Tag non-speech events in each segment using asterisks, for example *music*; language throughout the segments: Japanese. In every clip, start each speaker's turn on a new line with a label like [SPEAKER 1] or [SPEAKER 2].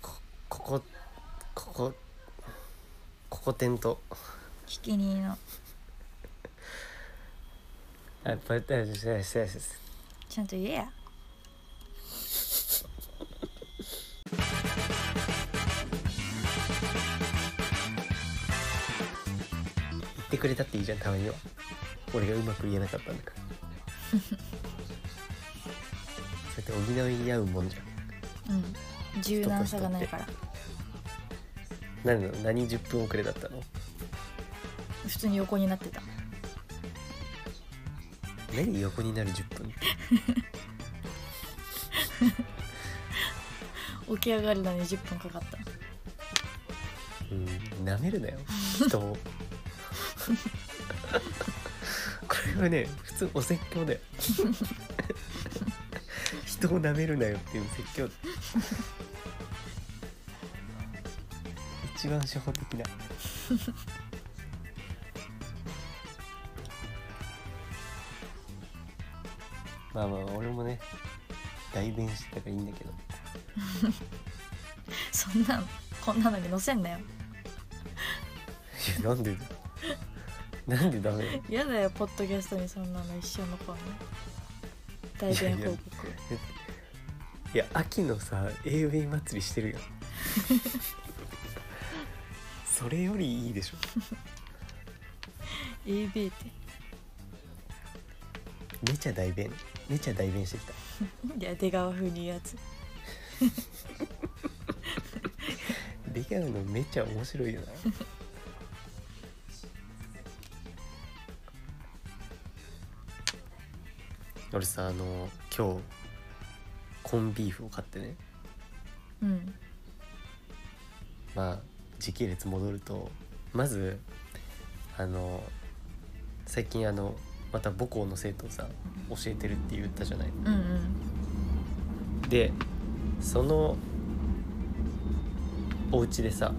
[SPEAKER 1] こここここここ点と
[SPEAKER 2] ひきにの
[SPEAKER 1] あこれ大丈夫です大丈夫です
[SPEAKER 2] ちゃんと言えや
[SPEAKER 1] 言ってくれたっていいじゃんたまには俺がうまく言えなかったんだからそうやって補い合うもんじゃん
[SPEAKER 2] うん柔軟さがないから
[SPEAKER 1] 何なの何10分遅れだったの
[SPEAKER 2] 普通に横になってた
[SPEAKER 1] 何横になる10分って
[SPEAKER 2] 起き上がるのに10分かかった
[SPEAKER 1] うん舐めるなよ人をこれはね普通お説教だよ人を舐めるなよっていう説教一番初歩的なまあまあ俺もね代弁してたからいいんだけど
[SPEAKER 2] そんなんこんなのに載せんなよ
[SPEAKER 1] いやなんでだなんでダメなの
[SPEAKER 2] 嫌だよポッドキャストにそんなの一生残るの大
[SPEAKER 1] いや
[SPEAKER 2] 弁
[SPEAKER 1] いや
[SPEAKER 2] 報告
[SPEAKER 1] いや秋のさ a w 祭りしてるよそれよりいいでしょ
[SPEAKER 2] AB って
[SPEAKER 1] めちゃ代弁めちゃ代弁してきた
[SPEAKER 2] いや出川風に言うやつ
[SPEAKER 1] レギュラーのめちゃ面白いよな俺さあの今日コンビーフを買ってね
[SPEAKER 2] うん
[SPEAKER 1] まあ時系列戻るとまずあの最近あのまた母校の生徒をさ教えてるって言ったじゃない。
[SPEAKER 2] うんうん
[SPEAKER 1] でそのお家でさ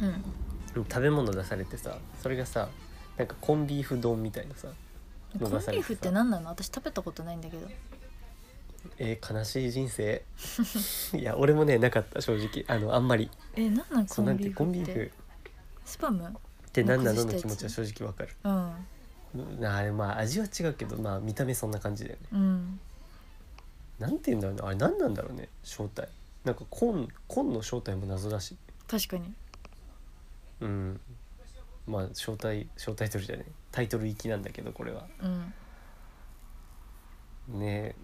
[SPEAKER 2] うん
[SPEAKER 1] 食べ物出されてさそれがさなんかコンビーフ丼みたいなさ
[SPEAKER 2] コンビ
[SPEAKER 1] 逃されてさ
[SPEAKER 2] ーフって何なの私食べたことないんだけど
[SPEAKER 1] えー悲しい人生 *laughs* いや俺もねなかった正直あのあんまり
[SPEAKER 2] え何なん
[SPEAKER 1] そ
[SPEAKER 2] コ
[SPEAKER 1] うな
[SPEAKER 2] ン
[SPEAKER 1] んて
[SPEAKER 2] ビ
[SPEAKER 1] コンビ
[SPEAKER 2] ーフっ
[SPEAKER 1] ーフ
[SPEAKER 2] てスパム
[SPEAKER 1] って何なの
[SPEAKER 2] な
[SPEAKER 1] の
[SPEAKER 2] んか崩し
[SPEAKER 1] 気
[SPEAKER 2] た
[SPEAKER 1] 持
[SPEAKER 2] やつ
[SPEAKER 1] ちは正直わかる
[SPEAKER 2] うん
[SPEAKER 1] うんあれまあ味は違うけどまあ見た目そんな感じだよね
[SPEAKER 2] うん
[SPEAKER 1] なんて言うんだろうねあれ何なんだろうね正体なんか紺紺の正体も謎だし
[SPEAKER 2] 確かに
[SPEAKER 1] うんまあ正体正タイトルじゃないタイトル行きなんだけどこれは
[SPEAKER 2] うん
[SPEAKER 1] ね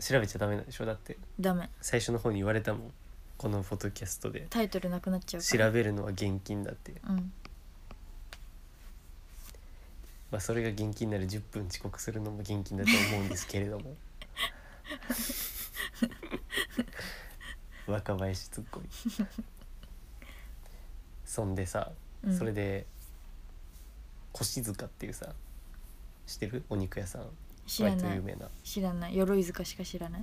[SPEAKER 1] え調べちゃダメなんでしょだって
[SPEAKER 2] ダメ
[SPEAKER 1] 最初の方に言われたもんこのフォトキャストで
[SPEAKER 2] タイトルなくなっちゃうから
[SPEAKER 1] 調べるのは現金だって、
[SPEAKER 2] うん
[SPEAKER 1] まあ、それが現金なら10分遅刻するのも現金だと思うんですけれども若林ツッコミそんでさ
[SPEAKER 2] うん
[SPEAKER 1] それで腰塚っていうさ知ってるお肉屋さん
[SPEAKER 2] 知ら
[SPEAKER 1] 割と
[SPEAKER 2] な
[SPEAKER 1] 有
[SPEAKER 2] い
[SPEAKER 1] 名な
[SPEAKER 2] 知らない鎧塚しか知らない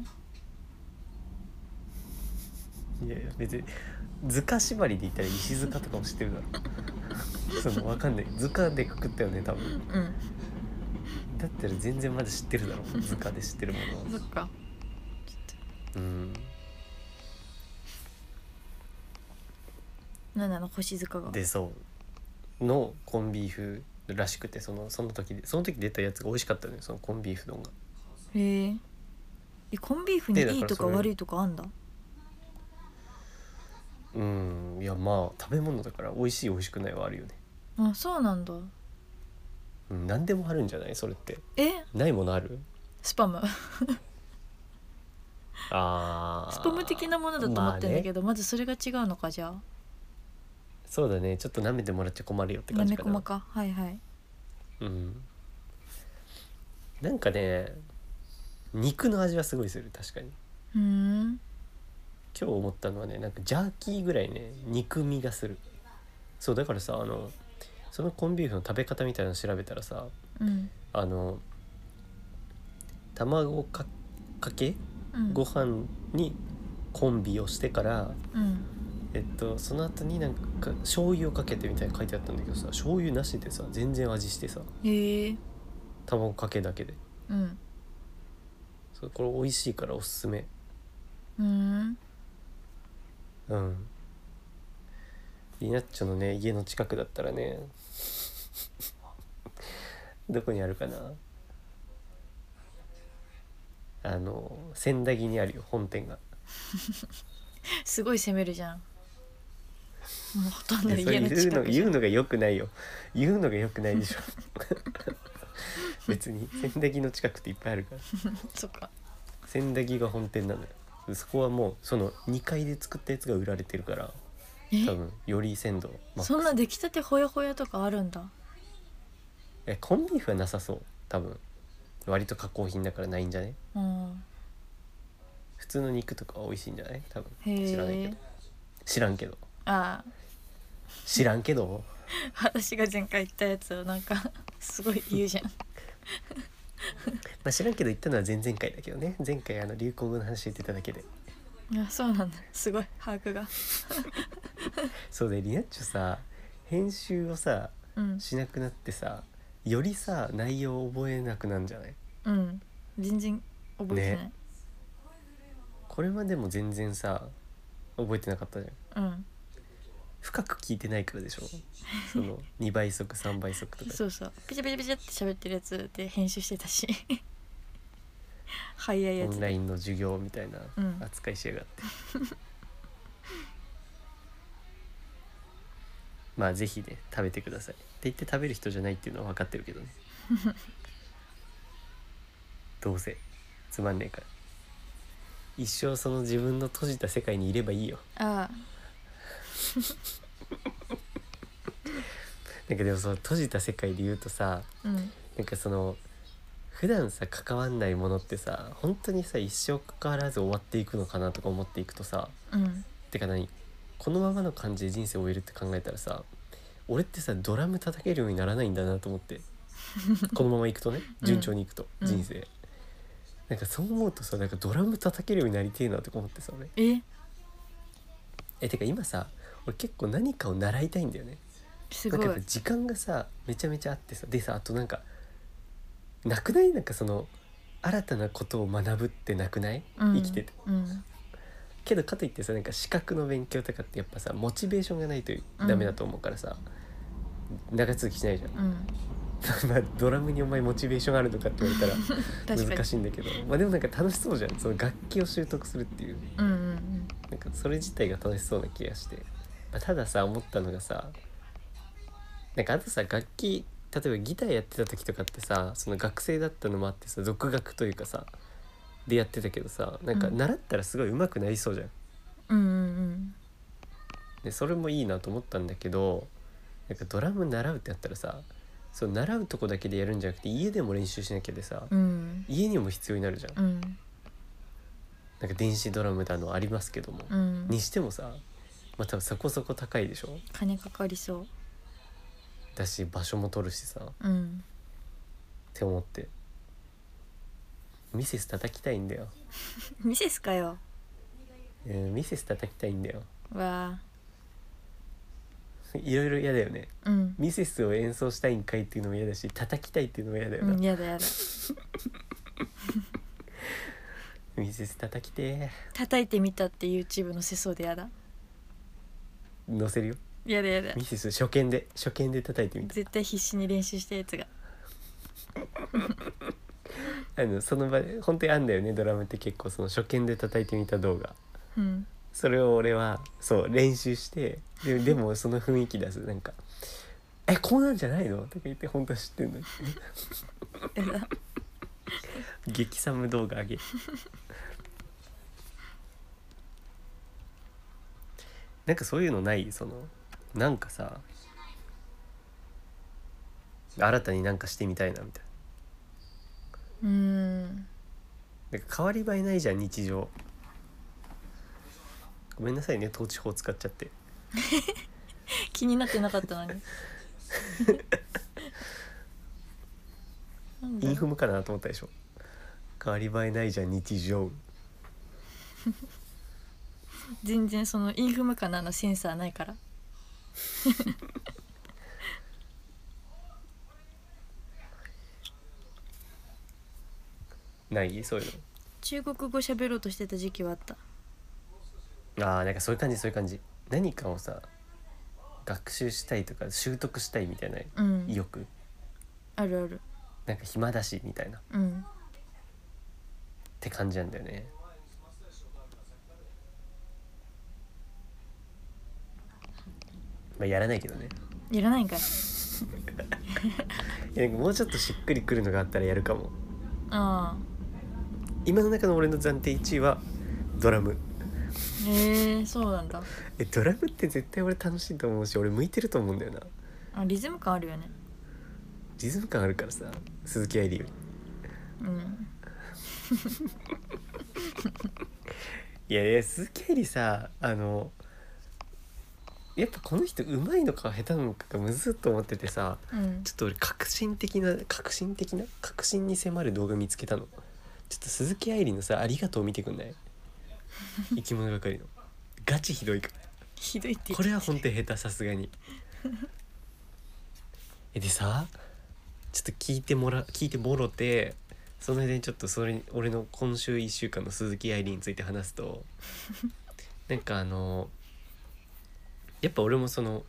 [SPEAKER 1] いやいや別に塚縛りで言ったら石塚とかも知ってるだろそのわかんない塚でくくったよね多分
[SPEAKER 2] うん
[SPEAKER 1] だったら全然まだ知ってるだろ塚で知ってるもの
[SPEAKER 2] そっか
[SPEAKER 1] うん
[SPEAKER 2] 何なの星塚が
[SPEAKER 1] でそうのコンビーフらしくてそのその時でその時出たやつが美味しかったのよそのコンビーフ丼が
[SPEAKER 2] へええコンビーフに
[SPEAKER 1] でだか
[SPEAKER 2] い
[SPEAKER 1] ら
[SPEAKER 2] いとか
[SPEAKER 1] それ
[SPEAKER 2] 悪いとかあんだ
[SPEAKER 1] うんいやまあ食べ物だから美味しい美味しくないはあるよね、
[SPEAKER 2] あそうなんだ
[SPEAKER 1] うん、何でもあるんじゃないそれって
[SPEAKER 2] え
[SPEAKER 1] ないものある
[SPEAKER 2] スパム
[SPEAKER 1] あー
[SPEAKER 2] スパム的なものだと思ってんだけどま,、ずそれが違うのかじゃあ
[SPEAKER 1] まあねそうだねちょっと舐めてもらっちゃ困るよって
[SPEAKER 2] な
[SPEAKER 1] 感じ
[SPEAKER 2] め
[SPEAKER 1] か
[SPEAKER 2] こ
[SPEAKER 1] な
[SPEAKER 2] まかはいはい
[SPEAKER 1] うんなんかね肉の味はすごいする確かに
[SPEAKER 2] ふーん
[SPEAKER 1] 今日思ったのはねなんかジャーキーぐらいね肉味がするそうだからさあのそのコンビーフの食べ方みたいなの調べたらさ
[SPEAKER 2] うん
[SPEAKER 1] あの卵かかけ
[SPEAKER 2] うん
[SPEAKER 1] ご飯にコンビをしてから、
[SPEAKER 2] うん
[SPEAKER 1] えっとその後になんか醤油をかけてみたいに書いてあったんだけどさ醤油なしでさ全然味してさ
[SPEAKER 2] へえ
[SPEAKER 1] 卵かけだけで
[SPEAKER 2] うん
[SPEAKER 1] そうこれ美味しいからおすすめ
[SPEAKER 2] うーん
[SPEAKER 1] うんリナッチョのね家の近くだったらね *laughs* どこにあるかなあの千駄木にあるよ本店が
[SPEAKER 2] すごい攻めるじゃんもうほとんど
[SPEAKER 1] いやそれ
[SPEAKER 2] *laughs* 家の
[SPEAKER 1] 言う
[SPEAKER 2] 近
[SPEAKER 1] の
[SPEAKER 2] くじゃ
[SPEAKER 1] 言
[SPEAKER 2] ん
[SPEAKER 1] うのが良くないよ言うのが良くないでしょ *laughs* 別に千駄木の近くっていっぱいあるから
[SPEAKER 2] そっか
[SPEAKER 1] 千駄木が本店なのよそこはもうその2階で作ったやつが売られてるから
[SPEAKER 2] え
[SPEAKER 1] 多分より鮮度まあ
[SPEAKER 2] そんな出来たてほやほやとかあるんだ
[SPEAKER 1] えコンビーフはなさそう多分割と加工品だからないんじゃね
[SPEAKER 2] うん
[SPEAKER 1] 普通の肉とかは美味しいんじゃない多分
[SPEAKER 2] へえ
[SPEAKER 1] 知らないけど知らんけど
[SPEAKER 2] あ
[SPEAKER 1] 知らんけど
[SPEAKER 2] あ私が前回言ったやつをなんか *laughs* すごい言うじゃん
[SPEAKER 1] まあ知らんけど言ったのは前々回だけどね前回あの流行語の話言ってただけで *laughs*
[SPEAKER 2] いやそうなんだすごい把握が
[SPEAKER 1] そうでリナッチョさ編集をさ
[SPEAKER 2] うん
[SPEAKER 1] しなくなってさよりさ内容を覚えなくなんじゃない
[SPEAKER 2] うん全然覚えてない、
[SPEAKER 1] ねこれまでも全然さ覚えてなかったじゃん
[SPEAKER 2] うん
[SPEAKER 1] 深く聞いてないからでしょその2倍速3倍速とか
[SPEAKER 2] そうそうピチャピチャピチャって喋ってるやつで編集してたし *laughs* 早いや
[SPEAKER 1] オ
[SPEAKER 2] つ
[SPEAKER 1] ンラインの授業みたいな
[SPEAKER 2] うん
[SPEAKER 1] 扱いしやがって、 *laughs* まあぜひね食べてくださいって言って食べる人じゃないっていうのは分かってるけ *laughs* どねどうせつまんねえから一生その自分の閉じた世界にいればいいよ
[SPEAKER 2] ああ
[SPEAKER 1] なんかでもその閉じた世界で言うとさ
[SPEAKER 2] うん
[SPEAKER 1] なんかその普段さ関わんないものってさ本当にさ一生関わらず終わっていくのかなとか思っていくとさ
[SPEAKER 2] うん
[SPEAKER 1] てか何このままの感じで人生を終えるって考えたらさ俺ってさドラム叩けるようにならないんだなと思って
[SPEAKER 2] *laughs*
[SPEAKER 1] このままいくとね
[SPEAKER 2] うん
[SPEAKER 1] 順調にいくと、
[SPEAKER 2] うん
[SPEAKER 1] 人生なんかそう思うとさなんかドラム叩けるようになりてえなとか思ってさ俺
[SPEAKER 2] え
[SPEAKER 1] えてか今さ俺結構何かを習いたいんだよね
[SPEAKER 2] す
[SPEAKER 1] なん
[SPEAKER 2] ご
[SPEAKER 1] か
[SPEAKER 2] い
[SPEAKER 1] やっぱ時間がさめちゃめちゃあってさでさあとなんかなくないなんかその新たなことを学ぶってなくない、
[SPEAKER 2] うん
[SPEAKER 1] 生きてて
[SPEAKER 2] うん
[SPEAKER 1] けどかといってさなんか資格の勉強とかってやっぱさモチベーションがないとダメだと思うからさ、長続きしないじゃん、 *laughs*
[SPEAKER 2] うん
[SPEAKER 1] まあドラムにお前モチベーションあるのかって言われたら
[SPEAKER 2] *laughs* 確かに
[SPEAKER 1] 難しいんだけどまあでもなんか楽しそうじゃんその楽器を習得するっていう
[SPEAKER 2] うんうんうん
[SPEAKER 1] なんかそれ自体が楽しそうな気がして、まあ、たださ思ったのがさなんかあとさ楽器例えばギターやってた時とかってさその学生だったのもあってさ独学というかさでやってたけどさなんか
[SPEAKER 2] うん
[SPEAKER 1] 習ったらすごい上手くなりそうじゃん。
[SPEAKER 2] うんうん
[SPEAKER 1] でそれもいいなと思ったんだけどなんかドラム習うってやったらさその習うとこだけでやるんじゃなくて家でも練習しなきゃでさ、
[SPEAKER 2] うんうん
[SPEAKER 1] 家にも必要になるじゃん。
[SPEAKER 2] うん
[SPEAKER 1] なんか電子ドラムだのありますけども、
[SPEAKER 2] うん
[SPEAKER 1] にしてもさまあ多分そこそこ高いでしょ
[SPEAKER 2] 金かかりそ
[SPEAKER 1] だし場所も取るしさっ
[SPEAKER 2] ううん
[SPEAKER 1] て思ってミセス叩きたいんだよ、
[SPEAKER 2] ミセスかよ
[SPEAKER 1] うん、ミセス叩きたいんだよ *laughs*
[SPEAKER 2] わ
[SPEAKER 1] いろいろ嫌だよね
[SPEAKER 2] あうん
[SPEAKER 1] ミセスを演奏したいんかいっていうのも嫌だし叩きたいっていうのも嫌だよ
[SPEAKER 2] う
[SPEAKER 1] な、
[SPEAKER 2] んやだやだ
[SPEAKER 1] ミセス叩きて
[SPEAKER 2] 叩いてみたって YouTube 載せそうでやだ
[SPEAKER 1] ー載せるよ
[SPEAKER 2] やだやだ
[SPEAKER 1] ミセス初見で初見で叩いてみた
[SPEAKER 2] 絶対必死に練習したやつが
[SPEAKER 1] あのその場で本当にあんだよねドラムって結構その初見で叩いてみた動画
[SPEAKER 2] うん
[SPEAKER 1] それを俺はそう練習してででもその雰囲気出すなんか「えこうなんじゃないの?」とか言って本当は知ってんのに
[SPEAKER 2] やだ
[SPEAKER 1] 激寒動画上げ *laughs* なんかそういうのないそのなんかさ新たになんかしてみたいなみたいう
[SPEAKER 2] ーん
[SPEAKER 1] ななんか変わり映えないじゃん日常ごめんなさいね統治法使っちゃって
[SPEAKER 2] 気になってなかった
[SPEAKER 1] *laughs*
[SPEAKER 2] のになんだ
[SPEAKER 1] インフムかなと思ったでしょ変わり映えないじゃん日常
[SPEAKER 2] 全然そのインフムかなのセンサーないから
[SPEAKER 1] ないそういうの
[SPEAKER 2] 中国語喋ろうとしてた時期はあった
[SPEAKER 1] ああなんかそういう感じそういう感じ何かをさ学習したいとか習得したいみたいな
[SPEAKER 2] うん
[SPEAKER 1] 意欲、
[SPEAKER 2] あるある
[SPEAKER 1] なんか暇だしみたいなっ
[SPEAKER 2] うん
[SPEAKER 1] て感じなんだよねまあやらないけどね
[SPEAKER 2] いらないんかい
[SPEAKER 1] いやなんかもうちょっとしっくりくるのがあったらやるかも
[SPEAKER 2] あ
[SPEAKER 1] 今の中の俺の暫定1位はドラム
[SPEAKER 2] あへえそうなんだ
[SPEAKER 1] えドラムって絶対俺楽しいと思うし俺向いてると思うんだよな
[SPEAKER 2] あリズム感あるよね
[SPEAKER 1] リズム感あるからさ鈴木愛理より
[SPEAKER 2] うん
[SPEAKER 1] いやいや鈴木愛理さあのやっぱこの人上手いのか下手なのかがむずっと思っててさ
[SPEAKER 2] うん
[SPEAKER 1] ちょっと俺革新的な革新的な革新に迫る動画見つけたのちょっと鈴木愛理のさ「ありがとう」見てくん *laughs* ない生き物係のガチひどいから
[SPEAKER 2] ひどいって言っ
[SPEAKER 1] これは本当に下手さすが
[SPEAKER 2] *laughs*
[SPEAKER 1] にえでさちょっと聞いてもら聞いてもろてその間にちょっとそれに俺の今週1週間の鈴木愛理について話すとなんかあのやっぱ俺もその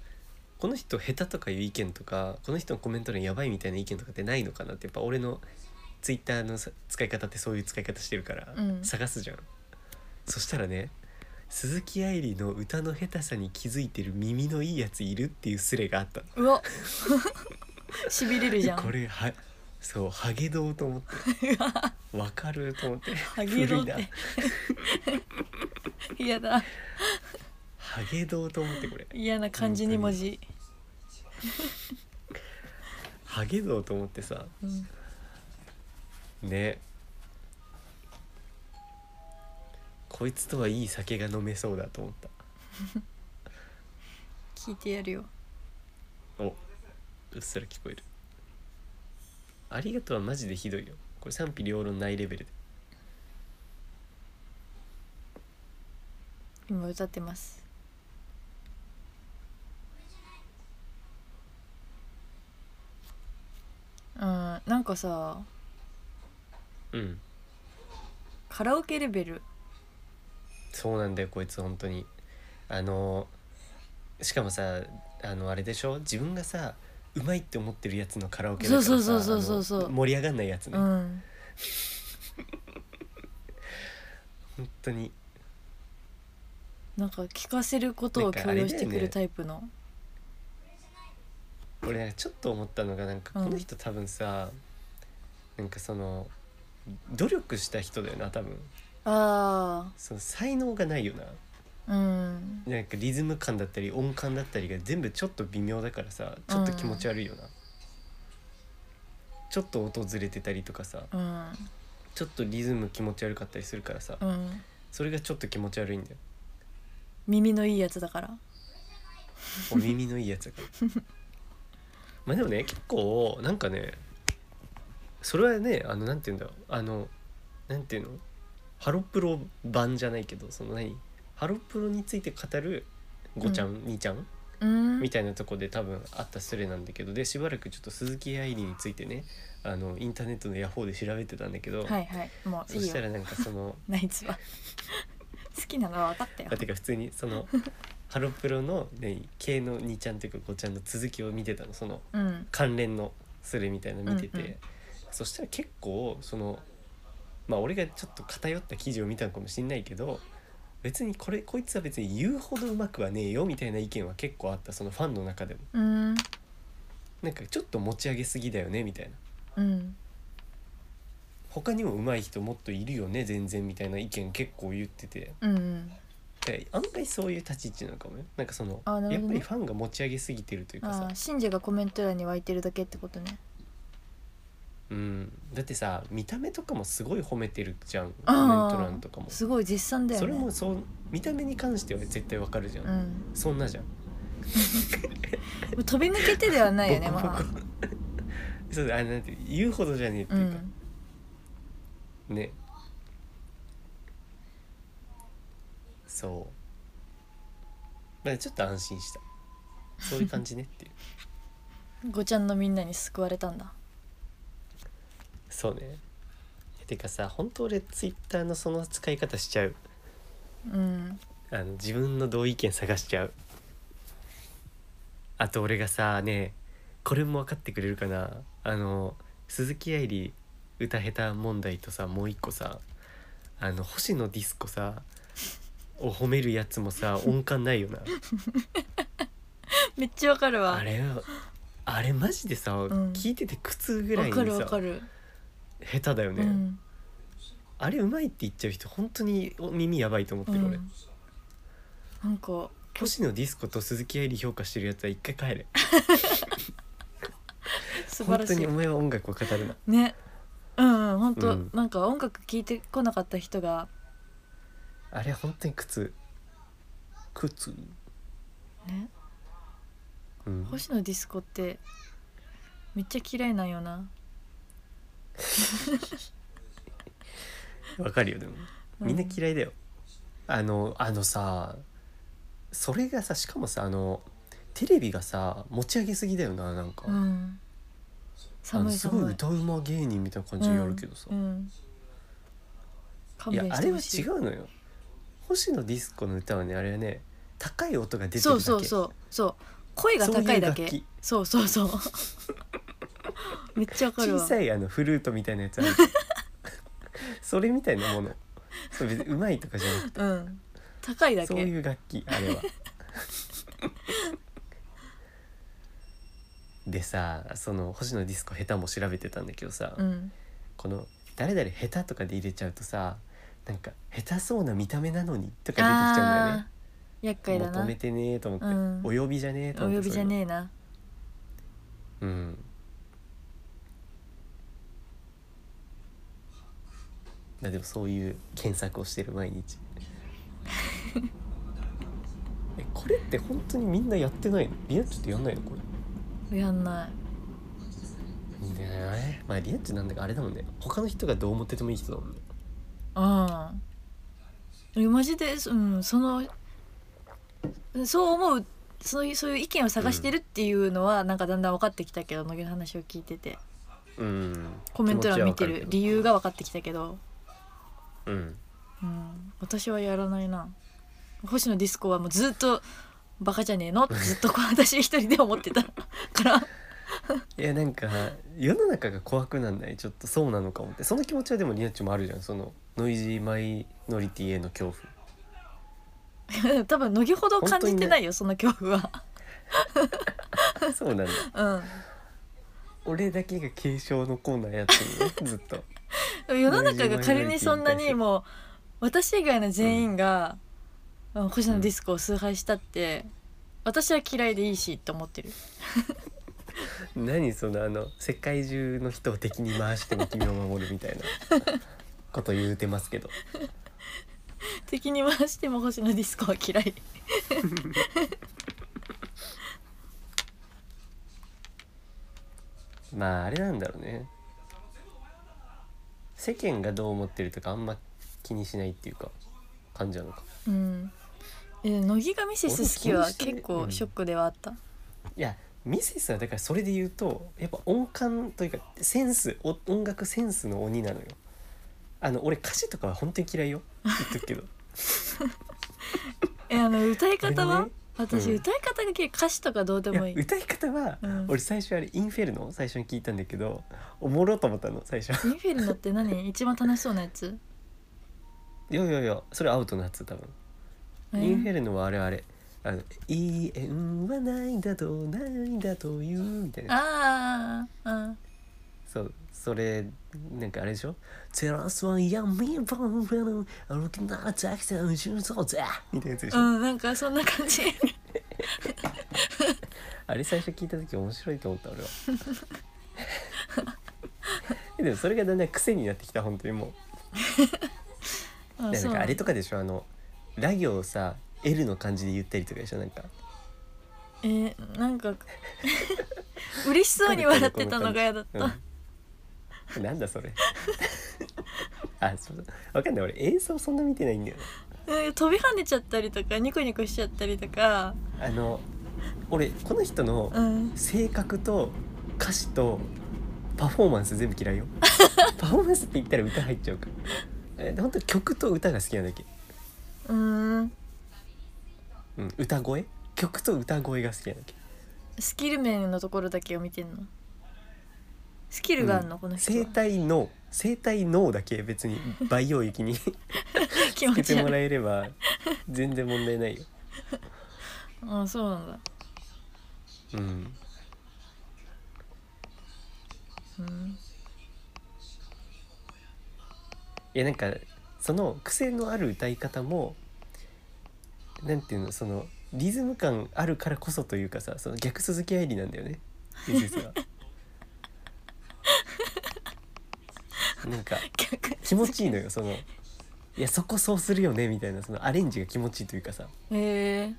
[SPEAKER 1] この人下手とかいう意見とかこの人のコメント欄やばいみたいな意見とかってないのかなってやっぱ俺のツイッターのさ使い方ってそういう使い方してるから
[SPEAKER 2] うん
[SPEAKER 1] 探すじゃん、そしたらね鈴木愛理の歌の下手さに気づいてる耳のいいやついるっていうスレがあったの
[SPEAKER 2] うわしびれるじゃん
[SPEAKER 1] これはそうハゲドウと思
[SPEAKER 2] *laughs*
[SPEAKER 1] ってわかると思って
[SPEAKER 2] ハゲドウって
[SPEAKER 1] 古いな
[SPEAKER 2] *laughs* 嫌だ
[SPEAKER 1] ハゲドウと思ってこれ
[SPEAKER 2] 嫌な漢字に文字
[SPEAKER 1] ハゲドウと思ってさ
[SPEAKER 2] うん
[SPEAKER 1] ねこいつとはいい酒が飲めそうだと思っ
[SPEAKER 2] 聞いてやるよ
[SPEAKER 1] たおうっすら聞こえるありがとうはマジでひどいよこれ賛否両論ないレベルで
[SPEAKER 2] 今歌ってますうんなんかさ
[SPEAKER 1] うん
[SPEAKER 2] カラオケレベル
[SPEAKER 1] そうなんだよこいつ本当にあのしかもさあのあれでしょ自分がさうまいって思ってるやつのカラオケだからさ
[SPEAKER 2] そうそうそうそうそう
[SPEAKER 1] あの盛り上がんないやつね、
[SPEAKER 2] う
[SPEAKER 1] 本
[SPEAKER 2] ん
[SPEAKER 1] 当に
[SPEAKER 2] なんか聞かせることを強要してくるタイプの、
[SPEAKER 1] 俺なんかちょっと思ったのがなんか
[SPEAKER 2] うん
[SPEAKER 1] この人多分さ、なんかその努力した人だよな多分
[SPEAKER 2] あ
[SPEAKER 1] その才能がないよな
[SPEAKER 2] あうん
[SPEAKER 1] なんかリズム感だったり音感だったりが全部ちょっと微妙だからさちょっと気持ち悪いよな、ちょっと音ずれてたりとかさ
[SPEAKER 2] うん
[SPEAKER 1] ちょっとリズム気持ち悪かったりするからさ、
[SPEAKER 2] うん
[SPEAKER 1] それがちょっと気持ち悪いんだよ
[SPEAKER 2] 耳のいいやつだから
[SPEAKER 1] お耳のいいやつだから
[SPEAKER 2] *laughs*
[SPEAKER 1] まあでもね結構なんかねそれはねあのなんて言うんだろうあのなんて言うのハロプロ版じゃないけどその何ハロプロについて語るごちゃん、にちゃん
[SPEAKER 2] うん
[SPEAKER 1] みたいなとこで多分あったスレなんだけどでしばらくちょっと鈴木愛理についてねあのインターネットのヤホーで調べてたんだけど、
[SPEAKER 2] はいはいもう
[SPEAKER 1] そ
[SPEAKER 2] *laughs* いい
[SPEAKER 1] した
[SPEAKER 2] よ
[SPEAKER 1] らなんかその
[SPEAKER 2] ナイツは好きなのは分かったよ
[SPEAKER 1] あてか普通にそのハロプロの、ね、系の2ちゃんというか5ちゃんの続きを見てたのその
[SPEAKER 2] うん
[SPEAKER 1] 関連のスレみたいなの見てて、
[SPEAKER 2] うんうん
[SPEAKER 1] そしたら結構そのまあ俺がちょっと偏った記事を見たのかもしんないけど別にこれこいつは別に言うほどうまくはねえよみたいな意見は結構あったそのファンの中でも
[SPEAKER 2] うん
[SPEAKER 1] なんかちょっと持ち上げすぎだよねみたいな
[SPEAKER 2] うん
[SPEAKER 1] 他にも上手い人もっといるよね全然みたいな意見結構言ってて。
[SPEAKER 2] うんうん
[SPEAKER 1] で案外そういう立ち位置なのかもねなんかその、
[SPEAKER 2] あなる
[SPEAKER 1] やっ
[SPEAKER 2] ほ
[SPEAKER 1] ぱ
[SPEAKER 2] どね
[SPEAKER 1] りファンが持ち上げすぎてるというか
[SPEAKER 2] あ
[SPEAKER 1] さ
[SPEAKER 2] あ、信者がコメント欄に湧いてるだけってことね
[SPEAKER 1] うん、だってさ見た目とかもすごい褒めてるじゃんコメン
[SPEAKER 2] ああ
[SPEAKER 1] ト欄とかも、
[SPEAKER 2] すごい絶賛だよね
[SPEAKER 1] それもそう見た目に関しては絶対わかるじゃん、
[SPEAKER 2] うん
[SPEAKER 1] そんなじゃん、
[SPEAKER 2] 飛び抜けてではないよね
[SPEAKER 1] ボコボ
[SPEAKER 2] ま
[SPEAKER 1] コ *laughs* そうだあれなんて言うほどじゃねえって
[SPEAKER 2] あう
[SPEAKER 1] いうか、
[SPEAKER 2] ん
[SPEAKER 1] ねそうだからちょっと安心したそういう感じねって
[SPEAKER 2] *laughs*
[SPEAKER 1] いう
[SPEAKER 2] ごちゃんのみんなに救われたんだ
[SPEAKER 1] そうねてかさ本当俺ツイッターのその使い方しちゃう
[SPEAKER 2] うん *laughs*
[SPEAKER 1] あの自分の同意見探しちゃうあと俺がさねこれも分かってくれるかなあの鈴木愛理歌下手問題とさもう一個さあの星野ディスコさを褒めるやつも
[SPEAKER 2] *laughs*
[SPEAKER 1] さ音感ないよな
[SPEAKER 2] めっちゃわかるわ
[SPEAKER 1] あれあれマジでさ、
[SPEAKER 2] ん
[SPEAKER 1] 聞いてて苦痛ぐら
[SPEAKER 2] わ
[SPEAKER 1] いに
[SPEAKER 2] かるわ
[SPEAKER 1] さ
[SPEAKER 2] かる、
[SPEAKER 1] 下手だよね、
[SPEAKER 2] うん
[SPEAKER 1] あれうまいって言っちゃう人本当に耳やばいと思ってる俺、
[SPEAKER 2] うんなんか
[SPEAKER 1] 星野ディスコと鈴木愛理評価してるやつは一回帰れ
[SPEAKER 2] 素晴
[SPEAKER 1] 本
[SPEAKER 2] ら
[SPEAKER 1] 当
[SPEAKER 2] し
[SPEAKER 1] に
[SPEAKER 2] い
[SPEAKER 1] お前は音楽を語るな
[SPEAKER 2] ねうんうん本当、
[SPEAKER 1] うん
[SPEAKER 2] なんか音楽聴いてこなかった人が
[SPEAKER 1] あれ本当に苦痛苦痛
[SPEAKER 2] ね
[SPEAKER 1] うん
[SPEAKER 2] 星野ディスコってめっちゃ嫌いなんよな
[SPEAKER 1] わかるよでもみんな嫌いだよ、あのあのさそれがさしかもさあのテレビがさ持ち上げすぎだよななんか、
[SPEAKER 2] うん
[SPEAKER 1] あの
[SPEAKER 2] 寒い
[SPEAKER 1] すごい
[SPEAKER 2] 寒い
[SPEAKER 1] 歌うま芸人みたいな感じでやるけどさ、
[SPEAKER 2] うんうん、勘
[SPEAKER 1] いや
[SPEAKER 2] 弁
[SPEAKER 1] あ
[SPEAKER 2] し
[SPEAKER 1] れ
[SPEAKER 2] て
[SPEAKER 1] は
[SPEAKER 2] ほし
[SPEAKER 1] 違
[SPEAKER 2] いう
[SPEAKER 1] のよ星野ディスコの歌はねあれはね高い音が出てるだ
[SPEAKER 2] そ
[SPEAKER 1] け
[SPEAKER 2] うそうそうそう声が高いだけ
[SPEAKER 1] そういう楽器
[SPEAKER 2] そうそ
[SPEAKER 1] *laughs*
[SPEAKER 2] うそうめっちゃわかる
[SPEAKER 1] 小
[SPEAKER 2] わ
[SPEAKER 1] さいあのフルートみたいなやつあるそれみたいなものそう別にうまいとかじゃなくて
[SPEAKER 2] うん高い *laughs* だけ
[SPEAKER 1] そういう楽器あれは。でさその星野ディスコ下手も調べてたんだけどさ、
[SPEAKER 2] うん
[SPEAKER 1] この「誰々下手」とかで入れちゃうとさなんか「下手そうな見た目なのに」とか出てきちゃうんだよ
[SPEAKER 2] あ
[SPEAKER 1] ね。
[SPEAKER 2] ー厄介だ
[SPEAKER 1] 求
[SPEAKER 2] な
[SPEAKER 1] めてねえと思って、
[SPEAKER 2] うん
[SPEAKER 1] お呼びじゃねえ
[SPEAKER 2] お
[SPEAKER 1] と思って
[SPEAKER 2] 呼びじゃねえな
[SPEAKER 1] そういうのうんだでもそういう検索をしてる毎 *laughs* 日えこれって本当にみんなやってないのリアッチってやんないのこれ
[SPEAKER 2] やんない
[SPEAKER 1] ねえまあリアッチなんだかあれだもんね他の人がどう思っててもいい人だもんね
[SPEAKER 2] うんえマジで、うん、そのそう思うそういうそういう意見を探してるっていうのは、なんかだんだん分かってきたけど野毛の話を聞いてて
[SPEAKER 1] うん
[SPEAKER 2] コメント欄見て
[SPEAKER 1] 気持ちはわか
[SPEAKER 2] る
[SPEAKER 1] けど
[SPEAKER 2] 理由が分かってきたけど、
[SPEAKER 1] うん
[SPEAKER 2] うん、私はやらないな星野ディスコはもうずっと「バカじゃねえの?」ってずっとこう私一人で思ってたから *laughs*
[SPEAKER 1] いやなんか世の中が怖くなんないちょっとそうなのかもってその気持ちはでもリアッチもあるじゃんそのノイジーマイノリティへの恐
[SPEAKER 2] *laughs*
[SPEAKER 1] 怖
[SPEAKER 2] 多分野毛ほど感じてないよ、その恐怖は。
[SPEAKER 1] そうなんだ
[SPEAKER 2] うん
[SPEAKER 1] 俺だけが軽症のコーナーやってるのずっと
[SPEAKER 2] 世の中が仮にそんなにもう私以外の全員が、あの星野ディスコを崇拝したって、私は嫌いでいいしって思ってる
[SPEAKER 1] 何そのあの世界中の人を敵に回しても君を守るみたいなこと言うてますけど
[SPEAKER 2] 敵に回しても星野ディスコは嫌い
[SPEAKER 1] まああれなんだろうね世間がどう思ってるとかあんま気にしないっていうか感じなのか
[SPEAKER 2] うんえ乃木がミセス好きは結構ショックではあった、
[SPEAKER 1] いやミセスはだからそれで言うとやっぱ音感というかセンスお音楽センスの鬼なのよあの俺歌詞とかは本当に嫌いよ言っとくけど
[SPEAKER 2] えあの歌い方は、
[SPEAKER 1] 俺ね
[SPEAKER 2] 私
[SPEAKER 1] うん
[SPEAKER 2] 歌い方が嫌い歌詞とかどうで
[SPEAKER 1] いや
[SPEAKER 2] もいい
[SPEAKER 1] 歌い方は、
[SPEAKER 2] うん
[SPEAKER 1] 俺最初あれ「インフェルノ」最初に聞いたんだけどおもろと思ったの最初 *laughs*
[SPEAKER 2] インフェルノって何一番楽しそうなやつ、
[SPEAKER 1] いやいやいやそれアウトのやつ多分、
[SPEAKER 2] え
[SPEAKER 1] インフェルノはあれあれあの「いい縁はないだとないだという」みたいな
[SPEAKER 2] あーあーあ
[SPEAKER 1] そうそれなんかあれでしょ「テラスは闇バンバン歩きなたくさん重曹ぜ」みたいなやつでし
[SPEAKER 2] ー
[SPEAKER 1] ょ、
[SPEAKER 2] うんなんかそんな感じ
[SPEAKER 1] あれ最初聞いた時面白いと思った俺は *laughs* でもそれがだんだん癖になってきた本当にもう
[SPEAKER 2] あ
[SPEAKER 1] なんかあれ
[SPEAKER 2] と
[SPEAKER 1] とかでしょあのラ行をさ L の感じで言ったりとかでしょなんか
[SPEAKER 2] えー、なんか嬉しそうに笑ってたのが嫌だった、
[SPEAKER 1] うん、なんだそれあそうわかんない俺映像そんな見てないんだよ
[SPEAKER 2] うん飛び跳ねちゃったりとかニコニコしちゃったりとか
[SPEAKER 1] あの俺この人の
[SPEAKER 2] うん
[SPEAKER 1] 性格と歌詞とパフォーマンス全部嫌
[SPEAKER 2] *laughs*
[SPEAKER 1] いよパフォーマンスって言ったら歌入っちゃうからえ本当曲と歌が好きなだけ
[SPEAKER 2] うーん
[SPEAKER 1] うん、歌声曲と歌声が好きなだけ
[SPEAKER 2] スキル面のところだけを見てんのスキルがあるの、この人
[SPEAKER 1] 生
[SPEAKER 2] は
[SPEAKER 1] 体脳生体脳だけ別に培養液に *laughs* つ
[SPEAKER 2] 気持
[SPEAKER 1] け
[SPEAKER 2] ち
[SPEAKER 1] ても
[SPEAKER 2] 悪
[SPEAKER 1] ら
[SPEAKER 2] い
[SPEAKER 1] えれば全然問題ないよ
[SPEAKER 2] あそうなんだ
[SPEAKER 1] うん
[SPEAKER 2] うん
[SPEAKER 1] いやなんかその癖のある歌い方もなんていうのそのリズム感あるからこそというかさその逆鈴木愛理なんだよね実は *laughs* なんか
[SPEAKER 2] 逆
[SPEAKER 1] 気持ちいいのよそのいやそこそうするよねみたいなそのアレンジが気持ちいいというかさ
[SPEAKER 2] へ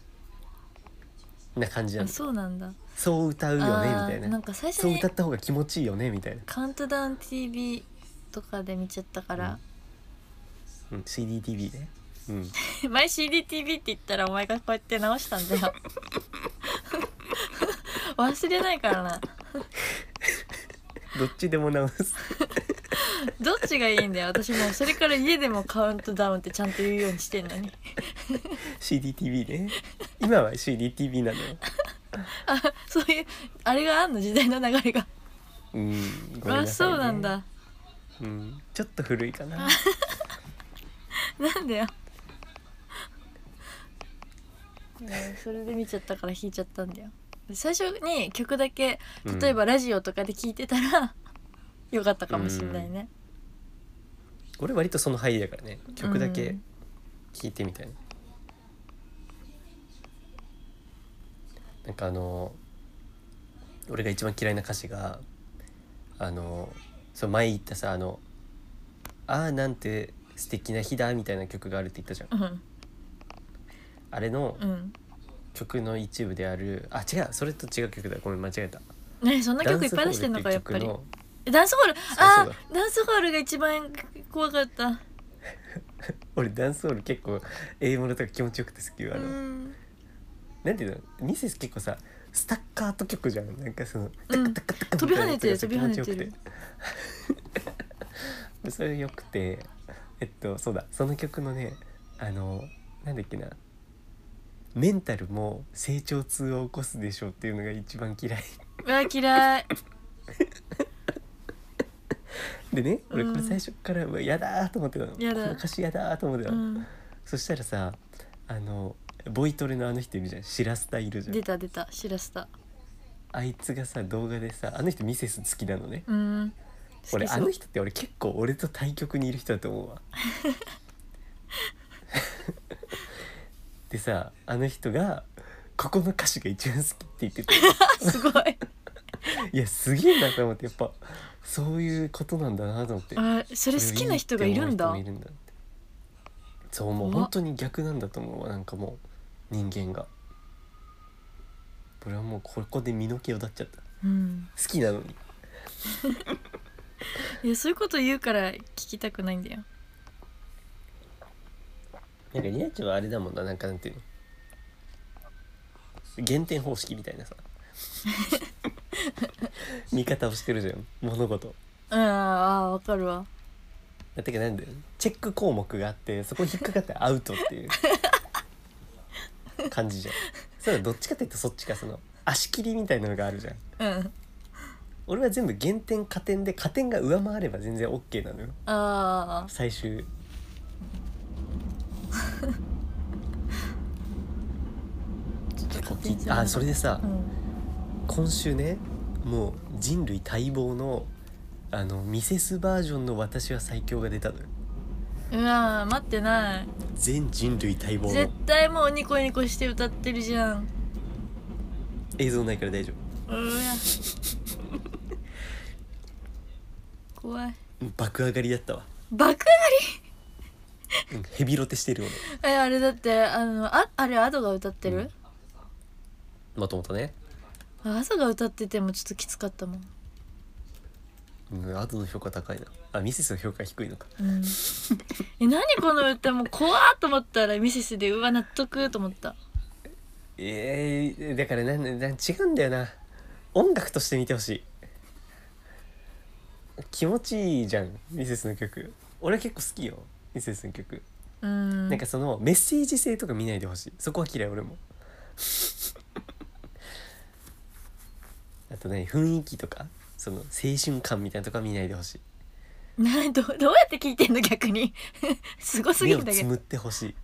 [SPEAKER 1] な感じ
[SPEAKER 2] え
[SPEAKER 1] な
[SPEAKER 2] あ
[SPEAKER 1] のそ
[SPEAKER 2] そうなんだ
[SPEAKER 1] う歌うよねみたい
[SPEAKER 2] あー
[SPEAKER 1] な
[SPEAKER 2] なんか最初
[SPEAKER 1] そう
[SPEAKER 2] に
[SPEAKER 1] 歌った方が気持ちいいよねみたいな
[SPEAKER 2] 「カウントダウン TV」とかで見ちゃったから、
[SPEAKER 1] うん、CDTV ねうん
[SPEAKER 2] 前 CDTV って言ったらお前がこうやって直したんだよ忘れないからな
[SPEAKER 1] どっちでも直す *laughs*
[SPEAKER 2] どっちがいいんだよ私もうそれから家でもカウントダウンってちゃんと言うようにしてんのに
[SPEAKER 1] CDTV ね今は CDTV なのよ
[SPEAKER 2] あそういうあれがあんの時代の流れが、
[SPEAKER 1] うんごめんなさい、ね、
[SPEAKER 2] あそうなんだ
[SPEAKER 1] うんちょっと古いかな
[SPEAKER 2] なんだよねそれで見ちゃったから弾いちゃったんだよ最初に曲だけ
[SPEAKER 1] うん
[SPEAKER 2] 例えばラジオとかで聞いてたら、よかったかもしれないね、
[SPEAKER 1] 俺割とその範囲だからね曲だ
[SPEAKER 2] う
[SPEAKER 1] け
[SPEAKER 2] ん
[SPEAKER 1] 聴いてみたいな、なんかあの俺が一番嫌いな歌詞があのそう前言ったさあの「ああなんて素敵な日だ」みたいな曲があるって言ったじゃん
[SPEAKER 2] うん
[SPEAKER 1] あれの
[SPEAKER 2] うん
[SPEAKER 1] 曲の一部であるあ違うそれと違う曲だごめん間違えた
[SPEAKER 2] ねそんな
[SPEAKER 1] ダ
[SPEAKER 2] 曲
[SPEAKER 1] ン
[SPEAKER 2] いっ
[SPEAKER 1] ス
[SPEAKER 2] ぱ
[SPEAKER 1] ホール
[SPEAKER 2] い出してんのかやっ
[SPEAKER 1] 曲
[SPEAKER 2] ぱり
[SPEAKER 1] の
[SPEAKER 2] ダンスホール
[SPEAKER 1] そう
[SPEAKER 2] あ
[SPEAKER 1] そう
[SPEAKER 2] ーダンスホールが一番怖かった
[SPEAKER 1] 俺ダンスホール結構 A ものとか気持ちよくて好きよあ
[SPEAKER 2] う
[SPEAKER 1] の、
[SPEAKER 2] ん
[SPEAKER 1] なんていうのミセス結構さスタッカート曲じゃんなんかその
[SPEAKER 2] うん
[SPEAKER 1] タカタカ
[SPEAKER 2] 飛び跳ねてる
[SPEAKER 1] みたいなやつがさ
[SPEAKER 2] 飛び跳ねてる
[SPEAKER 1] 気持ちよくて *laughs* それよくてえっとそうだその曲のねあのなんだっけなメンタルも成長痛を起こすでしょうっていうのが一番嫌い
[SPEAKER 2] うわ嫌い
[SPEAKER 1] でね俺こ
[SPEAKER 2] う
[SPEAKER 1] れ
[SPEAKER 2] ん
[SPEAKER 1] 最初からうわやだーと思ってたの
[SPEAKER 2] やだ
[SPEAKER 1] この歌詞やだーと思ってた
[SPEAKER 2] う
[SPEAKER 1] の、
[SPEAKER 2] ん
[SPEAKER 1] そしたらさあのボイトレのあの人いるじゃんシラスタいるじゃん
[SPEAKER 2] 出た出た知らせた
[SPEAKER 1] あいつがさ動画でさあの人ミセス好きなのね
[SPEAKER 2] うん好
[SPEAKER 1] 俺
[SPEAKER 2] き
[SPEAKER 1] あ
[SPEAKER 2] そ
[SPEAKER 1] の
[SPEAKER 2] う
[SPEAKER 1] 人って俺結構俺と対極にいる人だと思う
[SPEAKER 2] *laughs*
[SPEAKER 1] わでさあの人が「ここの歌詞が一番好き」って言
[SPEAKER 2] *laughs*
[SPEAKER 1] ってて
[SPEAKER 2] すごい
[SPEAKER 1] いやすげえなと思ってやっぱそういうことなんだなと思って
[SPEAKER 2] あそれ好きな人がいるんだ
[SPEAKER 1] これいいって思う人もいるんだってそうもう
[SPEAKER 2] 怖っ
[SPEAKER 1] 本当に逆なんだと思うわなんかもう人間が俺はもうここで身の毛を立っちゃった好
[SPEAKER 2] うん
[SPEAKER 1] きなのに
[SPEAKER 2] いやそういうこと言うから聞きたくないんだよ
[SPEAKER 1] なんかリナちゃんはあれだもんななんかなんていうの減点方式みたいな *laughs* さ見方をしてるじゃん物事
[SPEAKER 2] うんああわかるわ
[SPEAKER 1] だってかなんだよチェック項目があってそこに引っかかってアウト *laughs* っていう感じじゃんそれはどっちかっていうとそっちかその足切りみたいなのがあるじゃん
[SPEAKER 2] うん
[SPEAKER 1] 俺は全部減点加点で加点が上回れば全然 OK なのよ
[SPEAKER 2] あー
[SPEAKER 1] 最終ちょっとこう聞いてあそれでさ、
[SPEAKER 2] うん
[SPEAKER 1] 今週ねもう人類待望のあのミセスバージョンの「私は最強」が出たのよ
[SPEAKER 2] うわー待ってない
[SPEAKER 1] 全人類待望
[SPEAKER 2] 絶
[SPEAKER 1] の
[SPEAKER 2] 対もうニコニコして歌ってるじゃん
[SPEAKER 1] 映像ないから大丈
[SPEAKER 2] うわ *laughs* 怖い
[SPEAKER 1] 夫もう爆上がりだったわ、
[SPEAKER 2] 爆
[SPEAKER 1] うん、ヘビロテしてる俺
[SPEAKER 2] えあれだってあのああれアドが歌ってる、
[SPEAKER 1] もともとね、
[SPEAKER 2] あアドが歌っててもちょっときつかったもん、
[SPEAKER 1] うん、後の評価高いなあミセスの評価低いのか *laughs*
[SPEAKER 2] うん、え何この歌もう怖っと思ったらミセスでうわ納得と思った
[SPEAKER 1] えー、だからなんなん違うんだよな音楽として見てほしい気持ちいいじゃんミセスの曲俺結構好きよミセスの曲
[SPEAKER 2] うん
[SPEAKER 1] なんかそのメッセージ性とか見ないでほしいそこは嫌い俺も *laughs* あとね雰囲気とかその青春感みたいなとかは見ないでほし
[SPEAKER 2] などどうやって聞いてんの逆に *laughs* すご
[SPEAKER 1] い
[SPEAKER 2] すぎ
[SPEAKER 1] 目を
[SPEAKER 2] るんだけ
[SPEAKER 1] つ
[SPEAKER 2] ど
[SPEAKER 1] むってほしい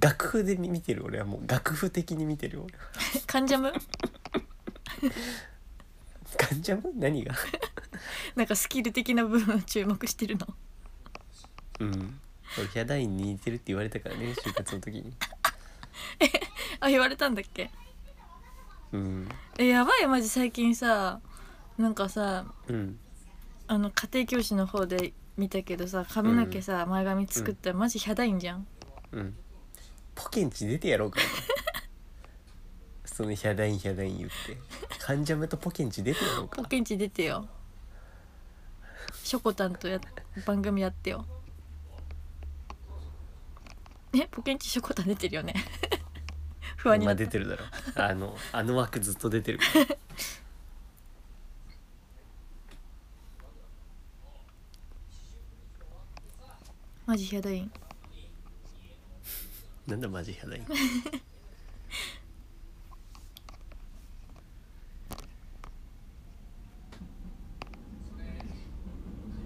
[SPEAKER 1] 楽譜で見てる俺はもう楽譜的に見てる俺は
[SPEAKER 2] 関ジャム
[SPEAKER 1] ガンジャム何が
[SPEAKER 2] なんかスキル的な部分を注目してるの
[SPEAKER 1] うん俺ヒャダインに似てるって言われたからね就活の時に
[SPEAKER 2] あ言われたんだっけ
[SPEAKER 1] うん
[SPEAKER 2] えやばいマジ最近さなんかさ
[SPEAKER 1] うん
[SPEAKER 2] あの家庭教師の方で見たけどさ髪の毛さ、前髪作ったらマジヒャダインじゃん
[SPEAKER 1] うんポケンチ出てやろうかなそのヒャダインヒャダイン言ってカンジャムとポケンチ出てやろうか
[SPEAKER 2] ポ *laughs* ケンチ出てよしょこたんとや番組やってよえポケンチしょこたん出てるよね *laughs* 不安に
[SPEAKER 1] まあ
[SPEAKER 2] なった
[SPEAKER 1] 出てるだろあのあの枠ずっと出てるから
[SPEAKER 2] マジヒャダイン
[SPEAKER 1] なんだマジヒャダイン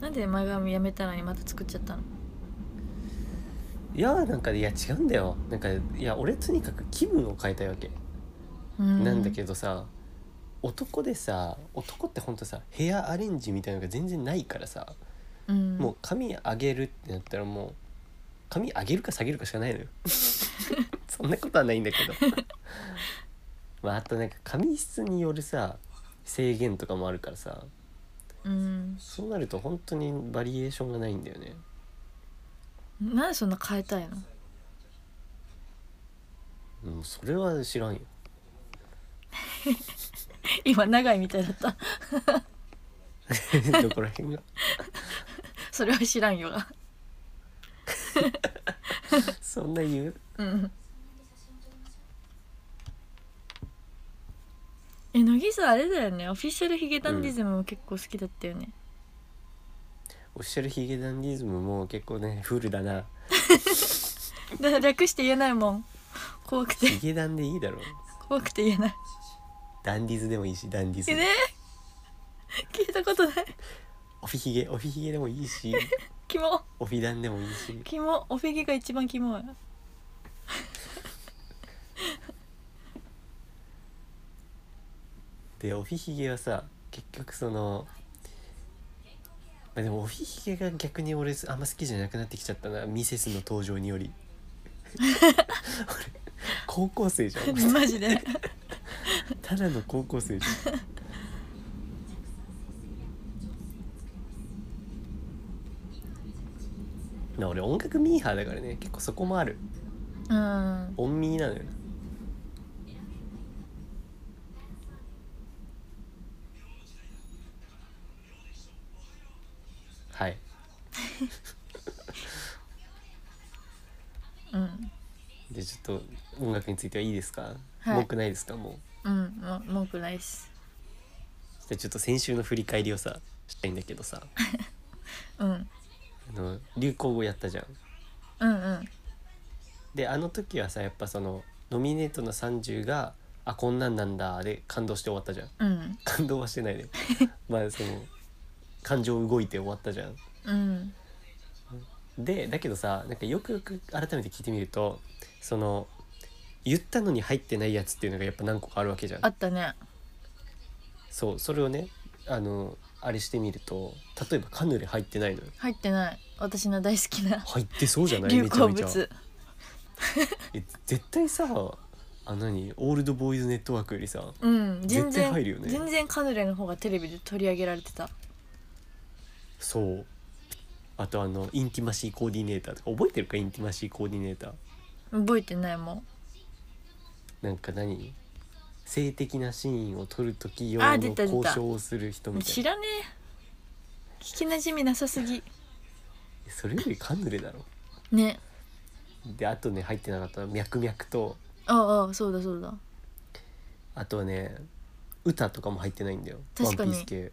[SPEAKER 2] なんで前髪やめたのにまた作っちゃったの
[SPEAKER 1] いやなんかいや違うんだよなんかいや俺とにかく気分を変えたいわけ、
[SPEAKER 2] うん
[SPEAKER 1] なんだけどさ男でさ男ってほんとさヘアアレンジみたいのが全然ないからさ、
[SPEAKER 2] うん
[SPEAKER 1] もう髪上げるってなったらもう髪上げるか下げるかしかない
[SPEAKER 2] *laughs*
[SPEAKER 1] のよそんなことはないんだけどまああとなんか髪質によるさ制限とかもあるからさ
[SPEAKER 2] うん
[SPEAKER 1] そうなると本当にバリエーションがないんだよね
[SPEAKER 2] なんでそんな変えたいの *laughs*
[SPEAKER 1] うん、それは知
[SPEAKER 2] *laughs*
[SPEAKER 1] らんよ
[SPEAKER 2] 今長いみたいだった
[SPEAKER 1] どこら辺が
[SPEAKER 2] それは知らんよが
[SPEAKER 1] そんな言う
[SPEAKER 2] うんえ乃木さんあれだよねオフィシャルヒゲダンディズムも結構好きだったよね、
[SPEAKER 1] オフィシャルヒゲダンディズムも結構ねフルだな
[SPEAKER 2] だから略して言えないもん怖くて
[SPEAKER 1] ヒゲダンでいいだろう
[SPEAKER 2] 怖くて言えない
[SPEAKER 1] ダンディズでもいいしダンディズ
[SPEAKER 2] えね聞いたことない
[SPEAKER 1] オフィヒゲオフィヒゲでもいい
[SPEAKER 2] *laughs*
[SPEAKER 1] し
[SPEAKER 2] キモ
[SPEAKER 1] オフィダンでもいいし
[SPEAKER 2] キモおフィギが一番キ *laughs* モい
[SPEAKER 1] でオフィヒゲはさ結局そのまあでもオフィヒゲが逆に俺あんま好きじゃなくなってきちゃったなミセスの登場により *laughs* 俺高校生じゃん
[SPEAKER 2] マジで
[SPEAKER 1] ただの高校生じゃんな俺音楽ミーハーだからね結構そこもある
[SPEAKER 2] うん
[SPEAKER 1] 音ミーなのよなはい
[SPEAKER 2] うん
[SPEAKER 1] でちょっと音楽についてはいいですか、
[SPEAKER 2] はい
[SPEAKER 1] 文句ないですかもう
[SPEAKER 2] うんも文句ないっす
[SPEAKER 1] じゃあちょっと先週の振り返りをさしたいんだけどさ
[SPEAKER 2] うん
[SPEAKER 1] あの流行語やったじゃん
[SPEAKER 2] うんうん
[SPEAKER 1] であの時はさやっぱそのノミネートの30が「あこんなんなんだ」で感動して終わったじゃん
[SPEAKER 2] うん
[SPEAKER 1] 感動はしてないで *laughs* まあその感情動いて終わったじゃん
[SPEAKER 2] うん
[SPEAKER 1] でだけどさなんかよくよく改めて聞いてみるとその言ったのに入ってないやつっていうのがやっぱ何個かあるわけじゃん
[SPEAKER 2] あったね
[SPEAKER 1] そうそれをねあのあれしてみると例えばカヌレ入ってないのよ
[SPEAKER 2] 入ってない私の大好きな
[SPEAKER 1] 入ってそうじゃない
[SPEAKER 2] 流
[SPEAKER 1] めちゃ
[SPEAKER 2] 行
[SPEAKER 1] めちゃ
[SPEAKER 2] 物
[SPEAKER 1] え絶対さあの何オールドボーイズネットワークよりさ
[SPEAKER 2] うん
[SPEAKER 1] 絶
[SPEAKER 2] 全
[SPEAKER 1] 対
[SPEAKER 2] 然
[SPEAKER 1] 入るよね
[SPEAKER 2] 全然カヌレの方がテレビで取り上げられてた
[SPEAKER 1] そうあとあのインティマシーコーディネーターとか覚えてるかインティマシーコーディネーター
[SPEAKER 2] 覚えてないもん
[SPEAKER 1] なんか何性的なシーンを撮る時用の
[SPEAKER 2] あ出た出た
[SPEAKER 1] 交渉をする人みたいな
[SPEAKER 2] 知らねえ聞きなじみなさすぎ
[SPEAKER 1] それよりカヌレだろ
[SPEAKER 2] ね
[SPEAKER 1] であとね入ってなかったの脈々と
[SPEAKER 2] ああそうだそうだ
[SPEAKER 1] あとはね歌とかも入ってないんだよ
[SPEAKER 2] 確かに
[SPEAKER 1] ワンピース系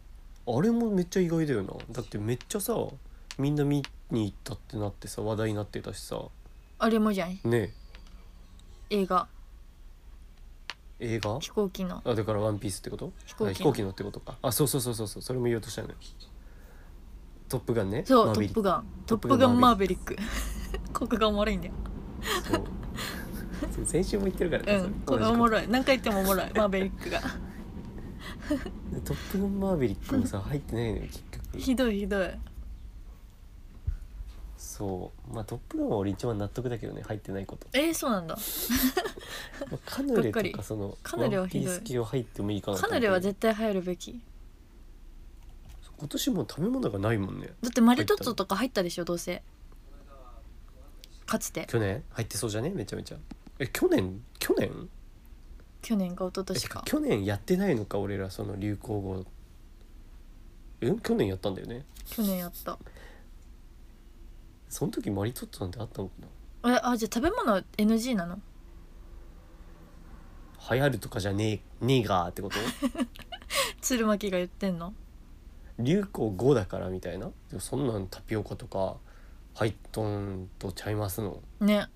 [SPEAKER 1] あれもめっちゃ意外だよなだってめっちゃさみんな見に行ったってなってさ話題になってたしさ
[SPEAKER 2] あれもじゃん
[SPEAKER 1] ね
[SPEAKER 2] 映画
[SPEAKER 1] 映画
[SPEAKER 2] 飛行機の
[SPEAKER 1] あだから「ワンピースってこと
[SPEAKER 2] 飛行機の
[SPEAKER 1] あ飛行機のってことかあそうそうそうそうそうそれも言おうとしたのよ「トップガンね」
[SPEAKER 2] そう「
[SPEAKER 1] マー
[SPEAKER 2] ト
[SPEAKER 1] ヴェリッ
[SPEAKER 2] ッ
[SPEAKER 1] ク
[SPEAKER 2] プガン」「トップガンマーベリック」国がおもろいんだよ
[SPEAKER 1] そう先週も言ってるから
[SPEAKER 2] う
[SPEAKER 1] ね
[SPEAKER 2] ん
[SPEAKER 1] そ
[SPEAKER 2] こ
[SPEAKER 1] れ
[SPEAKER 2] れおもろい何回言ってもおもろいマーベリッ *laughs* クが
[SPEAKER 1] でトップガンマーヴェリックもさ *laughs* 入ってないのよ結局
[SPEAKER 2] ひどいひどい
[SPEAKER 1] そうまあトップガンは俺一番納得だけどね入ってない
[SPEAKER 2] *laughs*
[SPEAKER 1] こと、
[SPEAKER 2] えー、そうなんだ
[SPEAKER 1] まあ、カヌレ
[SPEAKER 2] がっ
[SPEAKER 1] と
[SPEAKER 2] か
[SPEAKER 1] か
[SPEAKER 2] り
[SPEAKER 1] その
[SPEAKER 2] カヌレはひどい
[SPEAKER 1] ワンピース系は入ってもいいかなと
[SPEAKER 2] カ
[SPEAKER 1] 思う
[SPEAKER 2] ヌレは絶対入るべき
[SPEAKER 1] 今年もう食べ物がないもんね
[SPEAKER 2] だってマリトッツォとか入ったでしょどうせかつて
[SPEAKER 1] 去年入ってそうじゃねめちゃめちゃえ去年去年
[SPEAKER 2] 去年か一昨
[SPEAKER 1] え
[SPEAKER 2] 年か
[SPEAKER 1] 去年やってないのか俺らその流行語うん去年やったんだよね
[SPEAKER 2] 去年やった
[SPEAKER 1] その時マリトッツォなんてあったのかな
[SPEAKER 2] えあじゃあ食べ物 NG なの
[SPEAKER 1] 流行るとかじゃねえねえがーってこと
[SPEAKER 2] 鶴巻が言ってんの
[SPEAKER 1] 流行語だからみたいなでもそんなんタピオカとか入っとんとちゃいますの
[SPEAKER 2] ね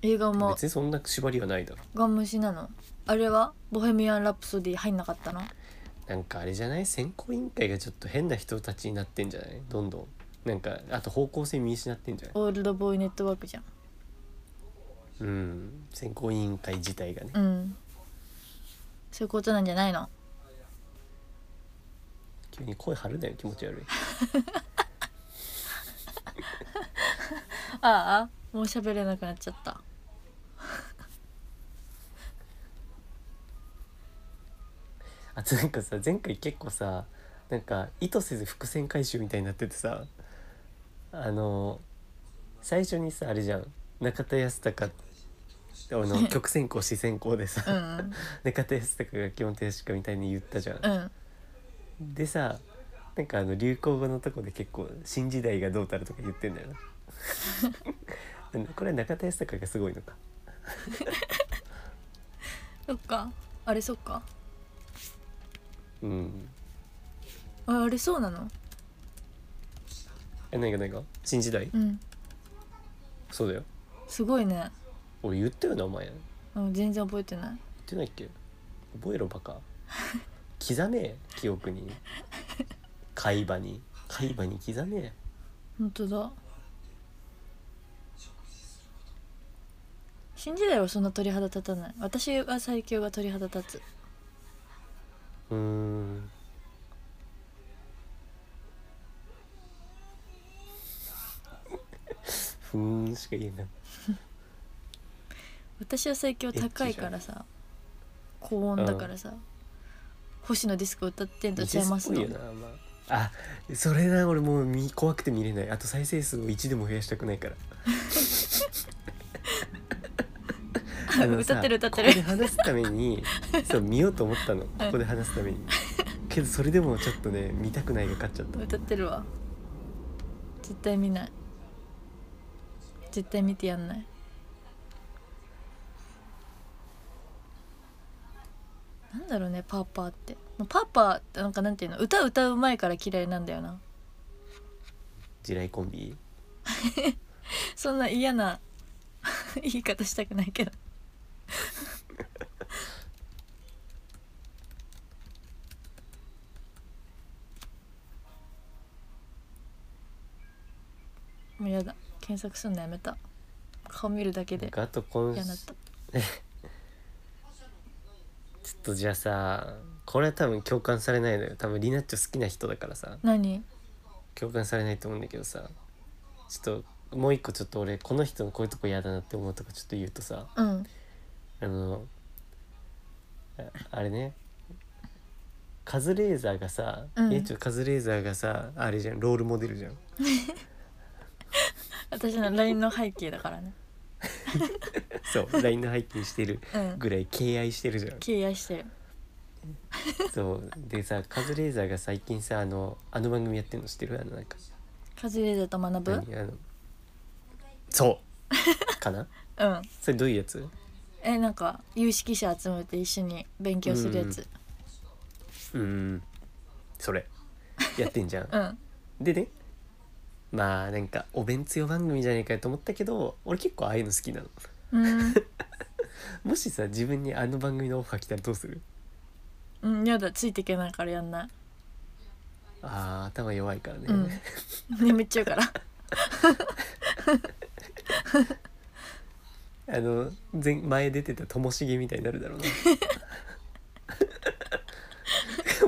[SPEAKER 2] 映画も
[SPEAKER 1] 別にそんな縛りはないだろ
[SPEAKER 2] ガン無視なのあれはボヘミアン・ラプソディ入んなかったの
[SPEAKER 1] なんかあれじゃない選考委員会がちょっと変な人たちになってんじゃないどんどんなんかあと方向性見失ってんじゃない
[SPEAKER 2] オールドボーイネットワークじゃん
[SPEAKER 1] うん選考委員会自体がね
[SPEAKER 2] うんそういうことなんじゃないの
[SPEAKER 1] 急に声張るなよ気持ち悪い
[SPEAKER 2] ああもう喋れなくなっちゃった
[SPEAKER 1] あとなんかさ前回結構さなんか意図せず伏線回収みたいになっててさあの最初にさあれじゃん中田泰孝あの曲線校詩線校でさ、
[SPEAKER 2] うんうん
[SPEAKER 1] 中田泰孝が基本停止かみたいに言ったじゃん。
[SPEAKER 2] うん
[SPEAKER 1] でさなんかあの流行語のとこで結構「新時代がどうたら」とか言ってん
[SPEAKER 2] *laughs*
[SPEAKER 1] だよな。これは中田泰孝がすごいのか。
[SPEAKER 2] そっかあれそっか
[SPEAKER 1] うん。
[SPEAKER 2] ああれそうなの
[SPEAKER 1] え何が何が新時代
[SPEAKER 2] うん
[SPEAKER 1] そうだよ。
[SPEAKER 2] すごいね
[SPEAKER 1] 俺言ったよなお前。
[SPEAKER 2] うん全然覚えてない
[SPEAKER 1] ってないっけ覚えろバカ刻め記憶に海馬に海馬に刻め
[SPEAKER 2] 本当だ新時代はそんな鳥肌立たない私は最強が鳥肌立つ
[SPEAKER 1] うーんふーんしか言えない
[SPEAKER 2] 私は最強高いからさ高音だからさ、星野ディスク歌ってんとちゃいますの
[SPEAKER 1] いよな、まあ、あそれな俺もう見怖くて見れないあと再生数を1でも増やしたく
[SPEAKER 2] *laughs*
[SPEAKER 1] ないからあのさ
[SPEAKER 2] 歌ってる歌って
[SPEAKER 1] こ
[SPEAKER 2] る
[SPEAKER 1] こで話すため
[SPEAKER 2] *laughs*
[SPEAKER 1] にそう見ようと思ったのここで話すためにけどそれでもちょっとね見たくないが勝っちゃった
[SPEAKER 2] 歌ってるわ絶対見ない絶対見てやんないなんだろうねパーパーってもうパーパーってなんかなんていうの歌歌う前から嫌いなんだよな
[SPEAKER 1] 地雷コンビ
[SPEAKER 2] そんな嫌な *laughs* 言い方したくないけどもうやだ検索すんのやめた顔見るだけ
[SPEAKER 1] なん
[SPEAKER 2] で
[SPEAKER 1] かあと今週
[SPEAKER 2] 嫌になっ
[SPEAKER 1] ちょ
[SPEAKER 2] た
[SPEAKER 1] っとじゃあさこれは多分共感されないのよ多分リナッチョ好きな人だからさ
[SPEAKER 2] 何
[SPEAKER 1] 共感されないと思うんだけどさちょっともう一個ちょっと俺この人のこういうとこ嫌だなって思うとこちょっと言うとさ
[SPEAKER 2] うん
[SPEAKER 1] あのああれねカズレーザーがさ、
[SPEAKER 2] うん
[SPEAKER 1] えちょカズレーザーがさあれじゃんロールモデルじゃん
[SPEAKER 2] 私の LINE の背景だからね
[SPEAKER 1] そう LINE の背景してる
[SPEAKER 2] うん
[SPEAKER 1] ぐらい敬愛してるじゃん
[SPEAKER 2] 敬愛してる
[SPEAKER 1] そうでさカズレーザーが最近さあのあの番組やってるの知ってるあのなんか
[SPEAKER 2] カズレーザーと学ぶ
[SPEAKER 1] 何あのそうかな
[SPEAKER 2] うん
[SPEAKER 1] それどういうやつ
[SPEAKER 2] えなんか有識者集めて一緒に勉強するやつ *laughs*
[SPEAKER 1] うーんそれやってんじゃん
[SPEAKER 2] うん
[SPEAKER 1] でねまあなんかお弁強番組じゃねえかよと思ったけど俺結構ああいうの好きなの
[SPEAKER 2] うん、
[SPEAKER 1] もしさ自分にあの番組のオファー来たらどうする
[SPEAKER 2] うん、やだついていけないからやんない、
[SPEAKER 1] あー頭弱いからね、
[SPEAKER 2] うん、眠っちゃうから
[SPEAKER 1] *laughs* あの前前出てたともしげみたいになるだろ
[SPEAKER 2] *laughs*
[SPEAKER 1] う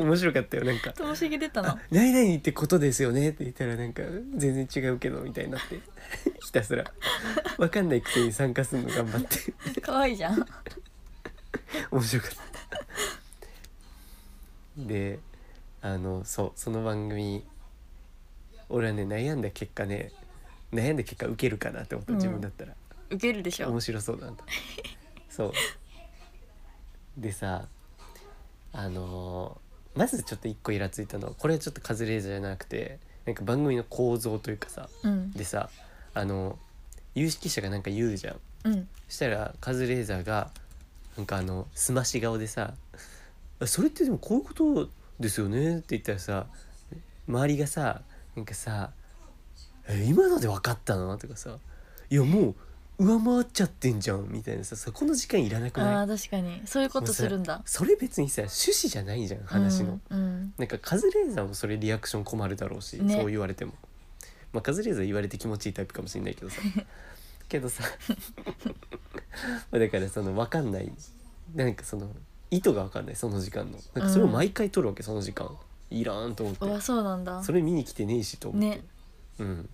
[SPEAKER 1] な面白かったよなんか
[SPEAKER 2] ともしげ出
[SPEAKER 1] *laughs*
[SPEAKER 2] たの
[SPEAKER 1] あ「何々ってことですよね」って言ったらなんか全然違うけどみたいになってひたすら分かんないくせに参加するの頑張って
[SPEAKER 2] 可愛いじゃん
[SPEAKER 1] 面白かった *laughs* であのそうその番組俺はね悩んだ結果ね悩んだ結果受けるかなって思った
[SPEAKER 2] うん
[SPEAKER 1] 自分だったら、
[SPEAKER 2] ウケるでしょ
[SPEAKER 1] 面白そうだなとそうでさあのーまずちょっと一個イラついたのはこれはちょっとカズレーザーじゃなくてなんか番組の構造というかさ
[SPEAKER 2] うん
[SPEAKER 1] でさあの有識者がなんか言うじゃん
[SPEAKER 2] うん
[SPEAKER 1] そしたらカズレーザーがなんかあのすまし顔でさ「それってでもこういうことですよね」って言ったらさ周りがさなんかさ「え今ので分かったの?」とかさ「いやもう上回っちゃってんじゃん」みたいなさそこの時間いらなく
[SPEAKER 2] あ
[SPEAKER 1] ない
[SPEAKER 2] あ確かにそういうことするんだ
[SPEAKER 1] それ別にさ趣旨じゃないじゃん話の。
[SPEAKER 2] うん
[SPEAKER 1] なんかカズレーザーもそれリアクション困るだろうし、
[SPEAKER 2] ね
[SPEAKER 1] そう言われてもまあカズレーザー言われて気持ちいいタイプかもしれないけど
[SPEAKER 2] *laughs*
[SPEAKER 1] さけどさ *laughs* まあだからその分かんないなんかその意図が分かんないその時間のなんかそれを毎回取るわけ、その時間いらんと思っ
[SPEAKER 2] うんうわ
[SPEAKER 1] て
[SPEAKER 2] そうなんだ
[SPEAKER 1] それ見に来てねえしと思って、
[SPEAKER 2] ね
[SPEAKER 1] うん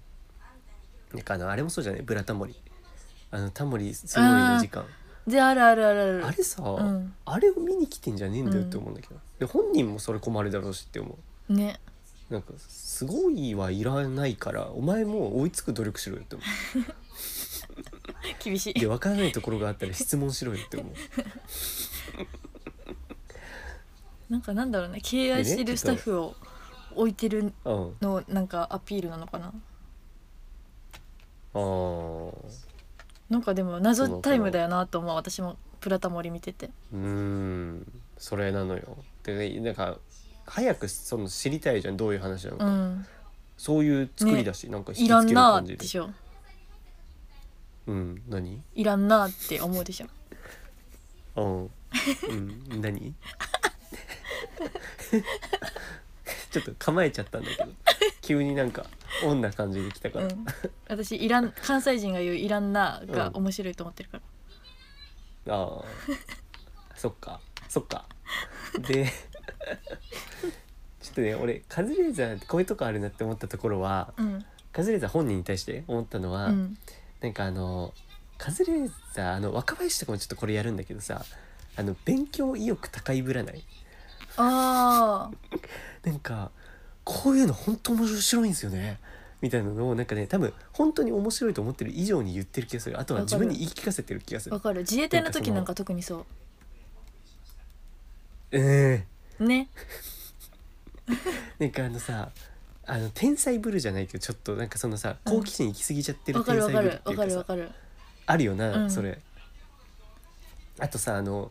[SPEAKER 1] なんかあのあれもそうじゃないブラタモリあのタモリすごいの時間
[SPEAKER 2] であるあるあるある
[SPEAKER 1] あれさ、
[SPEAKER 2] うん
[SPEAKER 1] あれを見に来てんじゃねえんだよって思うんだけど、で本人もそれ困るだろうしって思う
[SPEAKER 2] ね
[SPEAKER 1] なんか「すごい」はいらないからお前も追いつく努力しろよって思
[SPEAKER 2] *laughs*
[SPEAKER 1] う
[SPEAKER 2] 厳し
[SPEAKER 1] で
[SPEAKER 2] い
[SPEAKER 1] 分からないところがあったら質問しろよって思う
[SPEAKER 2] なんかなんだろうね敬愛してるスタッフを置いてる
[SPEAKER 1] うん
[SPEAKER 2] のなんかアピールなのかな
[SPEAKER 1] あー
[SPEAKER 2] なんかでも謎タイムだよなと思う私もプラタモリ見てて
[SPEAKER 1] うーんそれなのよでねなんか早くその知りたいじゃんどういう話なの
[SPEAKER 2] う
[SPEAKER 1] か、
[SPEAKER 2] ん
[SPEAKER 1] そういう作りだし、なんか引き
[SPEAKER 2] い
[SPEAKER 1] つけ
[SPEAKER 2] ら
[SPEAKER 1] る
[SPEAKER 2] んな
[SPEAKER 1] 感
[SPEAKER 2] ー
[SPEAKER 1] じで
[SPEAKER 2] でしょ
[SPEAKER 1] うん何
[SPEAKER 2] いらんなーって思うでしょ
[SPEAKER 1] うん、うん、
[SPEAKER 2] *laughs*
[SPEAKER 1] 何 *laughs* ちょっと構えちゃったんだけど急になんかオンな感じで来たから、
[SPEAKER 2] うん私いらん関西人が言ういらんなーが
[SPEAKER 1] うん
[SPEAKER 2] 面白いと思ってるから
[SPEAKER 1] ああそっかそっかで *laughs* ちょっとね俺カズレーザーこういうとこあるなって思ったところは
[SPEAKER 2] うん
[SPEAKER 1] カズレーザー本人に対して思ったのは、
[SPEAKER 2] うん
[SPEAKER 1] なんかあのカズレーザーあの若林とかもちょっとこれやるんだけどさあの勉強意欲高いぶらない
[SPEAKER 2] あ
[SPEAKER 1] なんかこういうの本当面白いんですよねみたいなのをなんかね多分本当に面白いと思ってる以上に言ってる気がするあとは自分に言い聞かせてる気がす
[SPEAKER 2] ー
[SPEAKER 1] る
[SPEAKER 2] わかる自衛隊の時なんか特にそ
[SPEAKER 1] ええ
[SPEAKER 2] うね
[SPEAKER 1] なんかあのさあの天才ぶるじゃないけどちょっとなんかそのさ
[SPEAKER 2] うん
[SPEAKER 1] 好奇心行き過ぎちゃってる
[SPEAKER 2] わか
[SPEAKER 1] 天
[SPEAKER 2] るわ
[SPEAKER 1] 才
[SPEAKER 2] か
[SPEAKER 1] ぶる
[SPEAKER 2] る
[SPEAKER 1] ってい
[SPEAKER 2] わ
[SPEAKER 1] う
[SPEAKER 2] か
[SPEAKER 1] か
[SPEAKER 2] るわ
[SPEAKER 1] さ
[SPEAKER 2] かる
[SPEAKER 1] あるよな、
[SPEAKER 2] うん
[SPEAKER 1] それあとさあの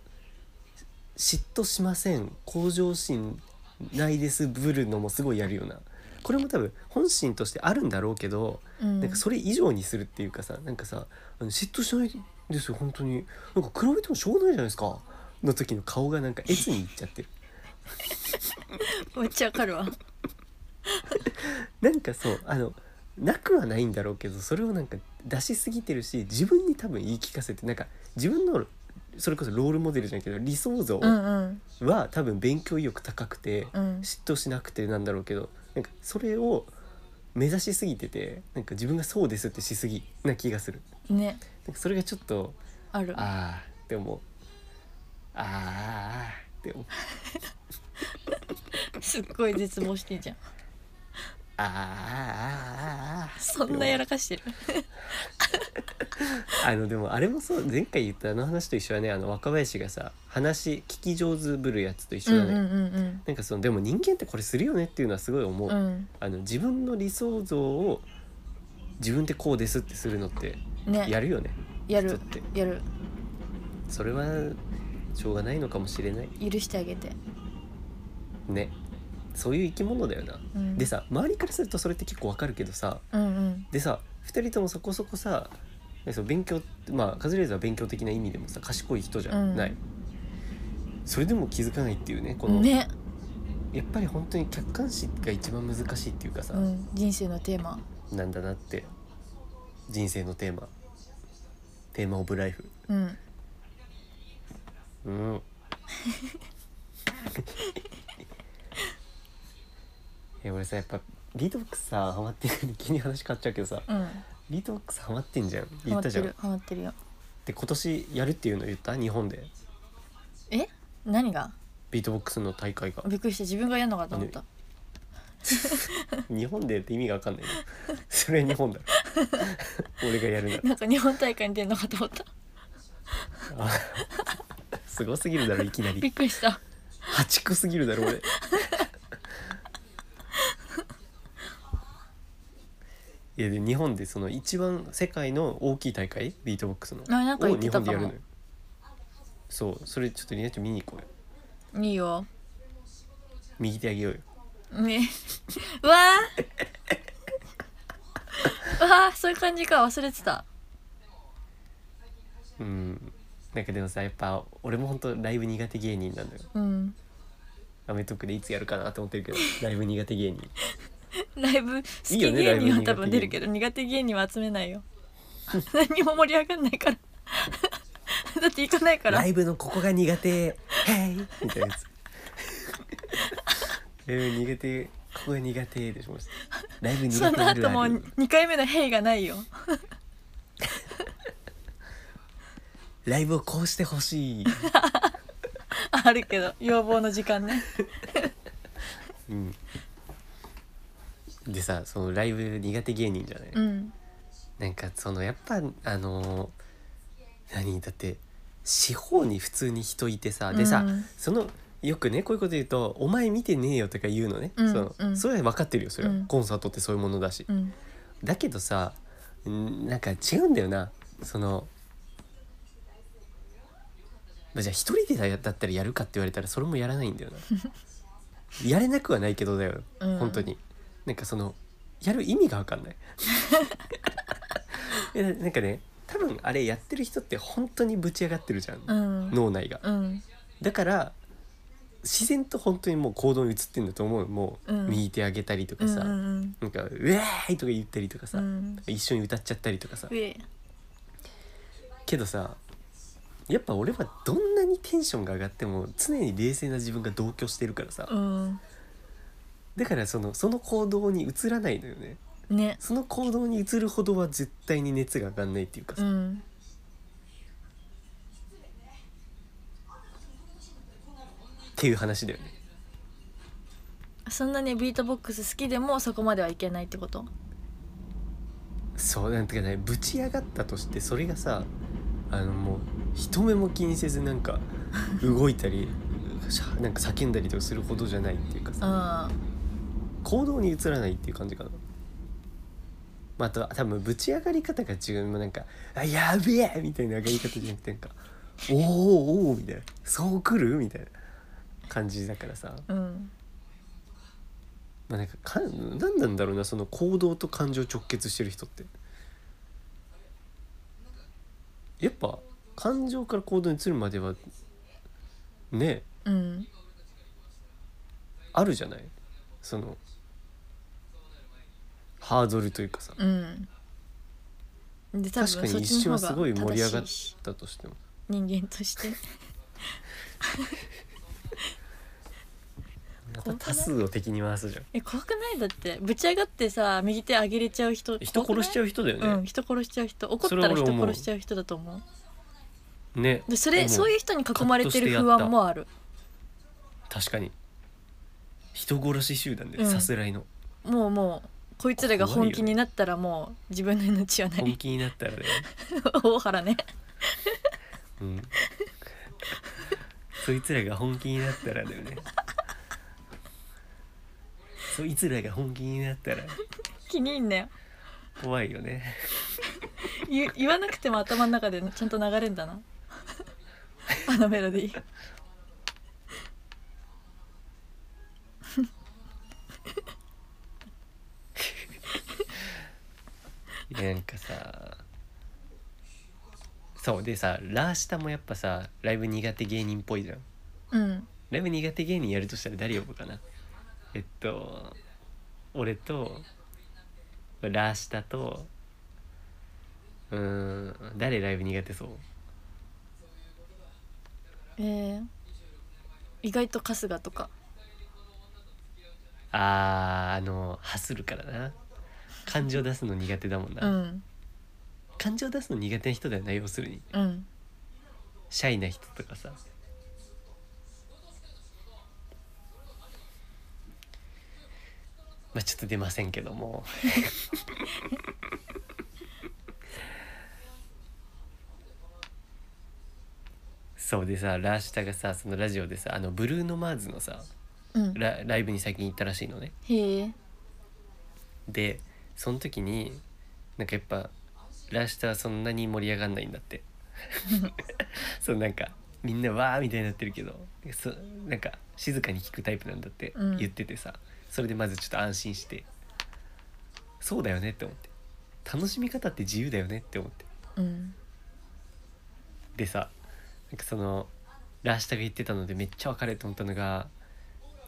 [SPEAKER 1] 「嫉妬しません向上心ないです」ぶるのもすごいやるよなこれも多分本心としてあるんだろうけど
[SPEAKER 2] うん
[SPEAKER 1] なんかそれ以上にするっていうかさなんかさあの嫉妬しないですよ本当になんか比べてもしょうがないじゃないですかの時の顔がなんか越にいっちゃってる
[SPEAKER 2] めっちゃわかるわ
[SPEAKER 1] なんかそうあのなくはないんだろうけどそれをなんか出しすぎてるし自分に多分言い聞かせてなんか自分のそれこそロールモデルじゃないけど理想像
[SPEAKER 2] うんうん
[SPEAKER 1] は多分勉強意欲高くて
[SPEAKER 2] うん
[SPEAKER 1] 嫉妬しなくてなんだろうけどなんかそれを目指しすぎててなんか自分がそうですってしすぎな気がする
[SPEAKER 2] ね
[SPEAKER 1] なんかそれがちょっと
[SPEAKER 2] ある
[SPEAKER 1] ああって思うあーあーって思う
[SPEAKER 2] すっごい絶望して
[SPEAKER 1] *laughs*
[SPEAKER 2] んじゃん
[SPEAKER 1] あーあーあーあー
[SPEAKER 2] そんなやらかしてる
[SPEAKER 1] あのでもあれもそう前回言ったあの話と一緒はねあの若林がさ話聞き上手ぶるやつと一
[SPEAKER 2] うん
[SPEAKER 1] 緒
[SPEAKER 2] う
[SPEAKER 1] だね、
[SPEAKER 2] んうん
[SPEAKER 1] なんかそのでも人間ってこれするよねっていうのはすごい思う、
[SPEAKER 2] うん
[SPEAKER 1] あの自分の理想像を自分ってこうですってするのって
[SPEAKER 2] うんね
[SPEAKER 1] やるよね
[SPEAKER 2] や
[SPEAKER 1] 人
[SPEAKER 2] る
[SPEAKER 1] って
[SPEAKER 2] やる
[SPEAKER 1] それはしょうがないのかもしれない
[SPEAKER 2] 許してあげて
[SPEAKER 1] ねそういう生き物だよな、
[SPEAKER 2] うん
[SPEAKER 1] でさ周りからするとそれって結構わかるけどさ
[SPEAKER 2] うんうん
[SPEAKER 1] でさ2人ともそこそこさその勉強まあカズレーザーは勉強的な意味でもさ賢い人じゃ
[SPEAKER 2] うん
[SPEAKER 1] ない、それでも気づかないっていうねこの、
[SPEAKER 2] ね、
[SPEAKER 1] やっぱり本当に客観視が一番難しいっていうかさ、
[SPEAKER 2] うん、人生のテーマ
[SPEAKER 1] なんだなって人生のテーマテーマオブライフ
[SPEAKER 2] うん
[SPEAKER 1] うん
[SPEAKER 2] *laughs*
[SPEAKER 1] え俺さやっぱリトックスさハマってる気に話変わっちゃうけどさ
[SPEAKER 2] うん
[SPEAKER 1] リトックスハマってんじゃん
[SPEAKER 2] ハ
[SPEAKER 1] 言
[SPEAKER 2] マ
[SPEAKER 1] っ
[SPEAKER 2] って
[SPEAKER 1] たじゃん
[SPEAKER 2] るハマってるよ
[SPEAKER 1] で今年やるっていうの言った日本で
[SPEAKER 2] え何が
[SPEAKER 1] ビートボックスの大会が
[SPEAKER 2] びっくりした自分がやんのかと思った
[SPEAKER 1] 日本でって意味が分かんないよ *laughs* それ日本だ *laughs* ろ俺がやるなら
[SPEAKER 2] なんか日本大会に出んのかと思った
[SPEAKER 1] あすごすぎるだろいきな
[SPEAKER 2] び
[SPEAKER 1] り
[SPEAKER 2] っくりした
[SPEAKER 1] 破竹すぎるだろ
[SPEAKER 2] *laughs*
[SPEAKER 1] 俺いやで日本でその一番世界の大きい大会ビートボックスの
[SPEAKER 2] あなんか言
[SPEAKER 1] を
[SPEAKER 2] って
[SPEAKER 1] 日
[SPEAKER 2] た
[SPEAKER 1] 本
[SPEAKER 2] か
[SPEAKER 1] でやる
[SPEAKER 2] も
[SPEAKER 1] のよそうそれちょっとりなちゃん見に行こうよ
[SPEAKER 2] いいよ
[SPEAKER 1] 右手あげようよ
[SPEAKER 2] ね *laughs* うわーうわーそういう感じか忘れてた
[SPEAKER 1] うんなんかでもさやっぱ俺も本当ライブ苦手芸人なんだよ
[SPEAKER 2] うん
[SPEAKER 1] アメトークでいつやるかなと思ってるけ
[SPEAKER 2] *laughs*
[SPEAKER 1] どライブ苦手芸人
[SPEAKER 2] ライブ好
[SPEAKER 1] い
[SPEAKER 2] き
[SPEAKER 1] いよね
[SPEAKER 2] 芸
[SPEAKER 1] ラ
[SPEAKER 2] 人
[SPEAKER 1] イ
[SPEAKER 2] は
[SPEAKER 1] ブ
[SPEAKER 2] 多分出るけど苦手芸人は集めないよ *laughs* 何も盛り上がんないから *laughs* だって行かないから
[SPEAKER 1] ライブのここが苦手「ヘイ!」みたいなや
[SPEAKER 2] *laughs*
[SPEAKER 1] つライブ苦手ここが苦手でしましたライブ苦手
[SPEAKER 2] その
[SPEAKER 1] ある
[SPEAKER 2] 後も
[SPEAKER 1] ある
[SPEAKER 2] 2回目の「ヘイ」がないよ *laughs*
[SPEAKER 1] ライブをこうしてほしい、
[SPEAKER 2] あるけど要望の時間ね
[SPEAKER 1] うん、でさそのライブ苦手芸人じゃない、
[SPEAKER 2] うん
[SPEAKER 1] なんかそのやっぱあのー何だって四方に普通に人いてさでさ、
[SPEAKER 2] うん
[SPEAKER 1] そのよくねこういうこと言うと「お前見てねえよ」とか言うのね、
[SPEAKER 2] うん
[SPEAKER 1] その
[SPEAKER 2] うん
[SPEAKER 1] それは分かってるよそれは、
[SPEAKER 2] うん
[SPEAKER 1] コンサートってそういうものだし、
[SPEAKER 2] うん
[SPEAKER 1] だけどさんなんか違うんだよなそのまあじゃあ一人でだだったらやるかって言われたらそれもやらないんだ
[SPEAKER 2] *laughs*
[SPEAKER 1] よなやれなくはないけどだよ、
[SPEAKER 2] うん
[SPEAKER 1] 本当になんかそのやる意味が分かんない
[SPEAKER 2] *laughs*
[SPEAKER 1] いやなんかね多分あれやってる人って本当にぶち上がってるじゃん、
[SPEAKER 2] うん
[SPEAKER 1] 脳内が
[SPEAKER 2] うん
[SPEAKER 1] だから自然と本当にもう行動に移ってんだと思うもう、
[SPEAKER 2] うん
[SPEAKER 1] 右手上げたりと
[SPEAKER 2] う
[SPEAKER 1] か
[SPEAKER 2] ん
[SPEAKER 1] さ、
[SPEAKER 2] うん
[SPEAKER 1] なんか「うえーい!」とか言ったりとか
[SPEAKER 2] う
[SPEAKER 1] さ、
[SPEAKER 2] ん
[SPEAKER 1] 一緒に歌っちゃったりとかさ
[SPEAKER 2] うえ
[SPEAKER 1] けどさやっぱ俺はどんなにテンションが上がっても常に冷静な自分が同居してるからさ
[SPEAKER 2] うん
[SPEAKER 1] だからそのその行動に移らないのよね
[SPEAKER 2] ね
[SPEAKER 1] その行動に移るほどは絶対に熱が上がんないっていうか
[SPEAKER 2] う
[SPEAKER 1] さ、
[SPEAKER 2] ん
[SPEAKER 1] っていう話だよね
[SPEAKER 2] そんなにビートボックス好きでもそこまではいけないってこと
[SPEAKER 1] そうなんていうかねぶち上がったとしてそれがさあのもう人目も気にせずなんか動いたりしゃなんか叫んだりとかするほどじゃないっていうかさ
[SPEAKER 2] うん
[SPEAKER 1] 行動に移らないっていう感じかな、まあ、あとは多分ぶち上がり方が違うもうなんか「あやべえ!」みたいな上がり方じゃなくてなんか「おーおーみたいな「そう来る?」みたいな感じだからさ、
[SPEAKER 2] うん
[SPEAKER 1] まあ、なんかかん何なんだろうなその行動と感情直結してる人ってやっぱ感情から行動に移るまではね
[SPEAKER 2] うん
[SPEAKER 1] あるじゃないそのハードルというかさ
[SPEAKER 2] うんで多分
[SPEAKER 1] 確かに
[SPEAKER 2] そっ
[SPEAKER 1] 一
[SPEAKER 2] ち
[SPEAKER 1] 瞬
[SPEAKER 2] の
[SPEAKER 1] は
[SPEAKER 2] 方
[SPEAKER 1] す
[SPEAKER 2] が
[SPEAKER 1] ごい盛り上がっ
[SPEAKER 2] 正しいした
[SPEAKER 1] としても
[SPEAKER 2] 人間として
[SPEAKER 1] また多数を敵に回すじゃん
[SPEAKER 2] え怖くないだってぶち上がってさ右手上げれちゃう人
[SPEAKER 1] 人殺しち
[SPEAKER 2] ゃ
[SPEAKER 1] ゃう人だよ
[SPEAKER 2] う
[SPEAKER 1] ね
[SPEAKER 2] ん、人殺しちゃう人怒った
[SPEAKER 1] それは
[SPEAKER 2] ら
[SPEAKER 1] 俺
[SPEAKER 2] 人
[SPEAKER 1] 思う
[SPEAKER 2] 殺しちゃう人だと思う
[SPEAKER 1] ね
[SPEAKER 2] でそれ
[SPEAKER 1] 思
[SPEAKER 2] そういう人に囲まれてる不安もある
[SPEAKER 1] 確かに人殺し集団で、
[SPEAKER 2] うん
[SPEAKER 1] さすらいの
[SPEAKER 2] もうもうこいつらが本気になったらもう自分の命はな
[SPEAKER 1] 本
[SPEAKER 2] い
[SPEAKER 1] 気になったらね、
[SPEAKER 2] *laughs* 大原ね *laughs*
[SPEAKER 1] うん、 *laughs* そいつらが本気になったらだよねそいつらが本気になったら
[SPEAKER 2] 気に入んなよ
[SPEAKER 1] 怖いよね
[SPEAKER 2] 言言わなくても頭の中でちゃんと流れんだなあのメロディー
[SPEAKER 1] でなんかさそうでさラーシタもやっぱさライブ苦手芸人っぽいじゃん
[SPEAKER 2] うん
[SPEAKER 1] ライブ苦手芸人やるとしたら誰呼ぶかなえっと俺とラーシタとうーん誰ライブ苦手そう
[SPEAKER 2] えー、意外と春日とか
[SPEAKER 1] あーあのハスるからな感情出すの苦手だもん
[SPEAKER 2] う
[SPEAKER 1] な、
[SPEAKER 2] ん
[SPEAKER 1] 感情出すの苦手な人だよな要するに
[SPEAKER 2] うん
[SPEAKER 1] シャイな人とかさまあちょっと出ませんけどもそうでさラーシタがさそのラジオでさあのブルーノ・マーズのさ
[SPEAKER 2] うん
[SPEAKER 1] ラライブに最近行ったらしいのね
[SPEAKER 2] へえ
[SPEAKER 1] でその時になんかやっぱラーシタはそんなに盛り上がんないんだって
[SPEAKER 2] *laughs*
[SPEAKER 1] そうなんかみんなわーみたいになってるけどそなんか静かに聞くタイプなんだって
[SPEAKER 2] うん
[SPEAKER 1] 言っててさ、それでまずちょっと安心してそうだよねって思って楽しみ方って自由だよねって思って
[SPEAKER 2] うん
[SPEAKER 1] でさなんかそのラーシタが言ってたのでめっちゃわかると思ったのが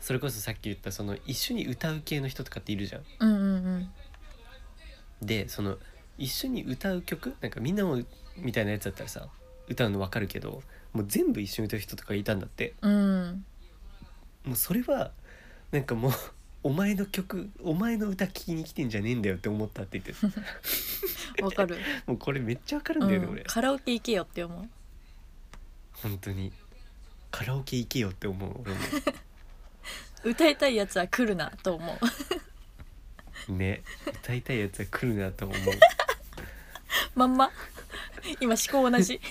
[SPEAKER 1] それこそさっき言ったその一緒に歌う系の人とかっているじゃん。
[SPEAKER 2] うんうんうん
[SPEAKER 1] でその一緒に歌う曲なんかみんなもみたいなやつだったらさ歌うの分かるけどもう全部一緒に歌う人とかいたんだって
[SPEAKER 2] うん
[SPEAKER 1] もうそれはなんかもうお前の曲お前の歌聴きに来てんじゃねえんだよって思ったって言っ
[SPEAKER 2] *laughs*
[SPEAKER 1] てた
[SPEAKER 2] わかる、
[SPEAKER 1] もうこれめっちゃ分かるんだよね、
[SPEAKER 2] うん
[SPEAKER 1] 俺、
[SPEAKER 2] カラオケ行けよって思う
[SPEAKER 1] 本当にカラオケ行けよって思う俺も
[SPEAKER 2] 歌いたいやつは来るなと思う *laughs*
[SPEAKER 1] ね歌いたいやつは来るなと思う
[SPEAKER 2] まんま *laughs* 今思考同じ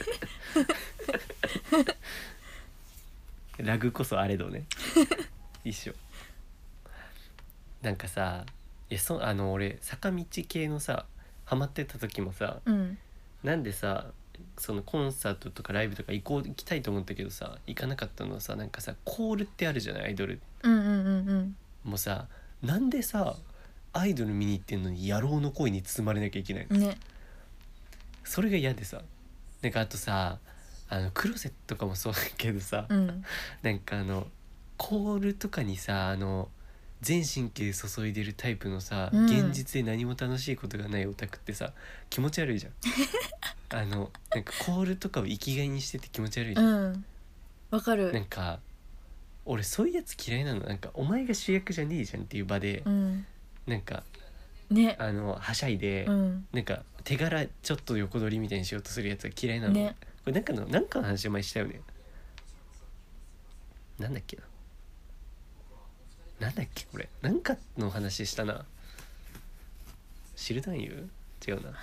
[SPEAKER 1] ラグこそあれどね *laughs* 一緒なんかさいやそあの俺坂道系のさハマってた時もさ
[SPEAKER 2] うん
[SPEAKER 1] なんでさそのコンサートとかライブとか行こう行きたいと思ったけどさ行かなかったのはさなんかさコールってあるじゃないアイドル
[SPEAKER 2] うんうんうんうん
[SPEAKER 1] もうさなんでさアイドル見に行ってんのに野郎の声に包まれなきゃいけないの
[SPEAKER 2] ね
[SPEAKER 1] それが嫌でさなんかあとさあのクロセットとかもそうだけどさ、
[SPEAKER 2] うん
[SPEAKER 1] なんかあのコールとかにさあの全神経注いでるタイプのさ、
[SPEAKER 2] うん
[SPEAKER 1] 現実で何も楽しいことがないオタクってさ気持ち悪いじ
[SPEAKER 2] *laughs*
[SPEAKER 1] ゃんあのなんかコールとかを生きがいにしてて気持ち悪いじ
[SPEAKER 2] う
[SPEAKER 1] ゃん、
[SPEAKER 2] んわか
[SPEAKER 1] なん
[SPEAKER 2] る
[SPEAKER 1] か俺そういうやつ嫌いなのなんかお前が主役じゃねえじゃんっていう場で、
[SPEAKER 2] うん
[SPEAKER 1] なんか
[SPEAKER 2] ね
[SPEAKER 1] あのはしゃいで、
[SPEAKER 2] うん
[SPEAKER 1] なんか手柄ちょっと横取りみたいにしようとするやつが嫌いなの、
[SPEAKER 2] ね
[SPEAKER 1] これなんかのなんかの話前したよねなんだっけななんだっけこれなんかの話したな知る男優違
[SPEAKER 2] *laughs*
[SPEAKER 1] うな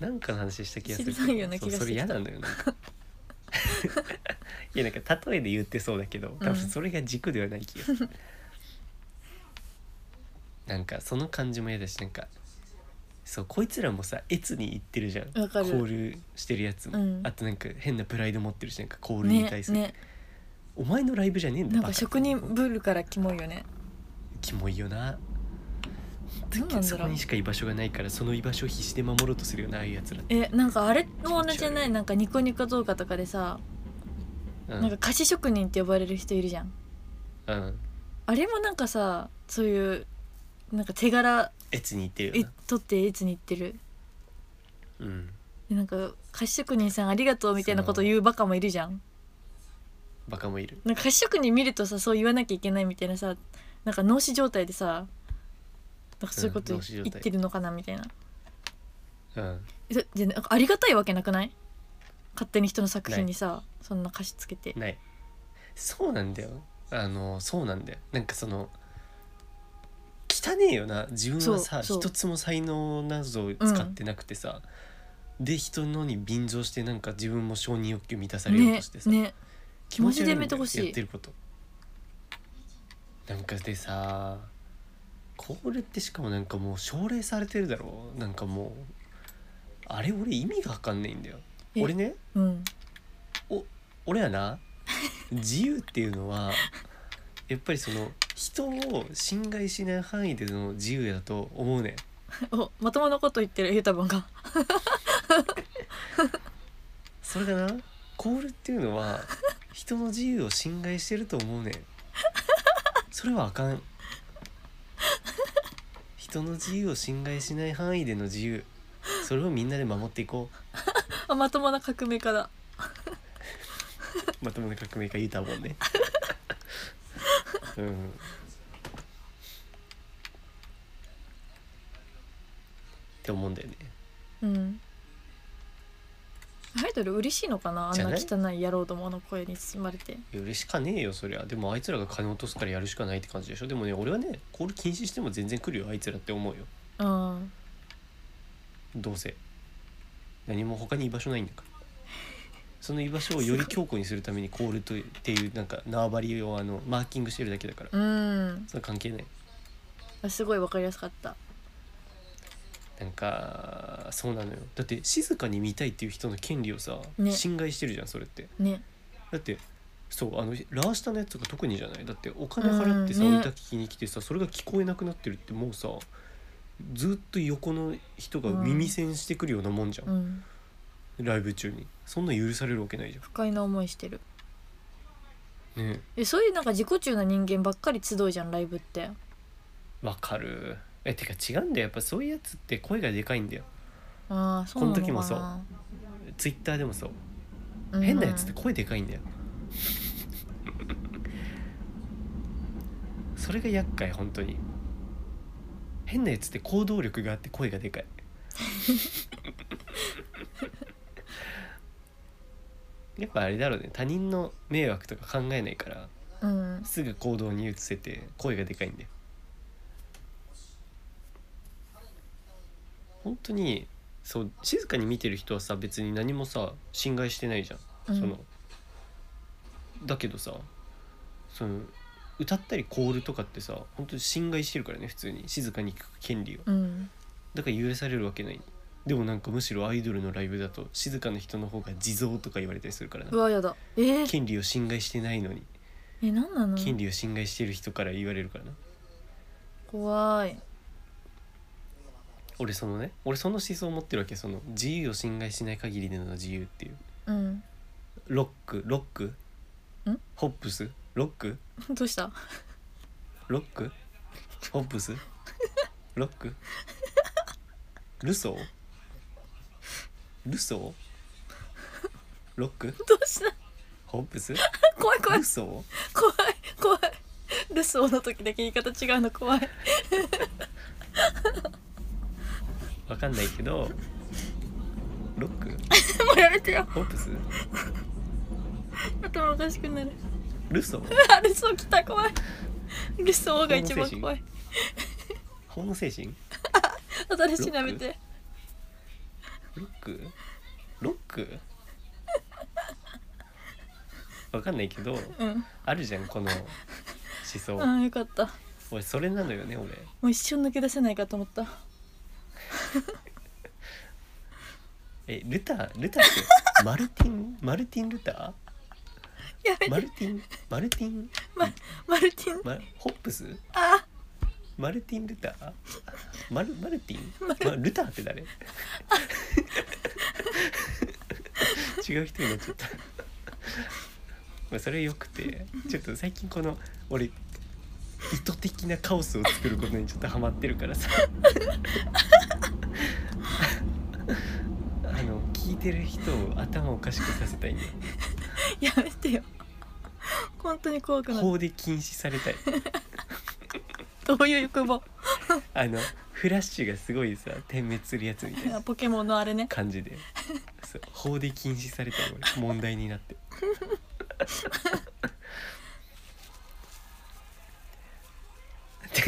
[SPEAKER 1] なんかの話した気がするけど
[SPEAKER 2] 知る男優な気が
[SPEAKER 1] そうそれ
[SPEAKER 2] して
[SPEAKER 1] 嫌
[SPEAKER 2] きた
[SPEAKER 1] なんだよ
[SPEAKER 2] *laughs*
[SPEAKER 1] なんかいやなんか例えで言ってそうだけど多分それが軸ではない気がする、なんかその感じも嫌だしなんかそうこいつらもさ越に行ってるじゃん
[SPEAKER 2] わかる
[SPEAKER 1] コールしてるやつも、
[SPEAKER 2] うん
[SPEAKER 1] あとなんか変なプライド持ってるしなんかコールに
[SPEAKER 2] ね
[SPEAKER 1] 対する、
[SPEAKER 2] ね
[SPEAKER 1] お前のライブじゃねえんだ
[SPEAKER 2] なん
[SPEAKER 1] バ
[SPEAKER 2] か
[SPEAKER 1] カ
[SPEAKER 2] 職人ぶるからキモいよね
[SPEAKER 1] キモいよな
[SPEAKER 2] どうなんだ
[SPEAKER 1] そこ
[SPEAKER 2] ろう
[SPEAKER 1] にしか居場所がないからその居場所を必死で守ろうとするよなああいうやつら、
[SPEAKER 2] えなんかあれも同じじゃないなんかニコニコ動画とかでさ
[SPEAKER 1] うん、
[SPEAKER 2] なんか菓子職人って呼ばれる人いるじゃん
[SPEAKER 1] うん
[SPEAKER 2] あれもなんかさそういうなんか手柄
[SPEAKER 1] 越に行ってる
[SPEAKER 2] え
[SPEAKER 1] よな
[SPEAKER 2] 取っていつに行ってる
[SPEAKER 1] うん
[SPEAKER 2] でなんか菓子職人さんありがとうみたいなこと言うバカもいるじゃん
[SPEAKER 1] バカもいる
[SPEAKER 2] なんか菓子職人見るとさそう言わなきゃいけないみたいなさなんか脳死状態でさなんかそういうこと
[SPEAKER 1] うん
[SPEAKER 2] 言
[SPEAKER 1] 脳死状態
[SPEAKER 2] ってるのかなみたいな
[SPEAKER 1] うん
[SPEAKER 2] えだじゃなんかありがたいわけなくない勝手に人の作品にさそんな歌詞つけて
[SPEAKER 1] ないそうなんだよあのそうなんだよなんかその汚ねえよな自分はさ
[SPEAKER 2] そうそ
[SPEAKER 1] 一
[SPEAKER 2] う
[SPEAKER 1] つも才能など使ってなくてさ、で人のに便乗してなんか自分も承認欲求満たされよう
[SPEAKER 2] ね
[SPEAKER 1] としてさ、
[SPEAKER 2] ね
[SPEAKER 1] 気持ち悪いんだよ
[SPEAKER 2] マジでやめてほし
[SPEAKER 1] や
[SPEAKER 2] い
[SPEAKER 1] ってることなんかでさこれってしかもなんかもう奨励されてるだろなんかもうあれ俺意味が分かんないんだよ
[SPEAKER 2] え
[SPEAKER 1] 俺ね
[SPEAKER 2] うん *laughs*
[SPEAKER 1] お俺はな自由っていうのはやっぱりその人を侵害しない範囲での自由だと思うねん
[SPEAKER 2] おまともなこと言ってるゆうたぼんが
[SPEAKER 1] それがなコールっていうのは人の自由を侵害してると思うねんそれはあかん人の自由を侵害しない範囲での自由それをみんなで守っていこ
[SPEAKER 2] あまともな革命家だ
[SPEAKER 1] うまともな革命家言うたもんねうんって思うんだよね
[SPEAKER 2] うんアイドル嬉しいのかなあん
[SPEAKER 1] じゃ
[SPEAKER 2] な
[SPEAKER 1] ない
[SPEAKER 2] 汚い野郎どもの声に包まれて
[SPEAKER 1] いや嬉しかねえよそりゃでもあいつらが金落とすからやるしかないって感じでしょでもね俺はねコール禁止しても全然来るよあいつらって思うよ
[SPEAKER 2] うん
[SPEAKER 1] どうせ何も他に居場所ないんだからその居場所をより強固にするためにコールとっていうなんか縄張りをあのマーキングしてるだけだから
[SPEAKER 2] うん
[SPEAKER 1] それは関係ない
[SPEAKER 2] あすごいわかりやすかった
[SPEAKER 1] なんかそうなのよだって静かに見たいっていう人の権利をさ、
[SPEAKER 2] ね
[SPEAKER 1] 侵害してるじゃんそれって
[SPEAKER 2] ね
[SPEAKER 1] だってそうあのラーシタのやつとか特にじゃないだってお金払ってさ、
[SPEAKER 2] うんね
[SPEAKER 1] 歌聞きに来てさそれが聞こえなくなってるってもうさずっと横の人が耳栓してくるようなもんじゃん
[SPEAKER 2] う、ん
[SPEAKER 1] ライブ中にそんな許されるわけないじ
[SPEAKER 2] 不快な思いしてる
[SPEAKER 1] ゃんね
[SPEAKER 2] えそういうなんか自己中な人間ばっかり集うじゃんライブって
[SPEAKER 1] わかるえてか違うんだよやっぱそういうやつって声がでかいんだよ
[SPEAKER 2] ああそうなのか
[SPEAKER 1] この
[SPEAKER 2] な
[SPEAKER 1] 時もそう、ツイッターでもそう
[SPEAKER 2] うん
[SPEAKER 1] 変なやつって声でかい
[SPEAKER 2] *laughs*
[SPEAKER 1] んだよ、それが厄介本当に変なやつって行動力があって声が
[SPEAKER 2] *laughs*
[SPEAKER 1] でかいやっぱあれだろうね他人の迷惑とか考えないから
[SPEAKER 2] うん
[SPEAKER 1] すぐ行動に移せて声がでかいんだよ本当にそう静かに見てる人はさ別に何もさ侵害してないじゃん、
[SPEAKER 2] うん
[SPEAKER 1] そのだけどさその歌ったりコールとかってさ本当に侵害してるからね普通に静かに聞く権利を
[SPEAKER 2] うん
[SPEAKER 1] だから許されるわけないでもなんかむしろアイドルのライブだと静かな人の方が地蔵とか言われたりするから
[SPEAKER 2] う
[SPEAKER 1] な
[SPEAKER 2] わやだえー、
[SPEAKER 1] 権利を侵害してないのに
[SPEAKER 2] え何なの
[SPEAKER 1] 権利を侵害してる人から言われるからな
[SPEAKER 2] 怖い
[SPEAKER 1] 俺そのね俺その思想を持ってるわけその自由を侵害しない限りでの自由っていう
[SPEAKER 2] うん *laughs*
[SPEAKER 1] ロックロック
[SPEAKER 2] ん
[SPEAKER 1] ホップスロック
[SPEAKER 2] どうした *laughs*
[SPEAKER 1] ロックホップスロックルソールソーロック
[SPEAKER 2] どうした *laughs*
[SPEAKER 1] ホップス
[SPEAKER 2] 怖い怖い
[SPEAKER 1] ルソ
[SPEAKER 2] 怖い怖いルソーの時だけ言い方違うの怖い *laughs*
[SPEAKER 1] ーわかんないけどロック
[SPEAKER 2] もうやめてよ
[SPEAKER 1] ホップス
[SPEAKER 2] 頭おかしくなる *laughs*
[SPEAKER 1] ルソー
[SPEAKER 2] あルソー来た怖い *laughs* ルソーが一番怖い
[SPEAKER 1] 法の精神
[SPEAKER 2] 新しいなめて
[SPEAKER 1] ロックロックわかんないけど
[SPEAKER 2] うん
[SPEAKER 1] あるじゃんこの思想
[SPEAKER 2] ああよかったも
[SPEAKER 1] 俺それなのよね俺
[SPEAKER 2] う一瞬抜け出せないかと思った *laughs*
[SPEAKER 1] えルタールターってマルティンマルティンルタ
[SPEAKER 2] やめ
[SPEAKER 1] ーマ
[SPEAKER 2] て
[SPEAKER 1] ルティンマルティン、
[SPEAKER 2] ま、マルティン
[SPEAKER 1] ま、ホップス
[SPEAKER 2] あ
[SPEAKER 1] マルティンルターマルマルティン、ま、ルターって誰違う人になっちゃったまあそれよくてちょっと最近この俺意図的なカオスを作ることにちょっとハマってるからさあの聞いてる人を頭おかしくさせたいんだよ
[SPEAKER 2] *laughs* やめてよ本当に怖くなる
[SPEAKER 1] 法で禁止されたい
[SPEAKER 2] どういう欲望 *laughs*
[SPEAKER 1] あのフラッシュがすごいさ点滅するやつみたいな
[SPEAKER 2] あポケモンのあれね
[SPEAKER 1] 感じでそう法で禁止されたの俺問題になって *laughs*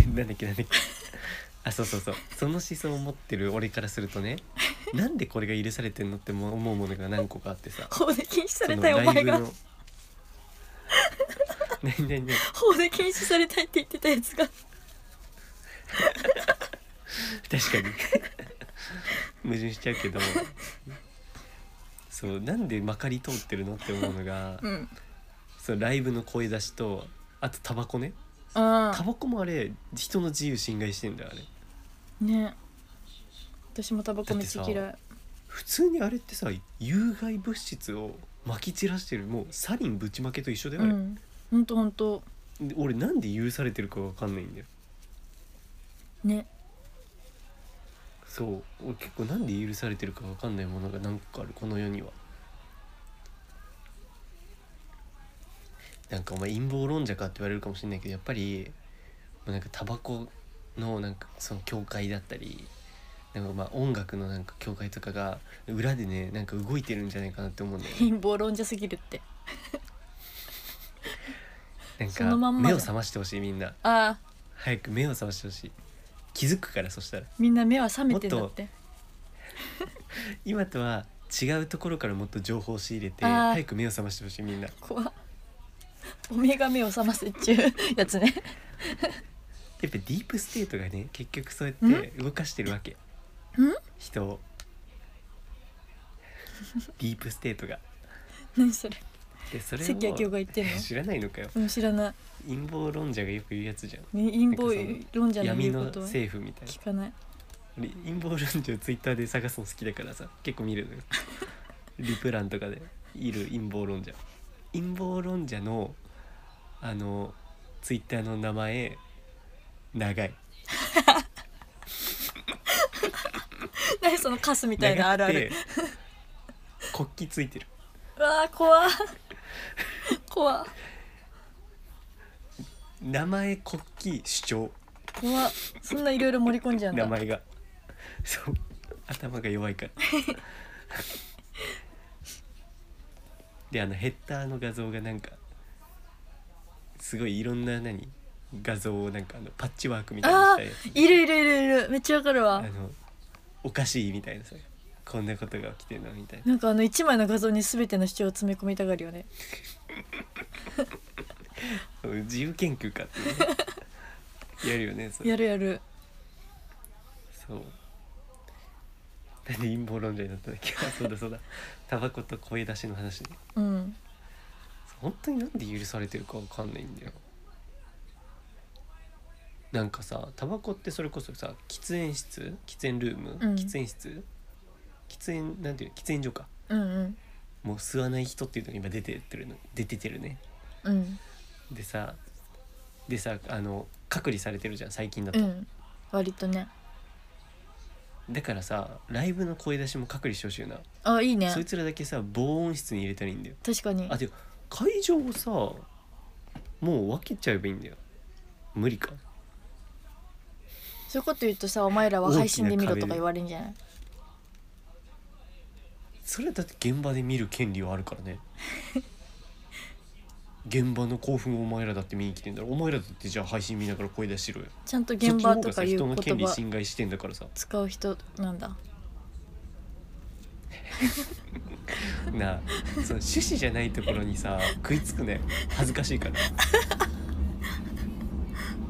[SPEAKER 1] でなんだっけなんだっけあそうそうそうその思想を持ってる俺からするとねなんでこれが許されてんのっても思うものが何個かあってさ
[SPEAKER 2] 法で禁止さ
[SPEAKER 1] そ
[SPEAKER 2] れ
[SPEAKER 1] の
[SPEAKER 2] たいお前が
[SPEAKER 1] の *laughs* 何何何
[SPEAKER 2] 法で禁止されたいって言ってたやつが
[SPEAKER 1] 確かに矛盾しちゃうけどそうなんでまかり通ってるのって思うのが
[SPEAKER 2] うん
[SPEAKER 1] そのライブの声出しとあとタバコね
[SPEAKER 2] うん
[SPEAKER 1] タバコもあれ人の自由侵害してんだよあれ
[SPEAKER 2] ね私もタバコめっちゃ
[SPEAKER 1] だ
[SPEAKER 2] 嫌い
[SPEAKER 1] 普通にあれってさ有害物質をまき散らしてるもうサリンぶちまけと一緒だよ
[SPEAKER 2] う
[SPEAKER 1] あれ、
[SPEAKER 2] んほんとほんと
[SPEAKER 1] で俺なんで許されてるかわかんないんだよ
[SPEAKER 2] ね
[SPEAKER 1] そう俺結構なんで許されてるかわかんないものが何個かあるこの世にはなんかお前陰謀論者かって言われるかもしれないけどやっぱりもうなんかタバコのなんかその教会だったりなんかまあ音楽のなんか教会とかが裏でねなんか動いてるんじゃないかなって思うんだよね
[SPEAKER 2] *laughs* 陰謀論者すぎるって
[SPEAKER 1] なん
[SPEAKER 2] そのま
[SPEAKER 1] か
[SPEAKER 2] んまだ
[SPEAKER 1] 目を覚ましてほしいみんな
[SPEAKER 2] ああ
[SPEAKER 1] 早く目を覚ましてほしい気づくからそしたら
[SPEAKER 2] みんな目は覚めてんだって
[SPEAKER 1] 今とは違うところからもっと情報を仕入れて
[SPEAKER 2] あー
[SPEAKER 1] 早く目を覚ましてほしいみんな
[SPEAKER 2] 怖っおめえが目を覚ませっちゅうや
[SPEAKER 1] *laughs*
[SPEAKER 2] つね
[SPEAKER 1] やっぱディープステートがね結局そうやって動かしてるわけ人
[SPEAKER 2] *laughs*
[SPEAKER 1] をディープステートが
[SPEAKER 2] 何それ
[SPEAKER 1] でそれを
[SPEAKER 2] 関明夫が言ってんの
[SPEAKER 1] 知らないのかよ
[SPEAKER 2] うん知らない
[SPEAKER 1] 陰謀論者がよく言うやつじゃん
[SPEAKER 2] ね陰謀論者の
[SPEAKER 1] 闇
[SPEAKER 2] 言う
[SPEAKER 1] の
[SPEAKER 2] ことは
[SPEAKER 1] 政府みたいな
[SPEAKER 2] 聞かない
[SPEAKER 1] 俺陰謀論者をツイッターで探すの好きだからさ結構見る
[SPEAKER 2] *laughs*
[SPEAKER 1] のよリプランとかでいる陰謀論者陰謀論者のあのツイッターの名前長い
[SPEAKER 2] 何そのカスみたいな
[SPEAKER 1] 長く
[SPEAKER 2] あるある
[SPEAKER 1] て国旗ついてる
[SPEAKER 2] うわあ怖っ怖っ
[SPEAKER 1] 名前国旗主張
[SPEAKER 2] 怖っそんないろいろ盛り込んじゃうん
[SPEAKER 1] 名
[SPEAKER 2] だ
[SPEAKER 1] 前がそう頭が弱いから
[SPEAKER 2] *laughs*
[SPEAKER 1] であのヘッダーの画像がなんかすごいいろんな何画像をなんかあのパッチワークみたいにし
[SPEAKER 2] あ
[SPEAKER 1] たや
[SPEAKER 2] ーいるいるいるいるめっちゃわかる
[SPEAKER 1] あ
[SPEAKER 2] わ
[SPEAKER 1] のおかしいみたいなさこんなことが起きてるのみたいな
[SPEAKER 2] なんかあの一枚の画像に全ての主張を詰め込みたがるよね
[SPEAKER 1] そう自由研究かって
[SPEAKER 2] *laughs*
[SPEAKER 1] いうねやるよねそれ
[SPEAKER 2] やるやる
[SPEAKER 1] そうなんで陰謀論者になったんだっけあそうだそうだタバコと声出しの話ね
[SPEAKER 2] うん
[SPEAKER 1] 本当になんで許されてるかわかんないんだよなんかさタバコってそれこそさ喫煙室喫煙ルーム、
[SPEAKER 2] うん
[SPEAKER 1] 喫煙室喫煙なんていうの喫煙所か
[SPEAKER 2] うんうん
[SPEAKER 1] もう吸わない人っていうのが今出てってるの出ててるね
[SPEAKER 2] うん
[SPEAKER 1] でさでさあの隔離されてるじゃん最近だ
[SPEAKER 2] う
[SPEAKER 1] と、
[SPEAKER 2] ん割とね
[SPEAKER 1] だからさライブの声出しも隔離してほしいよな、
[SPEAKER 2] あいいね
[SPEAKER 1] そいつらだけさ防音室に入れたらいいんだよ
[SPEAKER 2] 確かに
[SPEAKER 1] あでも会場をさもう分けちゃえばいいんだよ無理か
[SPEAKER 2] そういうこと言うとさお前らは配信で見ろとか言われるんじゃない
[SPEAKER 1] それだって現場で見る権利はあるからね現場の興奮をお前らだって見に来てんだろお前らだってじゃあ配信見ながら声出しろよ
[SPEAKER 2] ちゃんと現場と
[SPEAKER 1] そ
[SPEAKER 2] か
[SPEAKER 1] っ
[SPEAKER 2] い
[SPEAKER 1] ちの
[SPEAKER 2] う
[SPEAKER 1] 方がさ人の権
[SPEAKER 2] 言
[SPEAKER 1] 利
[SPEAKER 2] 葉
[SPEAKER 1] 侵害してんだからさ
[SPEAKER 2] 使う人なんだ
[SPEAKER 1] なあその趣旨じゃないところにさ食いつくね恥ずかしいから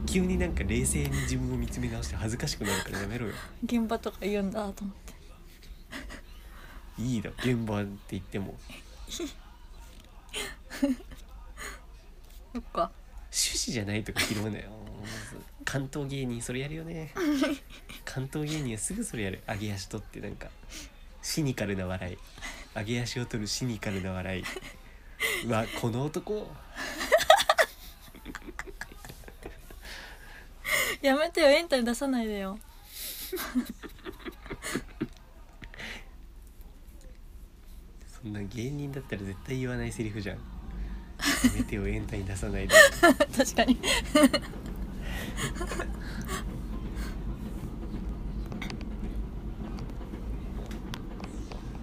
[SPEAKER 1] 急になんか冷静に自分を見つめ直して恥ずかしくなるからやめろよ
[SPEAKER 2] 現場とか言うんだと思って
[SPEAKER 1] いいだ現場って言っても
[SPEAKER 2] そっか
[SPEAKER 1] 趣旨じゃないとか拾うなよ関東芸人それやるよね関東芸人はすぐそれやる揚げ足取ってなんかシニカルな笑い揚げ足を取るシニカルな笑いうわこの男
[SPEAKER 2] やめてよエンタに出さないでよ *laughs*
[SPEAKER 1] そんな芸人だったら絶対言わないセリフじゃんやめてよエンタに出さないで
[SPEAKER 2] 確かに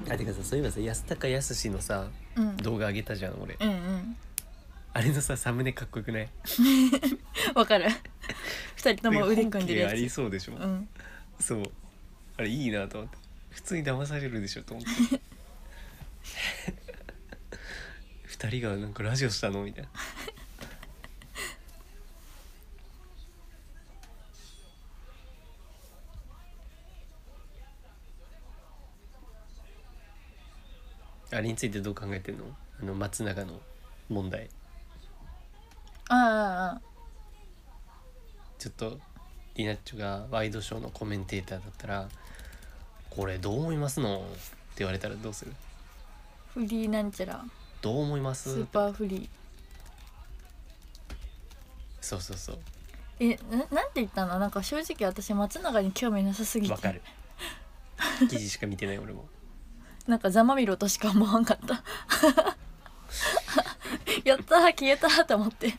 [SPEAKER 1] あてかさそういえばさ安高やすしのさ
[SPEAKER 2] うん
[SPEAKER 1] 動画あげたじゃん俺
[SPEAKER 2] うんうん
[SPEAKER 1] あれのさサムネかっこよくない
[SPEAKER 2] わかる *laughs* 二人とも腕組んでる
[SPEAKER 1] 本家あ
[SPEAKER 2] や
[SPEAKER 1] り
[SPEAKER 2] つ
[SPEAKER 1] そうでしょ、
[SPEAKER 2] うん
[SPEAKER 1] そうあれいいなと思って普通に騙されるでしょと思って *laughs* 二人がなんかラジオしたのみたいなあれについてどう考えてんのあの松永の問題
[SPEAKER 2] ああああ
[SPEAKER 1] ちょっとリナッチョがワイドショーのコメンテーターだったら「これどう思いますの?」って言われたらどうする
[SPEAKER 2] フリーなんちゃら
[SPEAKER 1] どう思います
[SPEAKER 2] スーパーフリ
[SPEAKER 1] そうそうそう
[SPEAKER 2] ーえななんて言ったのなんか正直私松永に興味なさすぎ
[SPEAKER 1] わか
[SPEAKER 2] て
[SPEAKER 1] る記事しか見てない俺も
[SPEAKER 2] なんかざまみろとしか思わんかった *laughs* やったー消えたーと思って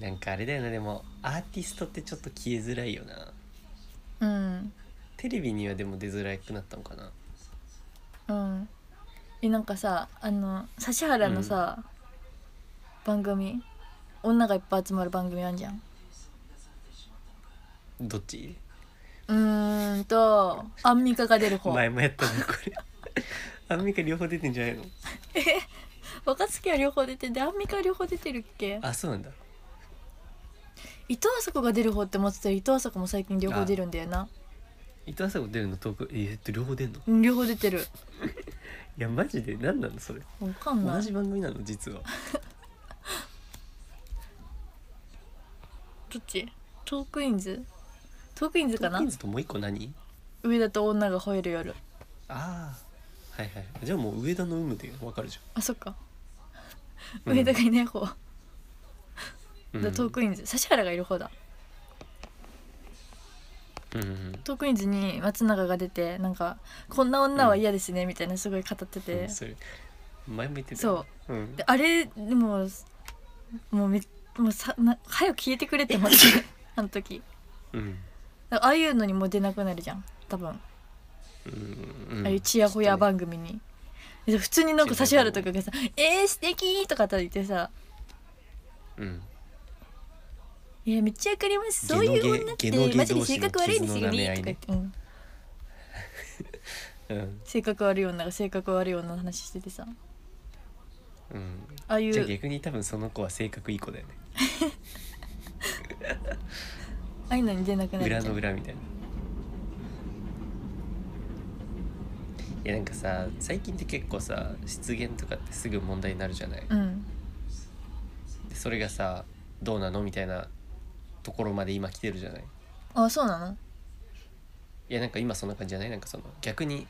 [SPEAKER 1] なんかあれだよなでもアーティストってちょっと消えづらいよな
[SPEAKER 2] うん
[SPEAKER 1] テレビにはでも出づらくなったのかな
[SPEAKER 2] うんえなんかさあの指原のさ、番組女がいっぱい集まる番組あんじゃん
[SPEAKER 1] どっち
[SPEAKER 2] うーんとアンミカが出る方
[SPEAKER 1] 前もやったなこれアンミカ両方出てんじゃないの
[SPEAKER 2] 若槻は両方出てでアンミカは両方出てるっけ
[SPEAKER 1] あそうなんだ
[SPEAKER 2] 伊藤麻子が出る方って思ってたら伊藤麻子も最近両方出るんだよな
[SPEAKER 1] 伊藤麻子出るの遠くえー、っと両方出んの
[SPEAKER 2] うん両方出てる
[SPEAKER 1] いやマジで何なのそれ
[SPEAKER 2] わかんな
[SPEAKER 1] 同
[SPEAKER 2] い
[SPEAKER 1] じ番組なの実は
[SPEAKER 2] どっちトークインズトークインズか
[SPEAKER 1] トー
[SPEAKER 2] な
[SPEAKER 1] クィンズともう一個何
[SPEAKER 2] 上田と女が吠える夜
[SPEAKER 1] ああはいはいじゃあもう上田の有無でわかるじ
[SPEAKER 2] あそっか
[SPEAKER 1] うん
[SPEAKER 2] 上田がいない方、
[SPEAKER 1] ゃん、
[SPEAKER 2] だトークインズ指原がいる方だ
[SPEAKER 1] うんうん
[SPEAKER 2] トークインズに松永が出てなんか「こんな女は嫌ですね」みたいなすごい語ってて、
[SPEAKER 1] うんそれ前も言ってた、
[SPEAKER 2] そう
[SPEAKER 1] うん
[SPEAKER 2] で、あれでももうめもうさな早く消えてくれっ
[SPEAKER 1] *laughs*
[SPEAKER 2] て思ってあの時
[SPEAKER 1] うん
[SPEAKER 2] だからああいうのにも出なくなるじゃん多分
[SPEAKER 1] うんうん
[SPEAKER 2] ああいうちやほや番組に、で普通になんか指原とかがさ「えー、素敵とかって言ってさ
[SPEAKER 1] うん
[SPEAKER 2] 「いやめっちゃわかりますそうい
[SPEAKER 1] ゲノゲ
[SPEAKER 2] う女っ
[SPEAKER 1] ゲノゲ
[SPEAKER 2] てマジで性格悪いんですよ
[SPEAKER 1] 同士の傷の舐め
[SPEAKER 2] ね」
[SPEAKER 1] 合
[SPEAKER 2] と
[SPEAKER 1] い
[SPEAKER 2] か言
[SPEAKER 1] ね
[SPEAKER 2] って、うん、
[SPEAKER 1] うん
[SPEAKER 2] 性格悪い女が性格悪い女の話しててさ
[SPEAKER 1] うん
[SPEAKER 2] ああい
[SPEAKER 1] じゃあ
[SPEAKER 2] う
[SPEAKER 1] 逆に多分その子は性格いい子だよね
[SPEAKER 2] ああいうのに出なくなるじゃ
[SPEAKER 1] 裏
[SPEAKER 2] ん
[SPEAKER 1] の裏みたいな。いやなんかさ最近って結構さ失言とかってすぐ問題になるじゃない、
[SPEAKER 2] うん
[SPEAKER 1] でそれがさどうなのみたいなところまで今来てるじゃない
[SPEAKER 2] あそうなの
[SPEAKER 1] いやなんか今そんな感じじゃないなんかその逆に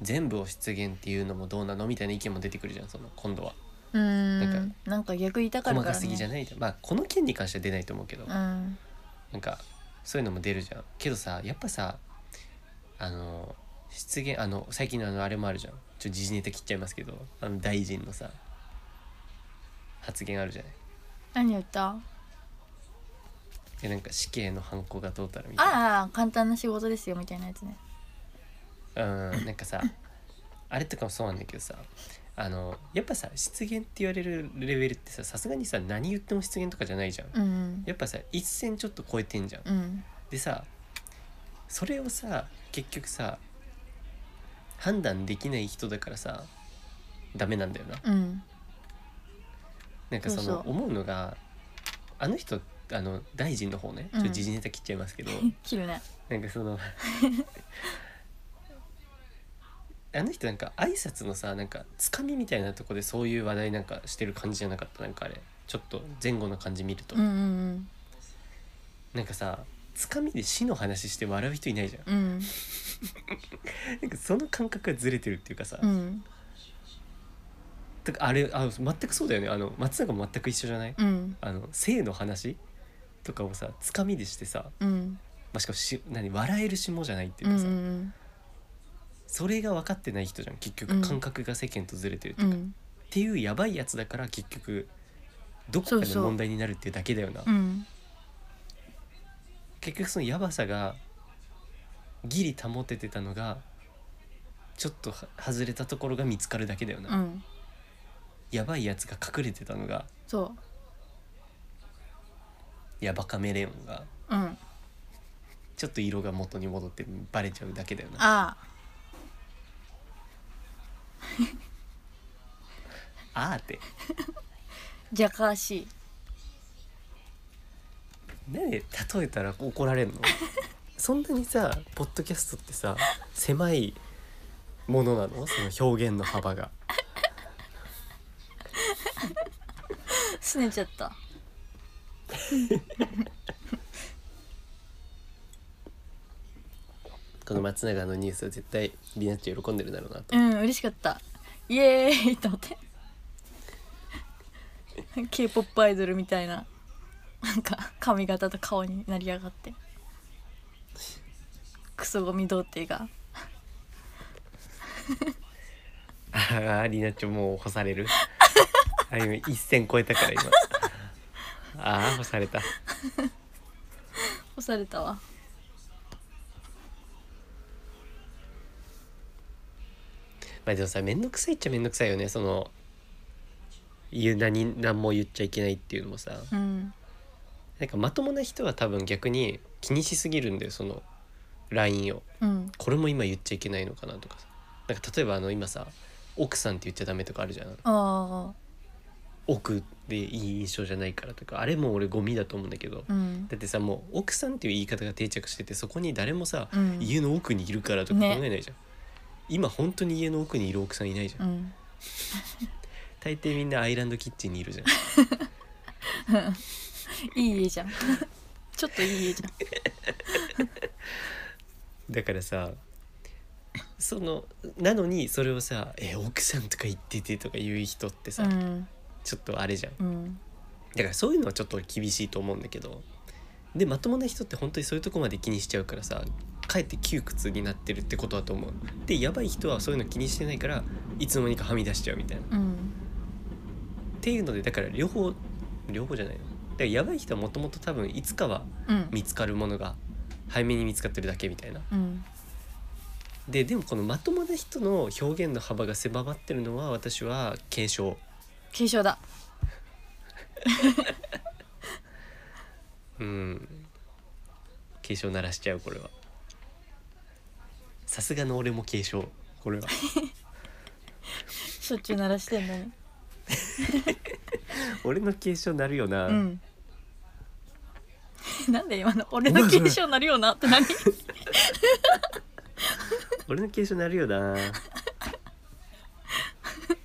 [SPEAKER 1] 全部を失言っていうのもどうなのみたいな意見も出てくるじゃんその今度は
[SPEAKER 2] うーん
[SPEAKER 1] な
[SPEAKER 2] なんんか逆言いたか
[SPEAKER 1] 細
[SPEAKER 2] る
[SPEAKER 1] か
[SPEAKER 2] か
[SPEAKER 1] らす
[SPEAKER 2] ね
[SPEAKER 1] ぎじゃないみたいなまあこの件に関しては出ないと思うけど、
[SPEAKER 2] うん
[SPEAKER 1] なんかそういうのも出るじゃんけどさやっぱさあの失言あの最近のあのあれもあるじゃんちょ時事ネタ切っちゃいますけどあの大臣のさ発言あるじゃない
[SPEAKER 2] 何言ったあ
[SPEAKER 1] でなんか死刑の犯行がどうたらみたいな
[SPEAKER 2] あ簡単な仕事ですよみたいなやつね
[SPEAKER 1] うんなんかさあれとかもそうなんだけどさあのやっぱさ失言って言われるレベルってささすがにさ何言っても失言とかじゃないじゃん、
[SPEAKER 2] うん
[SPEAKER 1] やっぱさ一線ちょっと超えてんじゃん
[SPEAKER 2] うん
[SPEAKER 1] でさそれをさ結局さ判断できない人だからさダメなんだよな
[SPEAKER 2] うん
[SPEAKER 1] なんかその
[SPEAKER 2] そうそう
[SPEAKER 1] 思うのがあの人あの大臣の方ねちょっと
[SPEAKER 2] うん
[SPEAKER 1] 時事ネタ切っちゃいます
[SPEAKER 2] *laughs*
[SPEAKER 1] けど、
[SPEAKER 2] 切るね
[SPEAKER 1] なんかその *laughs* あの人なんか挨拶のさなんかつかみみたいなとこでそういう話題なんかしてる感じじゃなかったなんかあれちょっと前後の感じ見ると、
[SPEAKER 2] うんうん
[SPEAKER 1] なんかさつかみで死の話して笑う人いないじゃん
[SPEAKER 2] うんうん
[SPEAKER 1] なんかその感覚がずれてるっていうかさ、
[SPEAKER 2] うん
[SPEAKER 1] てかあれあ全くそうだよねあの松永も全く一緒じゃない、
[SPEAKER 2] うん
[SPEAKER 1] あの性の話とかをさつかみでしてさ、
[SPEAKER 2] うん
[SPEAKER 1] まあ、しかもし何笑える下じゃないっていううんか
[SPEAKER 2] う
[SPEAKER 1] さ、
[SPEAKER 2] ん
[SPEAKER 1] それが分かってない人じゃん結
[SPEAKER 2] うん
[SPEAKER 1] 局感覚が世間とずれてる、
[SPEAKER 2] う
[SPEAKER 1] っ
[SPEAKER 2] ん
[SPEAKER 1] ていうやばいやつだから結局どこか
[SPEAKER 2] そう
[SPEAKER 1] で
[SPEAKER 2] そう
[SPEAKER 1] 問題になるっていうだけだよな
[SPEAKER 2] うん
[SPEAKER 1] 結局そのやばさがギリ保ててたのがちょっとは外れたところが見つかるだけだよな、
[SPEAKER 2] うん
[SPEAKER 1] やばいやつが隠れてたのが
[SPEAKER 2] そ
[SPEAKER 1] やばカメレオンが
[SPEAKER 2] ううん
[SPEAKER 1] ちょっと色が元に戻ってバレちゃうだけだよな
[SPEAKER 2] あ
[SPEAKER 1] あ
[SPEAKER 2] あ
[SPEAKER 1] ーって
[SPEAKER 2] じゃかわしい
[SPEAKER 1] 何で例えたら怒られん
[SPEAKER 2] *laughs*
[SPEAKER 1] のそんなにさポッドキャストってさ狭いものなのその表現の幅が
[SPEAKER 2] すねちゃった
[SPEAKER 1] この松永のニュースは絶対りなっち喜んでるだろうなと
[SPEAKER 2] うん嬉しかったイエーイと思って *laughs* k p o p アイドルみたいななんか髪型と顔になりやがってクソゴミ童貞が
[SPEAKER 1] *laughs* あありなっちょもう干され *laughs* るあ今一線超えたから今ああ干された
[SPEAKER 2] 干されたわ
[SPEAKER 1] まあでもさ面倒くさいっちゃ面倒くさいよねその言う何何も言っちゃいけないっていうのもさ
[SPEAKER 2] うん
[SPEAKER 1] なんかまともな人は多分逆に気にしすぎるんだよその LINE を
[SPEAKER 2] うん
[SPEAKER 1] これも今言っちゃいけないのかなとかさなんか例えばあの今さ奥さんって言っちゃダメとかあるじゃん
[SPEAKER 2] あ
[SPEAKER 1] 奥でいい印象じゃないからとかあれも俺ゴミだと思うんだけど
[SPEAKER 2] あうん
[SPEAKER 1] だってさもう奥さんっていう言い方が定着しててそこに誰もさ、
[SPEAKER 2] うん
[SPEAKER 1] 家の奥にいるからとか考
[SPEAKER 2] ね
[SPEAKER 1] えないじゃん、今本当に家の奥にいる奥さんいないじゃん、
[SPEAKER 2] うん
[SPEAKER 1] 大抵みんなアイランドキッチンにいるじゃ
[SPEAKER 2] *laughs*
[SPEAKER 1] ん
[SPEAKER 2] いい家じゃん *laughs* ちょっといい家じゃん
[SPEAKER 1] だからさそのなのにそれをさ「え奥さんとか言ってて」とか言う人ってさ、
[SPEAKER 2] うん
[SPEAKER 1] ちょっとあれじゃん
[SPEAKER 2] うん
[SPEAKER 1] だからそういうのはちょっと厳しいと思うんだけどでまともな人って本当にそういうとこまで気にしちゃうからさかえって窮屈になってるってことだと思うでやばい人はそういうの気にしてないからいつの間にかはみ出しちゃうみたいなっ
[SPEAKER 2] うん
[SPEAKER 1] ていうのでだから両方両方じゃないのだからやばい人はもともと多分いつかは
[SPEAKER 2] うん
[SPEAKER 1] 見つかるものが早めに見つかってるだけみたいな
[SPEAKER 2] うん
[SPEAKER 1] ででもこのまともな人の表現の幅が狭まってるのは私は警鐘
[SPEAKER 2] 軽症だ
[SPEAKER 1] うん警鐘鳴らしちゃうこれはさすがの俺も警鐘こ
[SPEAKER 2] *laughs*
[SPEAKER 1] れは
[SPEAKER 2] しょっちゅう鳴らしてんのに
[SPEAKER 1] 俺の警鐘鳴るよな、
[SPEAKER 2] うん。なんで今の俺の継承なるよなって何？
[SPEAKER 1] 俺の警鐘鳴るよな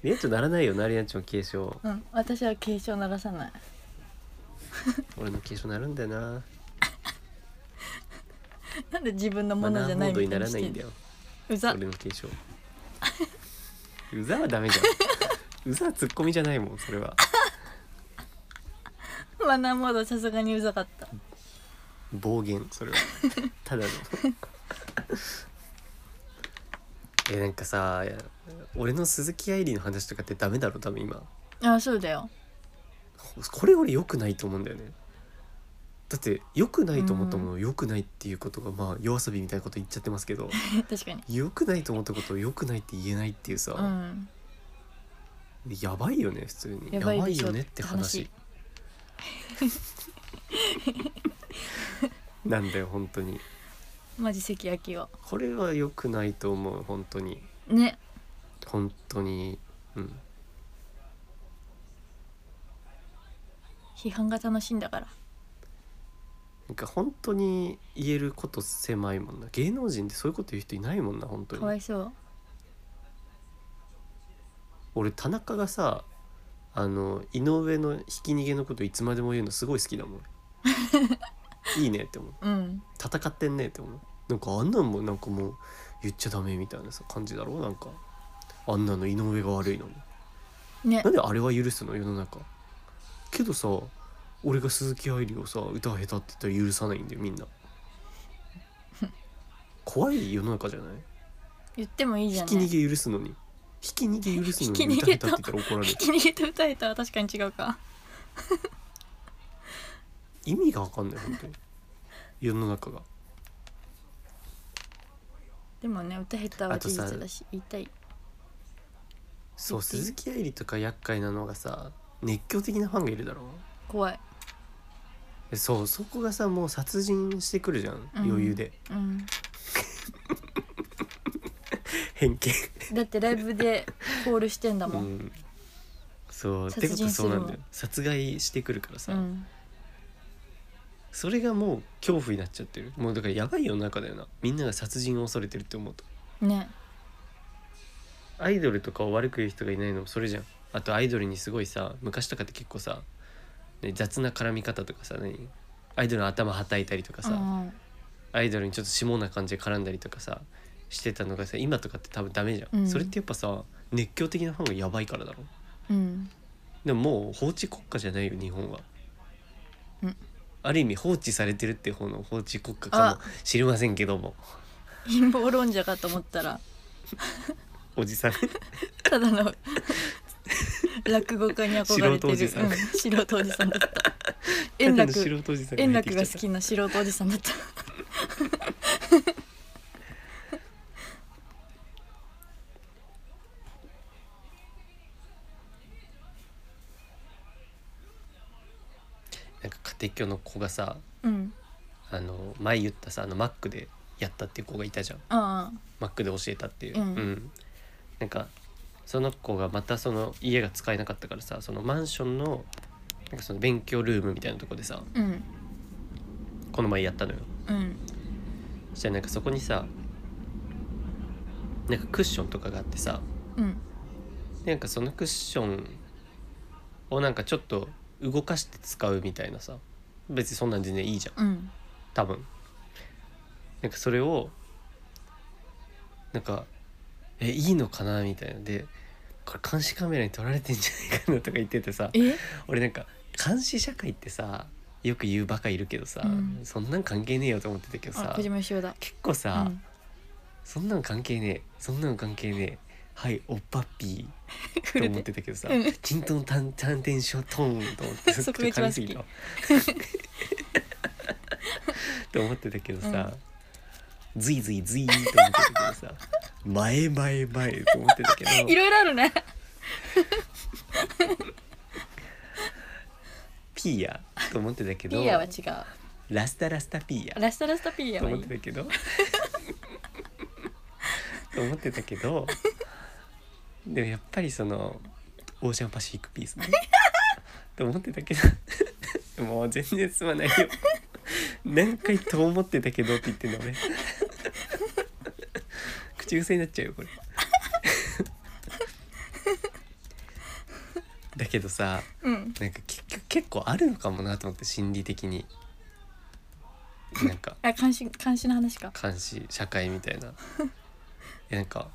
[SPEAKER 1] リアンチョ鳴らないよなリアンチョの警鐘
[SPEAKER 2] うん、私は継承鳴らさない。
[SPEAKER 1] 俺の警鐘鳴るんだよな
[SPEAKER 2] なんで自分の
[SPEAKER 1] マ
[SPEAKER 2] もの
[SPEAKER 1] ナ
[SPEAKER 2] じゃ
[SPEAKER 1] ー
[SPEAKER 2] な
[SPEAKER 1] モー
[SPEAKER 2] い
[SPEAKER 1] ドに
[SPEAKER 2] みた
[SPEAKER 1] ない
[SPEAKER 2] に
[SPEAKER 1] らな
[SPEAKER 2] して
[SPEAKER 1] い
[SPEAKER 2] ん
[SPEAKER 1] んだ
[SPEAKER 2] の
[SPEAKER 1] よ
[SPEAKER 2] うざ
[SPEAKER 1] 俺の継承 *laughs* うざはダメじゃんうざはツッコミじゃないもんそれは
[SPEAKER 2] マナーモードさすがにうざかった。
[SPEAKER 1] 暴言それはただの *laughs* えなんかさ俺の鈴木愛理の話とかってダメだろ多分今
[SPEAKER 2] あそうだよ。
[SPEAKER 1] これ俺良くないと思うんだよねだって良くないと思ったものを良くないっていうことがまあ夜遊びみたいなこと言っちゃってますけど
[SPEAKER 2] *laughs* 確かに。
[SPEAKER 1] 良くないと思ったことを良くないって言えないっていうさ、
[SPEAKER 2] うん。
[SPEAKER 1] やばいよね普通に
[SPEAKER 2] やばいでしょ
[SPEAKER 1] よねって話
[SPEAKER 2] *laughs*
[SPEAKER 1] なんだよ本当に
[SPEAKER 2] マジ関焼きを。
[SPEAKER 1] これは良くないと思う本当に
[SPEAKER 2] ね。
[SPEAKER 1] 本当にうん
[SPEAKER 2] 批判が楽しいんだから。
[SPEAKER 1] なんか本当に言えること狭いもんな芸能人ってそういうこと言う人いないもんな本
[SPEAKER 2] か
[SPEAKER 1] 当
[SPEAKER 2] わ
[SPEAKER 1] に
[SPEAKER 2] いそう。
[SPEAKER 1] 俺田中がさあの井上のひき逃げのこといつまでも言うのすごい好きだ
[SPEAKER 2] *laughs*
[SPEAKER 1] もんいいねって思う
[SPEAKER 2] うん。
[SPEAKER 1] 戦ってんねって思うなんかあんなんもなんかもう言っちゃダメみたいなさ感じだろうなんかあんなの井上が悪いのに
[SPEAKER 2] ね
[SPEAKER 1] な。んであれは許すの世の中けどさ俺が鈴木愛理をさ歌下手って言ったら許さないんだよみんな怖い世の中じゃない
[SPEAKER 2] 言ってもいいじゃ
[SPEAKER 1] ひ
[SPEAKER 2] ん、
[SPEAKER 1] き
[SPEAKER 2] ね
[SPEAKER 1] 逃。げ許すのにひき逃げ許すの
[SPEAKER 2] ひき
[SPEAKER 1] に
[SPEAKER 2] 逃
[SPEAKER 1] 歌下手
[SPEAKER 2] げ
[SPEAKER 1] って
[SPEAKER 2] と
[SPEAKER 1] 言ったら怒られ
[SPEAKER 2] ひ
[SPEAKER 1] る
[SPEAKER 2] き逃げと歌えたら *laughs* 確かに違うか。
[SPEAKER 1] 意味が分かんない本当に世の中
[SPEAKER 2] *laughs*
[SPEAKER 1] が
[SPEAKER 2] でもね、歌下手は事実だし、言いたい。
[SPEAKER 1] そう
[SPEAKER 2] 言っていい
[SPEAKER 1] 鈴木愛理とか厄介なのがさ熱狂的なファンがいるだろ
[SPEAKER 2] 怖い。
[SPEAKER 1] でそうそこがさもう殺人してくるじゃん余裕で、 *laughs*
[SPEAKER 2] うん。
[SPEAKER 1] 偏見
[SPEAKER 2] だってライブでコールしてんだ
[SPEAKER 1] う
[SPEAKER 2] もん。
[SPEAKER 1] んそうって
[SPEAKER 2] 殺
[SPEAKER 1] こ
[SPEAKER 2] 人
[SPEAKER 1] と
[SPEAKER 2] す
[SPEAKER 1] そう
[SPEAKER 2] るわ
[SPEAKER 1] なんだよ殺害してくるから
[SPEAKER 2] う
[SPEAKER 1] さ、
[SPEAKER 2] ん。
[SPEAKER 1] それがもう恐怖になっちゃってるもうだからやばい世の中だよなみんなが殺人を恐れてるって思うと
[SPEAKER 2] ね。
[SPEAKER 1] アイドルとかを悪く言う人がいないのもそれじゃんあとアイドルにすごいさ昔とかって結構さで雑な絡み方とかさ何アイドルの頭はたいたりとかさ、
[SPEAKER 2] うん
[SPEAKER 1] アイドルにちょっと下な感じで絡んだりとかさしてたのがさ今とかって多分ダメじゃん、
[SPEAKER 2] うん
[SPEAKER 1] それってやっぱさ熱狂的なファンがやばいからだろ
[SPEAKER 2] うん
[SPEAKER 1] でももう法治国家じゃないよ日本は、
[SPEAKER 2] うん
[SPEAKER 1] ある意味放置されてるって方の法治国家かもしれませんけども
[SPEAKER 2] 陰謀論者かと思ったら
[SPEAKER 1] おじさん
[SPEAKER 2] た
[SPEAKER 1] *laughs*
[SPEAKER 2] だの落語家に憧れ
[SPEAKER 1] 素人
[SPEAKER 2] てる
[SPEAKER 1] おじさん
[SPEAKER 2] う素人おじさんだった
[SPEAKER 1] *laughs*
[SPEAKER 2] 円
[SPEAKER 1] ただの
[SPEAKER 2] 楽
[SPEAKER 1] 素人おじさん
[SPEAKER 2] 円
[SPEAKER 1] 入ってきち
[SPEAKER 2] 楽
[SPEAKER 1] ゃ
[SPEAKER 2] が
[SPEAKER 1] った
[SPEAKER 2] 好きな素人おじさんだった
[SPEAKER 1] なんか家庭教の子がさ
[SPEAKER 2] うん
[SPEAKER 1] あの前言ったさあのマックでやったっていう子がいたじゃん
[SPEAKER 2] ああ
[SPEAKER 1] マックで教えたっていう、
[SPEAKER 2] うん
[SPEAKER 1] なんかその子がまたその家が使えなかったからさそのマンションのなんかその勉強ルームみたいなとこでさ
[SPEAKER 2] うん
[SPEAKER 1] この前やったのよ
[SPEAKER 2] うん
[SPEAKER 1] そしたらなんかそこにさなんかクッションとかがあってさ
[SPEAKER 2] うん
[SPEAKER 1] でなんかそのクッションをなんかちょっと動かして使うみたいなさ別にそんなん全然いいじゃん
[SPEAKER 2] うん
[SPEAKER 1] 多分なんかそれをなんかえいいのかなみたいなでこれ監視カメラに撮られてんじゃないかなとか言っててさ
[SPEAKER 2] え
[SPEAKER 1] 俺なんか監視社会ってさよく言うバカいるけどさ、
[SPEAKER 2] うん
[SPEAKER 1] そんなん関係ねえよと思ってたけど
[SPEAKER 2] あ
[SPEAKER 1] さ
[SPEAKER 2] 小島よしおだ
[SPEAKER 1] 結構
[SPEAKER 2] う
[SPEAKER 1] さ、 *laughs*
[SPEAKER 2] ん
[SPEAKER 1] そんなの関係ねえそんなの関係ねえはいおっぱっぴー
[SPEAKER 2] フ
[SPEAKER 1] と
[SPEAKER 2] ル
[SPEAKER 1] 思っ
[SPEAKER 2] *laughs* で
[SPEAKER 1] てたけどさ
[SPEAKER 2] うん
[SPEAKER 1] 「チントンタンタンテンショトーン」と思って
[SPEAKER 2] *laughs* そこが一番好き
[SPEAKER 1] ちょっとと思ってたけどさ「ずいずいずい」と思ってた
[SPEAKER 2] *laughs*
[SPEAKER 1] けどさ「前前前」と思ってたけど
[SPEAKER 2] いろいろあるね
[SPEAKER 1] ピーヤと思ってたけ
[SPEAKER 2] ピ
[SPEAKER 1] ど
[SPEAKER 2] ーヤは違う
[SPEAKER 1] ラスタラスタピーヤ
[SPEAKER 2] ラストラストピーヤ
[SPEAKER 1] と
[SPEAKER 2] はい
[SPEAKER 1] 思
[SPEAKER 2] い
[SPEAKER 1] ってたけど *laughs* と思ってたけどでもやっぱりそのオーシャンパシフィックピースねと思ってたけど *laughs* もう全然すまないよ何回と思ってたけどって言ってんの俺 *laughs* 口癖になっちゃうよこれ *laughs* だけどさ
[SPEAKER 2] うん
[SPEAKER 1] なんか結局結構あるのかもなと思って心理的になんか
[SPEAKER 2] あ監視監視の話か
[SPEAKER 1] 監視社会みたいな *laughs* いやなんか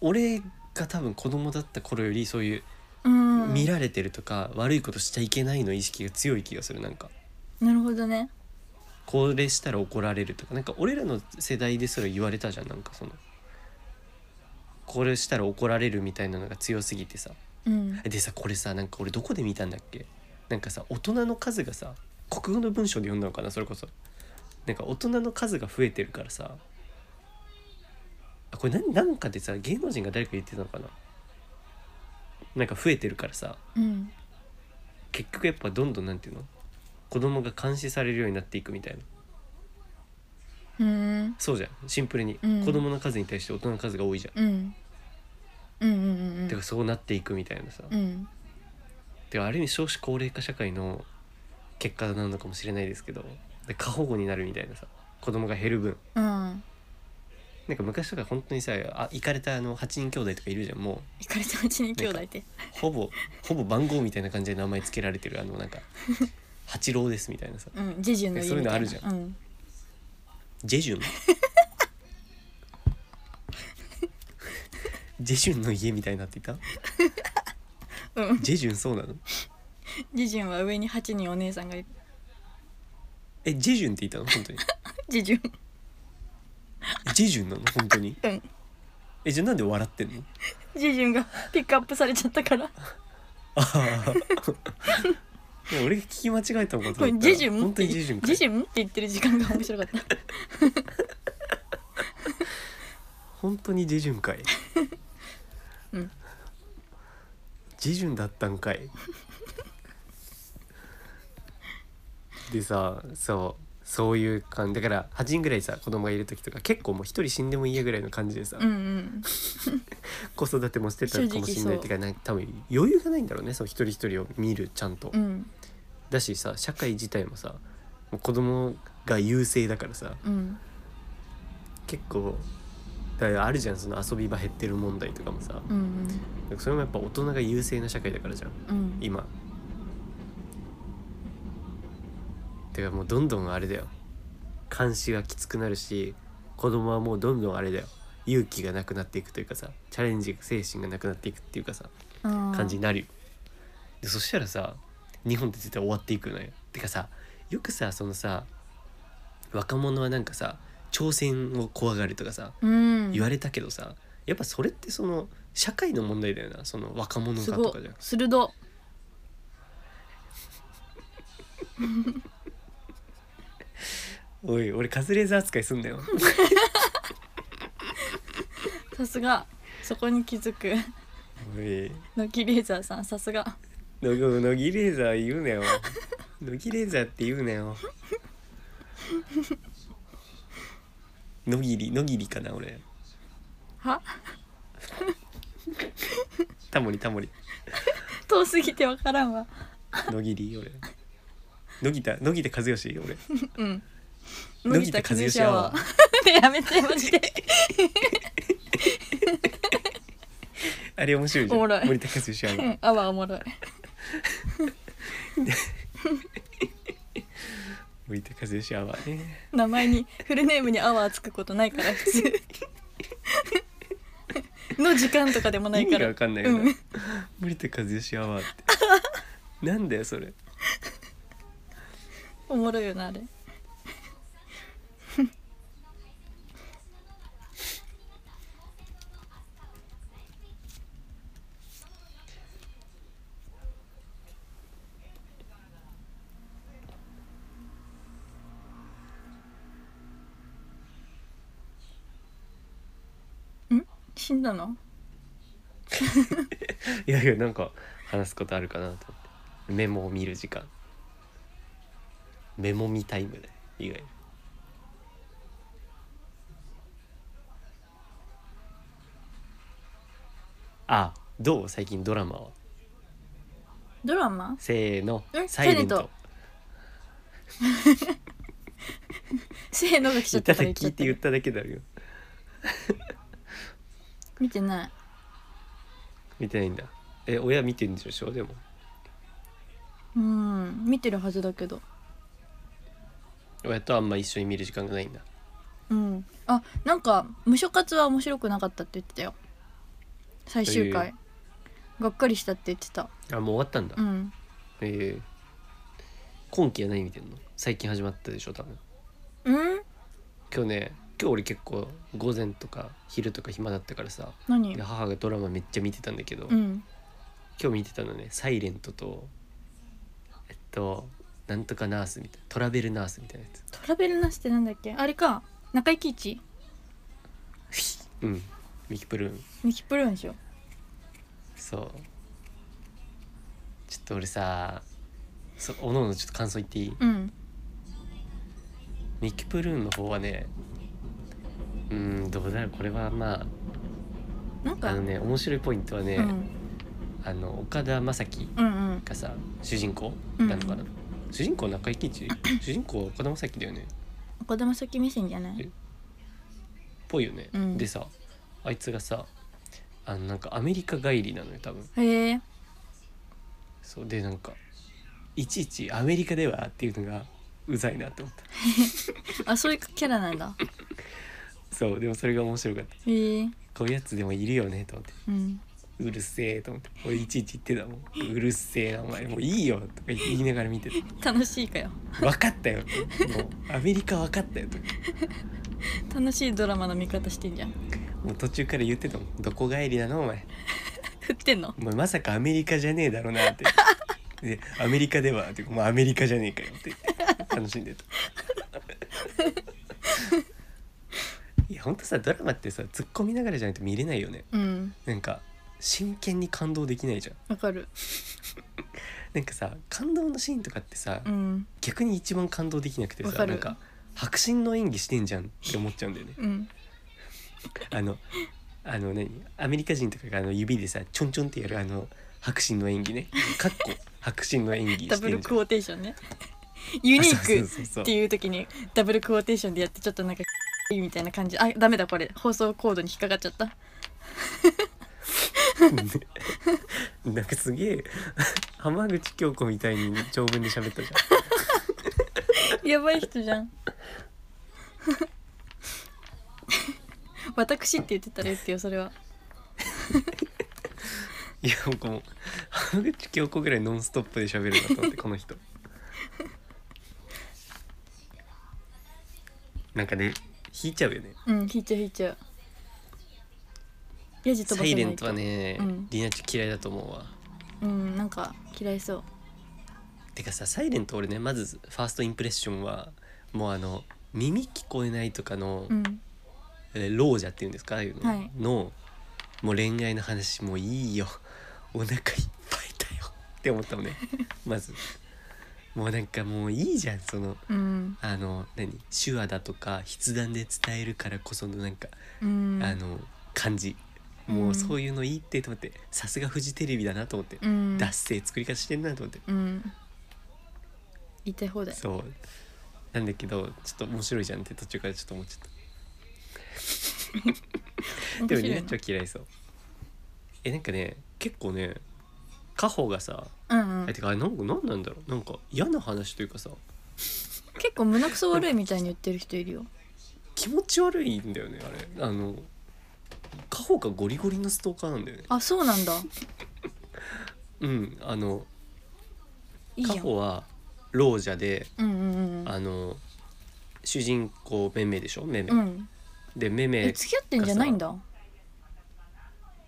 [SPEAKER 1] 俺が多分子供だった頃よりそういう
[SPEAKER 2] うん
[SPEAKER 1] 見られてるとか、悪いことしちゃいけないの意識が強い気がするなんか
[SPEAKER 2] なるほどね
[SPEAKER 1] これしたら怒られるとかなんか俺らの世代ですら言われたじゃんなんかそのこれしたら怒られるみたいなのが強すぎてさ
[SPEAKER 2] うん
[SPEAKER 1] でさこれさなんか俺どこで見たんだっけなんかさ大人の数がさ国語の文章で読んだのかなそれこそなんか大人の数が増えてるからさあこれ何なんかでさ芸能人が誰か言ってたのかななんか増えてるからさ
[SPEAKER 2] うん
[SPEAKER 1] 結局やっぱどんどんなんていうの子供が監視されるようになっていくみたいな
[SPEAKER 2] うん
[SPEAKER 1] そうじゃんシンプルに、
[SPEAKER 2] うん
[SPEAKER 1] 子供の数に対して大人の数が多いじゃん、
[SPEAKER 2] うんうんうんうん
[SPEAKER 1] てかそうなっていくみたいなさ、
[SPEAKER 2] うん
[SPEAKER 1] である意味少子高齢化社会の結果なのかもしれないですけどで過保護になるみたいなさ子供が減る分
[SPEAKER 2] うん
[SPEAKER 1] なんか昔とか本当にさあ行かれたあの8人兄弟とかいるじゃんも
[SPEAKER 2] イカれたうちに兄弟って
[SPEAKER 1] うほぼほぼ番号みたいな感じで名前つけられてるあのなんか「八郎です」みたいなさ
[SPEAKER 2] うんジェジュンの家み
[SPEAKER 1] そ
[SPEAKER 2] たいな
[SPEAKER 1] ういうのあるじゃ
[SPEAKER 2] んうん
[SPEAKER 1] 「ジェジュン」ジェジュンの家みたいになっていた、
[SPEAKER 2] うん
[SPEAKER 1] ジェジュンそうなの
[SPEAKER 2] ジェジュンは上に8人お姉さんがいる
[SPEAKER 1] えジェジュンって言ったの本当に
[SPEAKER 2] ジェジュン
[SPEAKER 1] えジェジュンなの本当に
[SPEAKER 2] うん
[SPEAKER 1] えじゃあなんで笑ってんの
[SPEAKER 2] ジェジュンがピックアップされちゃったか
[SPEAKER 1] い
[SPEAKER 2] ら
[SPEAKER 1] や俺が聞き間違えたのか
[SPEAKER 2] ことれ
[SPEAKER 1] 思った
[SPEAKER 2] *laughs* ジ
[SPEAKER 1] ら
[SPEAKER 2] ェジュン
[SPEAKER 1] 本
[SPEAKER 2] っ
[SPEAKER 1] 当
[SPEAKER 2] て
[SPEAKER 1] にジェジュンかい
[SPEAKER 2] ジェンって言ってる時間が面白かった
[SPEAKER 1] 本当にジェジュンかい、
[SPEAKER 2] うん
[SPEAKER 1] ジェジュンだったんかいでさそうそういう感じだから8人ぐらいさ子供がいる時とか結構もう一人死んでもいいやぐらいの感じでさ、
[SPEAKER 2] うんうん
[SPEAKER 1] 子育てもしてたかもしれないっていうかなんか多分余裕がないんだろうねそう一人一人を見るちゃんと、
[SPEAKER 2] うん
[SPEAKER 1] だしさ社会自体もさもう子供が優勢だからさ、
[SPEAKER 2] うん
[SPEAKER 1] 結構だからあるじゃんその遊び場減ってる問題とかもさ
[SPEAKER 2] うんうん
[SPEAKER 1] それもやっぱ大人が優勢な社会だからじゃん
[SPEAKER 2] うん
[SPEAKER 1] 今てかもうどんどんあれだよ監視がきつくなるし子供はもうどんどんあれだよ勇気がなくなっていくというかさチャレンジ精神がなくなっていくっていうかさ感
[SPEAKER 2] 感
[SPEAKER 1] じになるよ、でそしたらさ日本って絶対終わっていくのよてかさよくさそのさ若者はなんかさ挑戦を怖がるとかさ
[SPEAKER 2] うん
[SPEAKER 1] 言われたけどさ、やっぱそれってその社会の問題だよなその若者
[SPEAKER 2] す
[SPEAKER 1] が
[SPEAKER 2] ご
[SPEAKER 1] と
[SPEAKER 2] い
[SPEAKER 1] かじゃん
[SPEAKER 2] 鋭
[SPEAKER 1] おい俺カズレーザー扱いすんだ
[SPEAKER 2] *laughs*
[SPEAKER 1] よ
[SPEAKER 2] さすがそこに気づく
[SPEAKER 1] おい
[SPEAKER 2] のきレーザーさんさすが
[SPEAKER 1] の乃木レーザー言うなよ乃木レーザーって言うなよのぎりのぎりかな俺
[SPEAKER 2] は
[SPEAKER 1] タモリタモリ
[SPEAKER 2] 遠すぎてわからんわ
[SPEAKER 1] のぎり俺のぎたのぎた和義俺
[SPEAKER 2] うん
[SPEAKER 1] 野木田和義アワー
[SPEAKER 2] ーやめてマジで
[SPEAKER 1] あれ面白いじゃん
[SPEAKER 2] おもろい
[SPEAKER 1] 森田和義アワ
[SPEAKER 2] う
[SPEAKER 1] ー
[SPEAKER 2] んアワーおもろい
[SPEAKER 1] 森田和義アワーね
[SPEAKER 2] 名前にフルネームにアワーつくことないから普通の時間とかでもな
[SPEAKER 1] 意
[SPEAKER 2] い
[SPEAKER 1] 味
[SPEAKER 2] か
[SPEAKER 1] が
[SPEAKER 2] ら
[SPEAKER 1] 分かんないよな、 *laughs* 森田和義アワーって
[SPEAKER 2] *laughs*
[SPEAKER 1] なんだよそれ
[SPEAKER 2] おもろいよなあれん死んだの
[SPEAKER 1] いやいやなんか話すことあるかなと思ってメモを見る時間メモ見タイムだよいわゆるあどう最近ドラマは
[SPEAKER 2] ドラマ
[SPEAKER 1] せーの
[SPEAKER 2] え
[SPEAKER 1] サイレント
[SPEAKER 2] せーのが来ち
[SPEAKER 1] 言
[SPEAKER 2] ゃっ
[SPEAKER 1] っただ
[SPEAKER 2] たから
[SPEAKER 1] け
[SPEAKER 2] 言っち
[SPEAKER 1] 聞
[SPEAKER 2] ゃ
[SPEAKER 1] い
[SPEAKER 2] ってた
[SPEAKER 1] 言っただけだよ
[SPEAKER 2] 見てない
[SPEAKER 1] 見てないんだえ親見てんでしょでも
[SPEAKER 2] うん見てるはずだけど
[SPEAKER 1] 親とあんま一緒に見る時間がないんだ
[SPEAKER 2] うんあなんか「無所活」は面白くなかったって言ってたよ最終回、がっかりしたって言ってた
[SPEAKER 1] あもう終わったんだ、
[SPEAKER 2] うん
[SPEAKER 1] えー今期は何見てんの最近始まったでしょ多分
[SPEAKER 2] うん
[SPEAKER 1] 今日ね今日俺結構午前とか昼とか暇だったからさ
[SPEAKER 2] 何
[SPEAKER 1] で母がドラマめっちゃ見てたんだけど、
[SPEAKER 2] うん
[SPEAKER 1] 今日見てたのね「サイレントとえっとなんとかナースみたいなトラベルナースみたいなや
[SPEAKER 2] トラベルなしってなんだっけあれか中井貴一
[SPEAKER 1] つうんミキプルーン
[SPEAKER 2] ミキプルーンでしょ
[SPEAKER 1] そうちょっと俺さそおのおのちょっと感想言っていい
[SPEAKER 2] うん
[SPEAKER 1] ミキプルーンの方はねうーんどうだろうこれはまあ
[SPEAKER 2] なんか、
[SPEAKER 1] あのね面白いポイントはね、
[SPEAKER 2] うん、
[SPEAKER 1] あの岡田将生
[SPEAKER 2] うんうん
[SPEAKER 1] がさ主人公
[SPEAKER 2] うん
[SPEAKER 1] なのかな、主人公中井貴
[SPEAKER 2] *coughs*
[SPEAKER 1] 一主人公は岡田将生だよね
[SPEAKER 2] 岡田将生目線じゃない
[SPEAKER 1] ぽいよね、
[SPEAKER 2] うん
[SPEAKER 1] でさあいつがさあのなんかアメリカ帰りなのよ多分
[SPEAKER 2] へえ
[SPEAKER 1] そうでなんかいちいち「アメリカでは」っていうのがうざいなと思った
[SPEAKER 2] あそういうキャラなんだ
[SPEAKER 1] そうでもそれが面白かった
[SPEAKER 2] へえ
[SPEAKER 1] こういうやつでもいるよねと思って
[SPEAKER 2] うん
[SPEAKER 1] うるせえと思って俺いちいち言ってたもんうるせえなお前もういいよとか言いながら見てた
[SPEAKER 2] 楽しいかよ
[SPEAKER 1] 分かったよもうアメリカ分かったよと
[SPEAKER 2] 楽しいドラマの見方してんじゃん
[SPEAKER 1] もう途中から言ってたもん「どこ帰りなのお前
[SPEAKER 2] 振ってんの
[SPEAKER 1] お前まさかアメリカじゃねえだろうな」って「でアメリカでは」って「もうアメリカじゃねえかよ」って言って楽しんで
[SPEAKER 2] *laughs*
[SPEAKER 1] た。いやほんとさドラマってさ突っ込みながらじゃないと見れないよね
[SPEAKER 2] うん
[SPEAKER 1] なんか真剣に感動できないじゃん
[SPEAKER 2] わかる
[SPEAKER 1] なんかさ感動のシーンとかってさ、
[SPEAKER 2] うん
[SPEAKER 1] 逆に一番感動できなくて
[SPEAKER 2] わ
[SPEAKER 1] さ
[SPEAKER 2] かる
[SPEAKER 1] なんか迫真の演技してんじゃんって思っちゃうんだよ
[SPEAKER 2] *laughs*
[SPEAKER 1] ね
[SPEAKER 2] うん
[SPEAKER 1] あのあの何アメリカ人とかがあの指でさちょんちょんってやるあの迫真の演技ねかっこ迫真の演技してんじ
[SPEAKER 2] ダ
[SPEAKER 1] ゃん
[SPEAKER 2] ブルクォーテーショ
[SPEAKER 1] *laughs*
[SPEAKER 2] ンねユニ
[SPEAKER 1] そう
[SPEAKER 2] ー
[SPEAKER 1] そう
[SPEAKER 2] ク
[SPEAKER 1] そう
[SPEAKER 2] っていう時にダブルクォーテーションでやってちょっとなんかいいみたいな感じあダメだこれ放送コードに引っかかっちゃった
[SPEAKER 1] なんかすげえ浜口京子みたいに長文で喋ったじ
[SPEAKER 2] やばい人じゃん *laughs* 私って言ってたら言ってよそれはい
[SPEAKER 1] や僕もう浜口京子ぐらいノンストップで喋るなと思ってこの人なんかね引いちゃうよね
[SPEAKER 2] うん引いちゃう引いちゃうヤジ飛
[SPEAKER 1] サ
[SPEAKER 2] ばせ
[SPEAKER 1] イ
[SPEAKER 2] な
[SPEAKER 1] レ
[SPEAKER 2] い
[SPEAKER 1] ントはね、
[SPEAKER 2] うん
[SPEAKER 1] リナちゃん嫌いだと思うわ
[SPEAKER 2] うんなんか嫌いそう
[SPEAKER 1] てかさサイレント俺ねまずファーストインプレッションはもうあの耳聞こえないとかの、
[SPEAKER 2] うん
[SPEAKER 1] えー老者っていうんですかああいうの、
[SPEAKER 2] はい
[SPEAKER 1] のもう恋愛の話もういいよお腹いっぱいだよって思ったの
[SPEAKER 2] *laughs*
[SPEAKER 1] ねまずもうなんかもういいじゃんその
[SPEAKER 2] うん
[SPEAKER 1] あの何手話だとか筆談で伝えるからこそのなんか、
[SPEAKER 2] うん
[SPEAKER 1] あの感じもうそういうのいいってと思ってさすがフジテレビだなと思って、
[SPEAKER 2] うん
[SPEAKER 1] 脱声作り方してんなと思って、
[SPEAKER 2] うん言いたい放題
[SPEAKER 1] そうなんだけどちょっと面白いじゃんって途中からちょっと思っちゃった
[SPEAKER 2] 面
[SPEAKER 1] でも
[SPEAKER 2] 白い
[SPEAKER 1] リナ
[SPEAKER 2] な
[SPEAKER 1] ッチョ嫌いそうえなんかね結構ねカホがさ、
[SPEAKER 2] うんうん
[SPEAKER 1] えてかあれなんか何なんだろうなんか嫌な話というかさ
[SPEAKER 2] 結構胸くそ悪いみたいに言ってる人いる
[SPEAKER 1] *laughs*
[SPEAKER 2] よ
[SPEAKER 1] 気持ち悪いんだよねあれあのカホがゴリゴリのストーカーなんだよね
[SPEAKER 2] あそうなんだ
[SPEAKER 1] うんあの
[SPEAKER 2] いい
[SPEAKER 1] カ
[SPEAKER 2] やん
[SPEAKER 1] ホは老者で
[SPEAKER 2] うんうんうん
[SPEAKER 1] あの主人公めめでしょめめ、
[SPEAKER 2] うん
[SPEAKER 1] でめめ
[SPEAKER 2] え付き合ってんじゃないんだ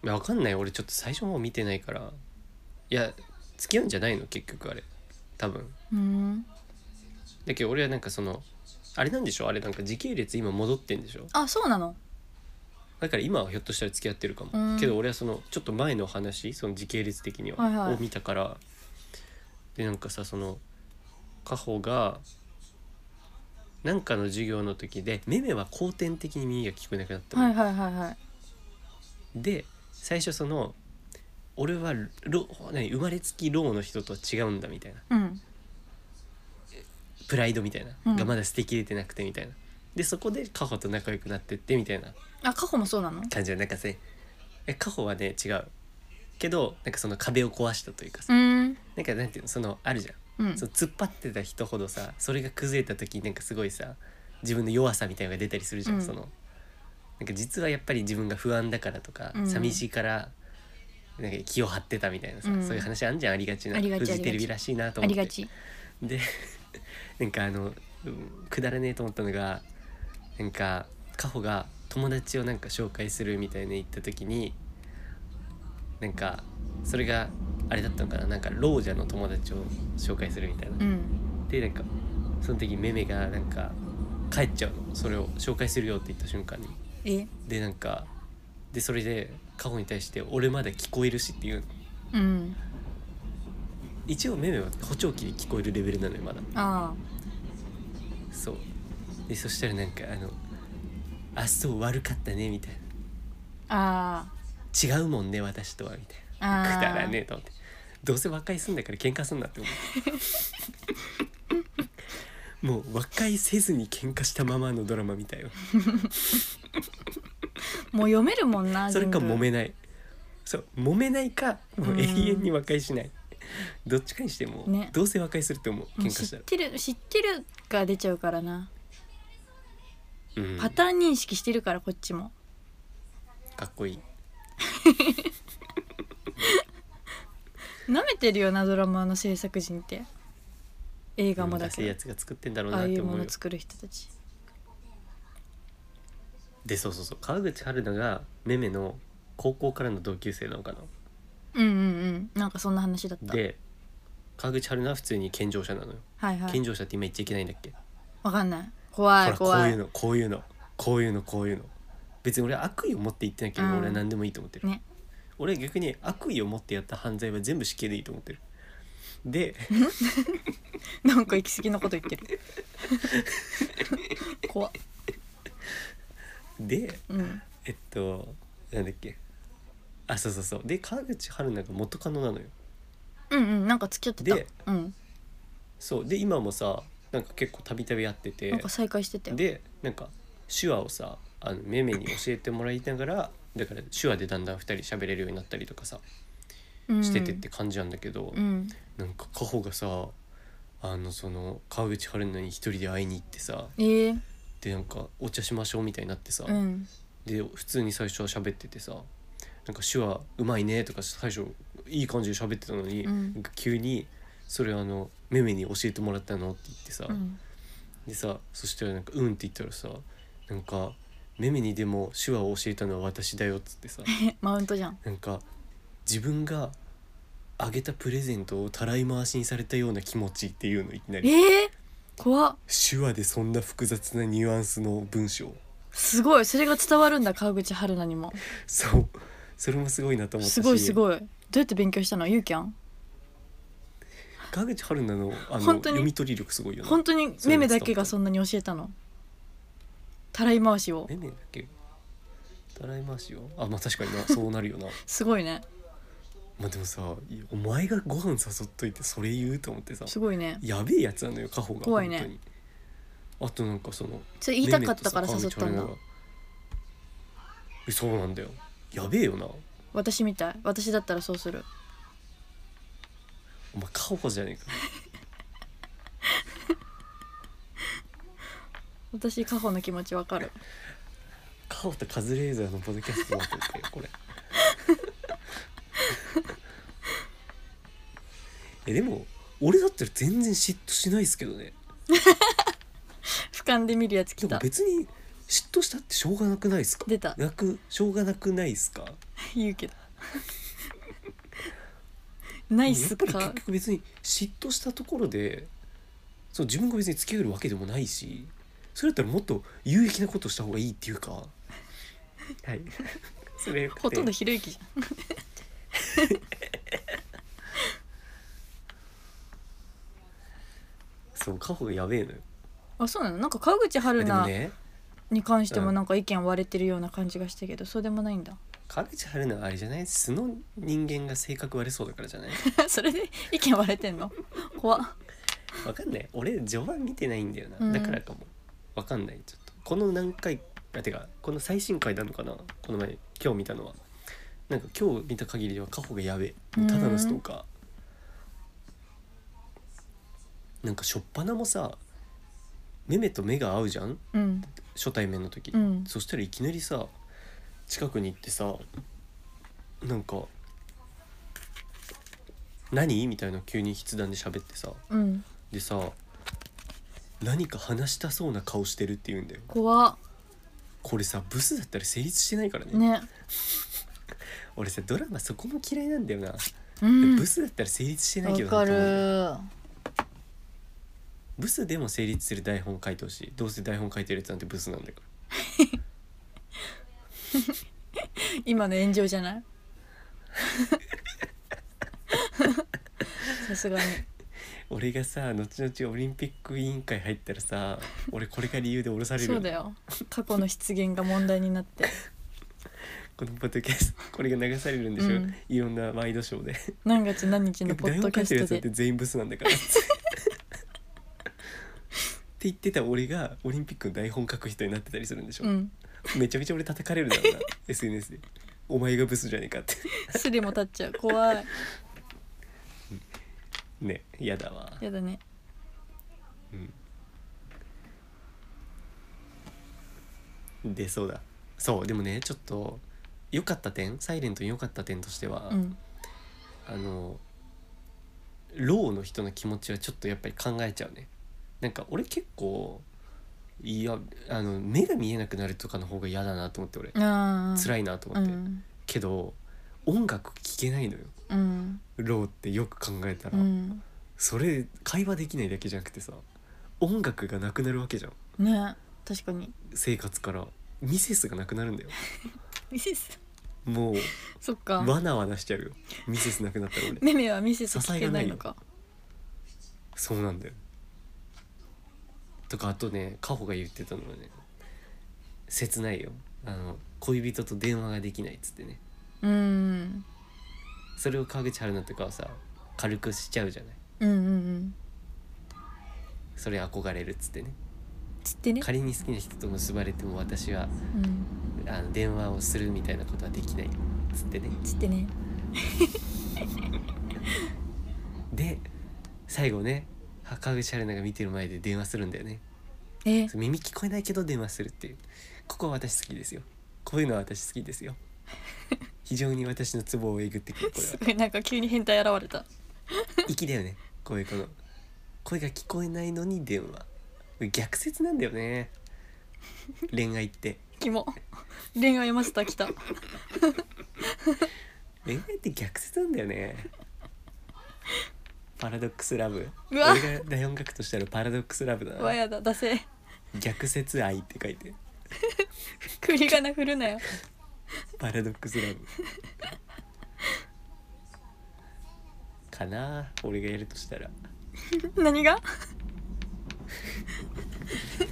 [SPEAKER 1] わかんない俺ちょっと最初の方見てないからいや付き合うんじゃないの結局あれ多分
[SPEAKER 2] うん
[SPEAKER 1] だけど俺はなんかそのあれなんでしょあれなんか時系列今戻ってんでしょ
[SPEAKER 2] あそうなの
[SPEAKER 1] だから今はひょっとしたら付き合ってるかも、
[SPEAKER 2] うん
[SPEAKER 1] けど俺はそのちょっと前の話その時系列的には、
[SPEAKER 2] はいはい
[SPEAKER 1] を見たからでなんかさそのカホがなんかの授業の時でメメは後天的に耳が聞こえなくなったの、
[SPEAKER 2] はいはいはいはい
[SPEAKER 1] で最初その俺はろ何生まれつきローの人とは違うんだみたいな
[SPEAKER 2] うん
[SPEAKER 1] プライドみたいな、
[SPEAKER 2] うん
[SPEAKER 1] がまだ捨てきれてなくてみたいなでそこでカホと仲良くなってってみたいな
[SPEAKER 2] あカホもそうなの
[SPEAKER 1] 感じのなんかさえカホはね違うけどなんかその壁を壊したというかさ、
[SPEAKER 2] うん
[SPEAKER 1] なんかなんていうのそのあるじゃん、
[SPEAKER 2] うん
[SPEAKER 1] その突っ張ってた人ほどさそれが崩れた時になんかすごいさ自分の弱さみたいなのが出たりするじゃん、
[SPEAKER 2] うん
[SPEAKER 1] そのなんか実はやっぱり自分が不安だからとか、
[SPEAKER 2] うん
[SPEAKER 1] 寂しいからなんか気を張ってたみたいなさ、
[SPEAKER 2] うん
[SPEAKER 1] そういう話あんじゃんありがちな
[SPEAKER 2] ありがち
[SPEAKER 1] フジテレ
[SPEAKER 2] ありが
[SPEAKER 1] ビ
[SPEAKER 2] ち
[SPEAKER 1] らしいなと
[SPEAKER 2] あ
[SPEAKER 1] 思っ
[SPEAKER 2] り
[SPEAKER 1] て
[SPEAKER 2] がち
[SPEAKER 1] で *laughs* なんかあのうんくだらねえと思ったのがなんかカホが友達をなんか紹介するみたいに言った時になんかそれがあれだったのかななんか老者の友達を紹介するみたいな。
[SPEAKER 2] うん
[SPEAKER 1] でなんかその時メメがなんか帰っちゃうのそれを紹介するよって言った瞬間に。
[SPEAKER 2] え
[SPEAKER 1] でなんかでそれでカホに対して「俺まだ聞こえるし」っていう
[SPEAKER 2] うん
[SPEAKER 1] 一応メメは補聴器で聞こえるレベルなのよまだ。
[SPEAKER 2] あ
[SPEAKER 1] そうでそしたらなんかあの「あそう悪かったね」みたい
[SPEAKER 2] ああ
[SPEAKER 1] な「違うもんね私とは」みたい
[SPEAKER 2] ああ
[SPEAKER 1] な「
[SPEAKER 2] あ
[SPEAKER 1] くだらねえ」と思ってどうせ和解すんだから喧嘩すんなって思うもう和解せずに喧嘩したままのドラマみたいよ
[SPEAKER 2] もう読めるもんな
[SPEAKER 1] それか
[SPEAKER 2] 全部
[SPEAKER 1] 揉めないそう揉めないかもう永遠に和解しないどっちかにしても、
[SPEAKER 2] ね
[SPEAKER 1] どうせ和解すると思う
[SPEAKER 2] も
[SPEAKER 1] 喧
[SPEAKER 2] う
[SPEAKER 1] 嘩
[SPEAKER 2] 知
[SPEAKER 1] した
[SPEAKER 2] っ
[SPEAKER 1] ら、
[SPEAKER 2] てる知ってるが出ちゃうからな
[SPEAKER 1] うん、
[SPEAKER 2] パターン認識してるからこっちも
[SPEAKER 1] かっこいい
[SPEAKER 2] なめてるよなドラマの制作陣って映画もだ
[SPEAKER 1] ダセい
[SPEAKER 2] け
[SPEAKER 1] や
[SPEAKER 2] ど
[SPEAKER 1] つが作ってんだろう
[SPEAKER 2] あ
[SPEAKER 1] な
[SPEAKER 2] あ
[SPEAKER 1] っ
[SPEAKER 2] い
[SPEAKER 1] て
[SPEAKER 2] う
[SPEAKER 1] 思
[SPEAKER 2] も
[SPEAKER 1] うよ
[SPEAKER 2] の作る人たち
[SPEAKER 1] でそうそうそう川口春奈がめめの高校からの同級生なのかな
[SPEAKER 2] うんうんうんなんかそんな話だった
[SPEAKER 1] で川口春奈は普通に健常者なのよ、
[SPEAKER 2] はいはい
[SPEAKER 1] 健常者って今言っちゃいけないんだっけ、
[SPEAKER 2] わかんない怖い
[SPEAKER 1] ほらこ
[SPEAKER 2] 怖
[SPEAKER 1] う
[SPEAKER 2] い
[SPEAKER 1] いうのこういうのこういうのこういうの別に俺は悪意を持って言ってなければ
[SPEAKER 2] うん
[SPEAKER 1] 俺は何でもいいと思ってる、
[SPEAKER 2] ね
[SPEAKER 1] 俺は逆に悪意を持ってやった犯罪は全部死刑でいいと思ってる
[SPEAKER 2] *laughs*
[SPEAKER 1] で
[SPEAKER 2] なんか行き過ぎなこと言っ
[SPEAKER 1] *laughs*
[SPEAKER 2] てる怖っ
[SPEAKER 1] で
[SPEAKER 2] うん
[SPEAKER 1] えっとなんだっけあそうそうそうで川口春奈が元カノなのよ
[SPEAKER 2] うんうんなんか付き合ってた
[SPEAKER 1] で
[SPEAKER 2] うん
[SPEAKER 1] そうで今もさなんか結構たびたび会ってて
[SPEAKER 2] なんか再会してたよ
[SPEAKER 1] でなんか手話をさあのめめに教えてもらいながらだから手話でだんだん2人喋れるようになったりとかさしててって感じなんだけど、
[SPEAKER 2] うん
[SPEAKER 1] なんかカホがさあのその川口春奈に一人で会いに行ってさ
[SPEAKER 2] ええ
[SPEAKER 1] でなんかお茶しましょうみたいになってさ、
[SPEAKER 2] うん
[SPEAKER 1] で普通に最初は喋っててさなんか手話うまいねとか最初いい感じで喋ってたのに、
[SPEAKER 2] うん
[SPEAKER 1] なんか急にそれあのめめに教えてもらったのって言ってさ、
[SPEAKER 2] うん
[SPEAKER 1] でさそしたらなんか「うん」って言ったらさなんか「めめにでも手話を教えたのは私だよ」っつって
[SPEAKER 2] *laughs*
[SPEAKER 1] さ
[SPEAKER 2] マウントじゃん
[SPEAKER 1] なんか自分があげたプレゼントをたらい回しにされたような気持ちっていうのいきなり
[SPEAKER 2] ええ怖っ
[SPEAKER 1] 手話でそんな複雑なニュアンスの文章
[SPEAKER 2] すごいそれが伝わるんだ川口春奈にも
[SPEAKER 1] そうそれもすごいなと思ったし
[SPEAKER 2] すごいすごいどうやって勉強したのゆうきゃん
[SPEAKER 1] 川口春奈のあの
[SPEAKER 2] 本当に
[SPEAKER 1] 読み取り力すごいよな
[SPEAKER 2] 本当にめめだけがそんなに教えたのたらい回しを
[SPEAKER 1] めめだっけたらい回しをあまあ確かになそうなるよな *laughs*
[SPEAKER 2] すごいね
[SPEAKER 1] まあでもさいやお前がご飯誘っといてそれ言うと思ってさ
[SPEAKER 2] すごいね
[SPEAKER 1] やべえやつなのよカホが
[SPEAKER 2] 怖いね
[SPEAKER 1] 本当にあとなんかその
[SPEAKER 2] それ言いたかったから誘ったんだ
[SPEAKER 1] めめとさ川口春奈がえそうなんだよやべえよな
[SPEAKER 2] 私みたい私だったらそうする
[SPEAKER 1] お前カホじゃねえか
[SPEAKER 2] 私カホの気持ちわ
[SPEAKER 1] *laughs*
[SPEAKER 2] かる
[SPEAKER 1] カホとカズレーザーのポッドキャストになってるんだよこれ *laughs* えでも俺だったら全然嫉妬しないですけどね
[SPEAKER 2] 俯瞰で見るやつ
[SPEAKER 1] で
[SPEAKER 2] 来
[SPEAKER 1] も
[SPEAKER 2] た
[SPEAKER 1] 別に嫉妬したってしょうがなくないですか
[SPEAKER 2] 出た
[SPEAKER 1] なくしょうがなくないですか
[SPEAKER 2] 言うけど *laughs* ナイス
[SPEAKER 1] やっぱり
[SPEAKER 2] か
[SPEAKER 1] 結局別に嫉妬したところでそう自分が別に付き合えるわけでもないしそれだったらもっと有益なことした方がいいっていうかはい *laughs* それよくて
[SPEAKER 2] ほとんどひろゆきじゃん
[SPEAKER 1] そうカホがやべえのよ
[SPEAKER 2] あそうなのなんか川口春
[SPEAKER 1] えでも
[SPEAKER 2] 奈
[SPEAKER 1] ね
[SPEAKER 2] に関して
[SPEAKER 1] う
[SPEAKER 2] も
[SPEAKER 1] ん
[SPEAKER 2] なんか意見割れてるような感じがしたけどそうでもないんだ *laughs*
[SPEAKER 1] 川口春奈はあれじゃない素の人間が性格割れそうだからじゃない
[SPEAKER 2] それで意見割れてんの怖っ
[SPEAKER 1] わかんない俺序盤見てないんだよな、
[SPEAKER 2] うん
[SPEAKER 1] だからかもわかんないちょっとこの何回あてかこの最新回なのかなこの前今日見たのはなんか今日見た限りではカホがやべえもうただのストーカー、なんかしょっぱなもさ目目と目が合うじゃん
[SPEAKER 2] うん
[SPEAKER 1] 初対面の時、
[SPEAKER 2] うん
[SPEAKER 1] そしたらいきなりさ近くに行ってさなんか「何?」みたいな急に筆談で喋ってさ
[SPEAKER 2] うん
[SPEAKER 1] でさ何か話したそうな顔してるって言うんだよ
[SPEAKER 2] 怖っ
[SPEAKER 1] これさブスだったら成立してないからね
[SPEAKER 2] ね
[SPEAKER 1] 俺さドラマそこも嫌いなんだよな、
[SPEAKER 2] うん
[SPEAKER 1] ブスだったら成立してないけ
[SPEAKER 2] わ
[SPEAKER 1] どな
[SPEAKER 2] か
[SPEAKER 1] と思
[SPEAKER 2] る
[SPEAKER 1] うんだよブスでも成立する台本書いてほしいどうせ台本書いてるやつなんてブスなんだから
[SPEAKER 2] 今の炎上じゃない *laughs* さすがに
[SPEAKER 1] 俺がさ後々オリンピック委員会入ったらさ俺これが理由で降ろされる
[SPEAKER 2] そ
[SPEAKER 1] よ
[SPEAKER 2] うだよ過去の失言が問題に
[SPEAKER 1] *laughs*
[SPEAKER 2] なって
[SPEAKER 1] このポッドキャストこれが流されるんでしょ、
[SPEAKER 2] うん
[SPEAKER 1] いろんなワイドショーで
[SPEAKER 2] 何月何日のポ
[SPEAKER 1] 台
[SPEAKER 2] ッ
[SPEAKER 1] 本
[SPEAKER 2] ド
[SPEAKER 1] 書
[SPEAKER 2] キ
[SPEAKER 1] いてる
[SPEAKER 2] ャ
[SPEAKER 1] やつ
[SPEAKER 2] ス
[SPEAKER 1] だ
[SPEAKER 2] ト
[SPEAKER 1] って
[SPEAKER 2] で
[SPEAKER 1] 全員ブスなんだからってって言ってた俺がオリンピックの台本書く人になってたりするんでしょ、
[SPEAKER 2] うん
[SPEAKER 1] めちゃめちゃ俺叩かれるだろうな SNS でお前がブスじゃねえかって
[SPEAKER 2] スリも立っちゃう怖い
[SPEAKER 1] ねやだわ
[SPEAKER 2] やだね
[SPEAKER 1] でそうだそうでもねちょっと良かった点サイレントに良かった点としては、
[SPEAKER 2] うん
[SPEAKER 1] あのローの人の気持ちはちょっとやっぱり考えちゃうねなんか俺結構いやあの目が見えなくなるとかの方が嫌だなと思って俺
[SPEAKER 2] ああ
[SPEAKER 1] 辛
[SPEAKER 2] い
[SPEAKER 1] いなと
[SPEAKER 2] う
[SPEAKER 1] 思って、
[SPEAKER 2] ん
[SPEAKER 1] けど音楽聴けないのよ
[SPEAKER 2] うん
[SPEAKER 1] ローってよく考えた
[SPEAKER 2] う
[SPEAKER 1] ら、
[SPEAKER 2] ん
[SPEAKER 1] それ会話できないだけじゃなくてさ音楽がなくなるわけじゃん
[SPEAKER 2] ね確かに
[SPEAKER 1] 生活からミセスがなくなるんだよ
[SPEAKER 2] ミセス
[SPEAKER 1] もう
[SPEAKER 2] そっか
[SPEAKER 1] わなわなしちゃうよミセスなくなったら俺
[SPEAKER 2] めめはミセス聞けないのか
[SPEAKER 1] そうなんだよとかあとねカホが言ってたのはね切ないよあの恋人と電話ができないっつってね
[SPEAKER 2] うん
[SPEAKER 1] それを川口春奈とかはさ軽くしちゃうじゃない
[SPEAKER 2] うんうんうん
[SPEAKER 1] それ憧れるっつってね
[SPEAKER 2] つってね
[SPEAKER 1] 仮に好きな人と結ばれても私は
[SPEAKER 2] うん
[SPEAKER 1] あの電話をするみたいなことはできないっつってね
[SPEAKER 2] つってね
[SPEAKER 1] で最後ね「坂口春奈が見てる前で電話するんだよね
[SPEAKER 2] え
[SPEAKER 1] そう耳聞こえないけど電話するっていうここは私好きですよこういうのは私好きですよ非常に私のツボをえぐってくるこれは
[SPEAKER 2] す *laughs* ごいなんか急に変態現れた
[SPEAKER 1] 粋だよねこういうこの声が聞こえないのに電話これ逆説なんだよね恋愛って
[SPEAKER 2] キモ恋愛マスター来 *laughs* た
[SPEAKER 1] 恋愛って逆説なんだよねパラドックスラブ
[SPEAKER 2] う
[SPEAKER 1] 俺
[SPEAKER 2] わ
[SPEAKER 1] が大音楽としたらパラドックスラブだ
[SPEAKER 2] うわ
[SPEAKER 1] な
[SPEAKER 2] やだダセえ
[SPEAKER 1] 逆説愛って書いて
[SPEAKER 2] 振り仮名振るなよ
[SPEAKER 1] パラドックスラブかな俺がやるとしたら
[SPEAKER 2] 何が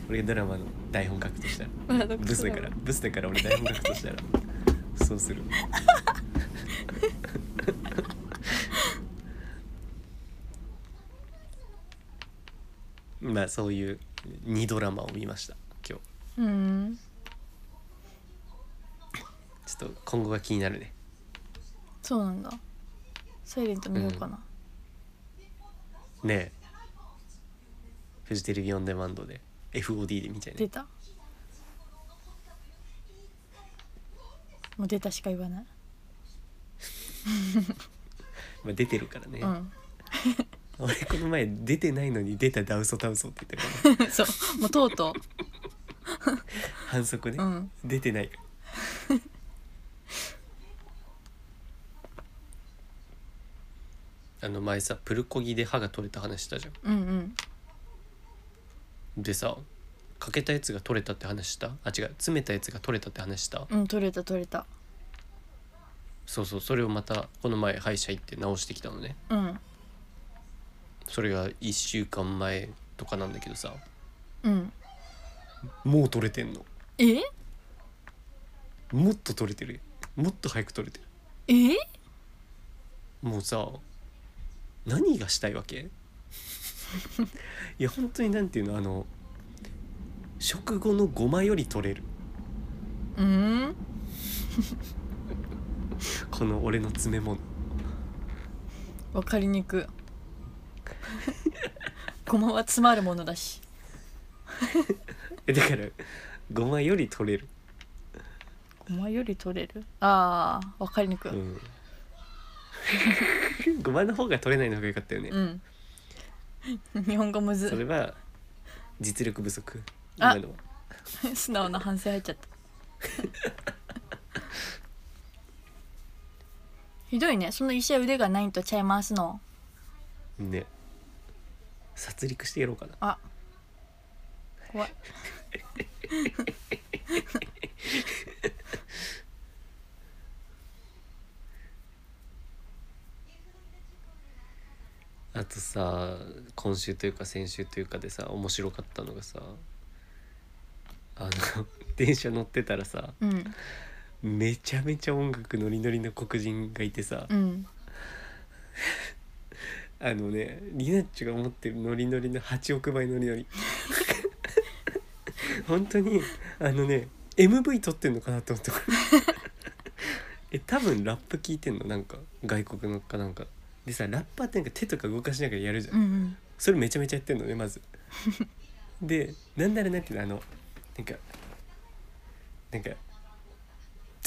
[SPEAKER 1] 俺がドラマの台本書くとしたら
[SPEAKER 2] パラドック
[SPEAKER 1] ブ
[SPEAKER 2] ス
[SPEAKER 1] ス
[SPEAKER 2] だ
[SPEAKER 1] だからブスだから俺台本書くとしたらそうする *laughs* まあそういう2ドラマを見ました今
[SPEAKER 2] うん
[SPEAKER 1] 日ちょっと今後が気になるね
[SPEAKER 2] そうなんだサイレント見ようかな、
[SPEAKER 1] ねえフジテレビオンデマンドで FOD で見たい
[SPEAKER 2] 出
[SPEAKER 1] ね
[SPEAKER 2] たもう出たしか言わない、
[SPEAKER 1] まあ、出てるからね、
[SPEAKER 2] うん
[SPEAKER 1] 俺この前出てないのに出たダウソダウソって言ったから
[SPEAKER 2] *laughs* そうもうとうと
[SPEAKER 1] 反則ね、
[SPEAKER 2] ううん
[SPEAKER 1] 出てないから *laughs* あの前さプルコギで歯が取れた話したじゃん
[SPEAKER 2] うんうん
[SPEAKER 1] でさ欠けたやつが取れたって話したあ違う詰めたやつが取れたって話した
[SPEAKER 2] うん取れた取れた
[SPEAKER 1] そうそうそれをまたこの前歯医者行って直してきたのね
[SPEAKER 2] うん
[SPEAKER 1] それが1週間前とかなんだけどさ
[SPEAKER 2] うん
[SPEAKER 1] もう取れてんの
[SPEAKER 2] え
[SPEAKER 1] もっと取れてるよもっと早く取れてる
[SPEAKER 2] え
[SPEAKER 1] もうさ何がしたいわけ *laughs* いや本当になんていうのあの食後のごまより取れる
[SPEAKER 2] うん
[SPEAKER 1] この俺の詰め物
[SPEAKER 2] わかりにくい *laughs* ごまは詰まるものだし
[SPEAKER 1] えだからごまより取れる、
[SPEAKER 2] ごまより取れるあーわかりにくい、
[SPEAKER 1] うん、 *laughs* ごまの方が取れないのが良かったよね、
[SPEAKER 2] うん。 *laughs* 日本語む
[SPEAKER 1] それ
[SPEAKER 2] ず。
[SPEAKER 1] は実力不足
[SPEAKER 2] あ
[SPEAKER 1] 今のは
[SPEAKER 2] 素直な反省入っちゃ *laughs* った。ひどいね。その医者腕がないんとちゃいますの。
[SPEAKER 1] ね殺戮してやろうかな
[SPEAKER 2] あ。怖い。
[SPEAKER 1] あとさ今週というか先週というかでさ面白かったのがさあの *laughs* 電車乗ってたらさ
[SPEAKER 2] うん。
[SPEAKER 1] めちゃめちゃ音楽ノリノリの黒人がいてさ
[SPEAKER 2] うん。
[SPEAKER 1] あのねリナッチが持ってるノリノリの8億倍ノリノ *laughs* リ本当にあのね MV 撮ってんのかなと思った *laughs* え多分ラップ聞いてんのなんか外国のかなんかでさラッパーってなんか手とか動かしながらやるじゃん
[SPEAKER 2] うん。うん。
[SPEAKER 1] それめちゃめちゃやってんのねまずでなんならなんていうのあのなんかなんか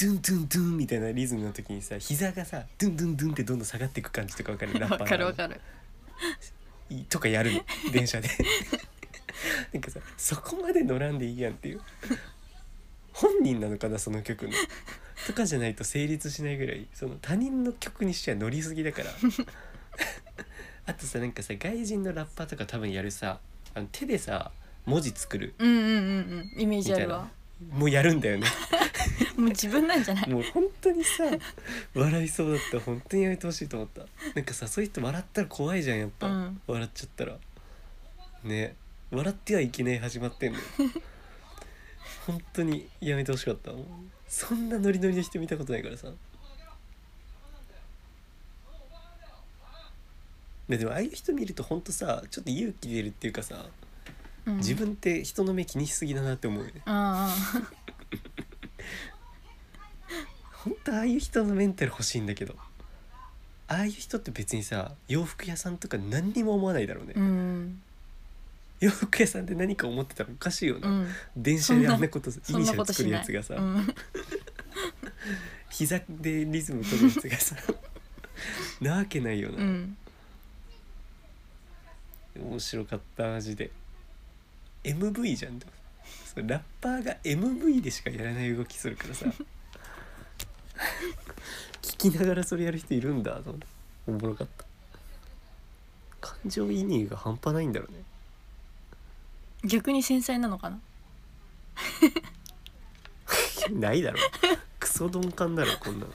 [SPEAKER 1] ドゥンドゥンドゥンみたいなリズムの時にさ膝がさドゥンドゥンドゥンってどんどん下がっていく感じとかわかるラッパ
[SPEAKER 2] わ
[SPEAKER 1] ーの
[SPEAKER 2] かるわかる。
[SPEAKER 1] とかやるの電車でなんかさそこまで乗らんでいいやんっていう本人なのかなその曲のとかじゃないと成立しないぐらいその他人の曲にしては乗りすぎだからあとさなんかさ外人のラッパーとか多分やるさあの手でさ文字作る
[SPEAKER 2] うんうんうんうん。イメージあるわ。
[SPEAKER 1] もうやるんだよね
[SPEAKER 2] もう自分なんじゃない。
[SPEAKER 1] もう本当にさ笑いそうだった本当にやめてほしいと思ったなんかさそういう人笑ったら怖いじゃんやっぱ、
[SPEAKER 2] うん
[SPEAKER 1] 笑っちゃったらね笑ってはいけない始まってんの本当にやめてほしかったもうそんなノリノリの人見たことないからさねでもああいう人見ると本当さちょっと勇気出るっていうかさ
[SPEAKER 2] うん。
[SPEAKER 1] *laughs* 自分って人の目気にしすぎだなって思うよね
[SPEAKER 2] うんうん。
[SPEAKER 1] 本当ああいう人のメンタル欲しいんだけどああいう人って別にさ洋服屋さんとか何にも思わないだろうね、
[SPEAKER 2] うん、
[SPEAKER 1] 洋服屋さんって何か思ってたらおかしいよ
[SPEAKER 2] う
[SPEAKER 1] な、
[SPEAKER 2] ん、
[SPEAKER 1] 電車であんなことイ
[SPEAKER 2] そ
[SPEAKER 1] ニ
[SPEAKER 2] ん
[SPEAKER 1] シャ
[SPEAKER 2] なこ
[SPEAKER 1] ル
[SPEAKER 2] と
[SPEAKER 1] 作
[SPEAKER 2] し
[SPEAKER 1] る
[SPEAKER 2] な
[SPEAKER 1] や
[SPEAKER 2] い
[SPEAKER 1] つがさ、
[SPEAKER 2] うん、
[SPEAKER 1] 膝でリズム取るやつがさ
[SPEAKER 2] *laughs*
[SPEAKER 1] なわけないよ
[SPEAKER 2] う
[SPEAKER 1] な、
[SPEAKER 2] ん、
[SPEAKER 1] 面白かったマジで MV じゃんでもそうラッパーが MV でしかやらない動きするからさ聞きながらそれやる人いるんだと思っておもろかった感情移入が半端ないんだろうね
[SPEAKER 2] 逆に繊細なのかな
[SPEAKER 1] ないだろクソ鈍感だろこんなの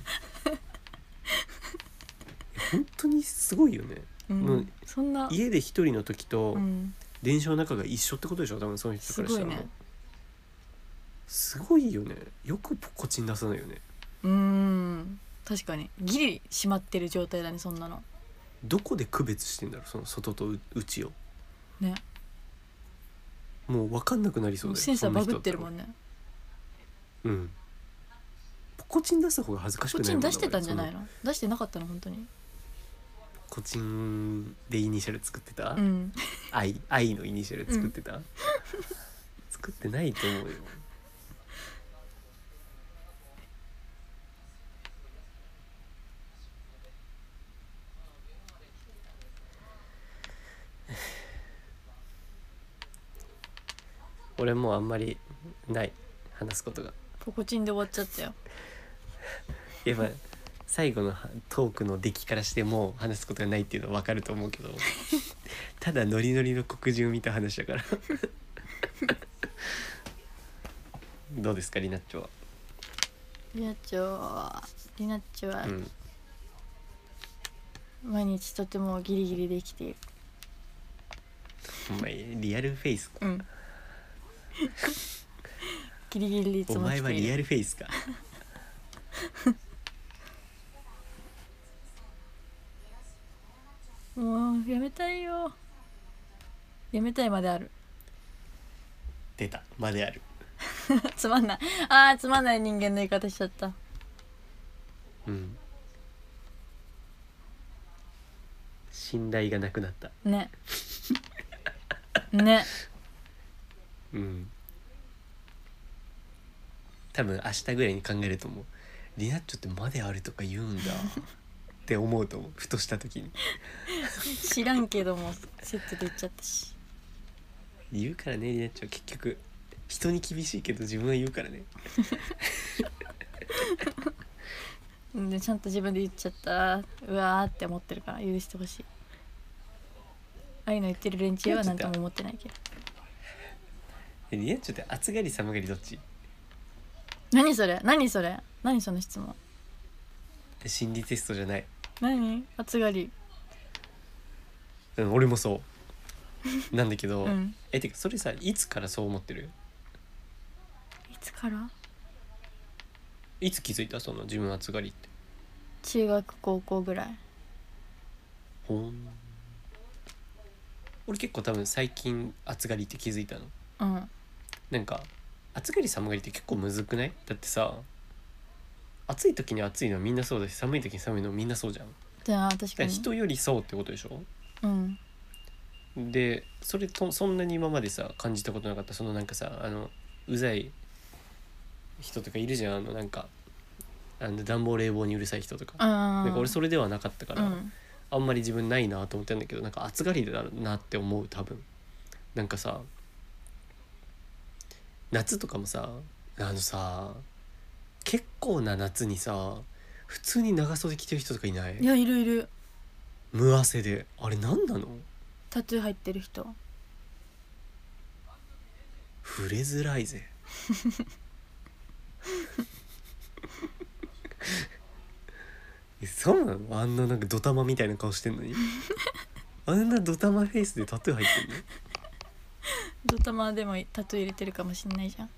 [SPEAKER 1] 本当にすごいよね
[SPEAKER 2] うん、
[SPEAKER 1] もう
[SPEAKER 2] そんな、
[SPEAKER 1] 家で一人の時と
[SPEAKER 2] うん、
[SPEAKER 1] 電車の中が一緒ってことでしょ多分その人からしたら
[SPEAKER 2] すごいね
[SPEAKER 1] すごいよねよくポコチン出さないよね
[SPEAKER 2] うん確かにギリ閉まってる状態だねそんなの
[SPEAKER 1] どこで区別してんだろうその外とう内を
[SPEAKER 2] ね
[SPEAKER 1] もう分かんなくなりそう
[SPEAKER 2] も
[SPEAKER 1] だ
[SPEAKER 2] う
[SPEAKER 1] よ
[SPEAKER 2] センサーバグってるも
[SPEAKER 1] ね
[SPEAKER 2] んね
[SPEAKER 1] うんポコチン出した方が恥ずかし
[SPEAKER 2] こ
[SPEAKER 1] く
[SPEAKER 2] っ
[SPEAKER 1] ない
[SPEAKER 2] ち
[SPEAKER 1] も
[SPEAKER 2] に
[SPEAKER 1] んな
[SPEAKER 2] 出してたんじゃない
[SPEAKER 1] 俺
[SPEAKER 2] の出してなかったの本当に
[SPEAKER 1] そのポコチンでイニシャル作ってた、
[SPEAKER 2] うん
[SPEAKER 1] 愛愛のイニシャル作ってた、 *laughs* 作ってないと思うよ *laughs* 俺もうあんまりない話すことが
[SPEAKER 2] ポコチンで終わっちゃったよ
[SPEAKER 1] やっぱ最後のはトークの出来からしてもう話すことがないっていうのは分かると思う
[SPEAKER 2] *laughs*
[SPEAKER 1] けどただノリノリの黒人を見た話だから
[SPEAKER 2] *laughs*
[SPEAKER 1] どうですかリナッチョは、
[SPEAKER 2] リナッチョはリナッチョは
[SPEAKER 1] うん、
[SPEAKER 2] 毎日とてもギリギリで生きている
[SPEAKER 1] お前リアルフェイスか
[SPEAKER 2] うん
[SPEAKER 1] *laughs*
[SPEAKER 2] ギリギリでいつ
[SPEAKER 1] お
[SPEAKER 2] も
[SPEAKER 1] 前
[SPEAKER 2] 生き
[SPEAKER 1] は
[SPEAKER 2] てい
[SPEAKER 1] リア
[SPEAKER 2] る
[SPEAKER 1] ルフェイスか
[SPEAKER 2] もうやめたいよやめたいまである *laughs*
[SPEAKER 1] 出たまである
[SPEAKER 2] つまんないあーつまんない人間の言い方しちゃった
[SPEAKER 1] うん信頼がなくなった
[SPEAKER 2] ねね
[SPEAKER 1] うん多分明日ぐらいに考えると思うリナッチョってまであるとか言うんだって思うと思うふとした時に
[SPEAKER 2] 知らんけどもセットで言っちゃったし
[SPEAKER 1] 言うからねリナッチョ結局人に厳しいけど自分は言うからね
[SPEAKER 2] うんでちゃんと自分で言っちゃったうわーって思ってるから許してほしいああいうの言ってる連中は何とも思ってないけど
[SPEAKER 1] えリナッチョって暑がり寒がりどっち
[SPEAKER 2] 何それ何それ何その質問
[SPEAKER 1] 心理テストじゃない、
[SPEAKER 2] 何暑がり
[SPEAKER 1] うん、俺もそうなんだけど、
[SPEAKER 2] うん
[SPEAKER 1] えてかそれさいつからそう思ってる
[SPEAKER 2] いつから
[SPEAKER 1] いつ気づいたその自分暑がりって
[SPEAKER 2] 中学高校ぐらい
[SPEAKER 1] ほん俺結構多分最近暑がりって気づいたの
[SPEAKER 2] うん
[SPEAKER 1] なんか暑がり寒がりって結構むずくないだってさ暑い時に暑いのはみんなそうだし寒い時に寒いのはみんなそうじゃんだか
[SPEAKER 2] じゃあ確からに
[SPEAKER 1] 人よりそうってことでしょ
[SPEAKER 2] うん
[SPEAKER 1] でそれとそんなに今までさ感じたことなかったそのなんかさあのうざい人とかいるじゃんあのなんかあの暖房冷房にうるさい人とか
[SPEAKER 2] あ
[SPEAKER 1] なんか俺
[SPEAKER 2] れ
[SPEAKER 1] それではなかったから、
[SPEAKER 2] うん
[SPEAKER 1] あんまり自分ないなと思ってんだけどなんか暑がりだなって思う多分なんかさ夏とかもさあのさ結構な夏にさ普通に長袖着てる人とかいない
[SPEAKER 2] いやいるいる
[SPEAKER 1] 無汗であれ何なの
[SPEAKER 2] タトゥー入ってる人
[SPEAKER 1] 触れづらいぜえそうなのあんななんかドタマみたいな顔してんのにあんなドタマフェイスでタトゥー入ってんの
[SPEAKER 2] ドタマでもタトゥー入れてるかもしんないじゃん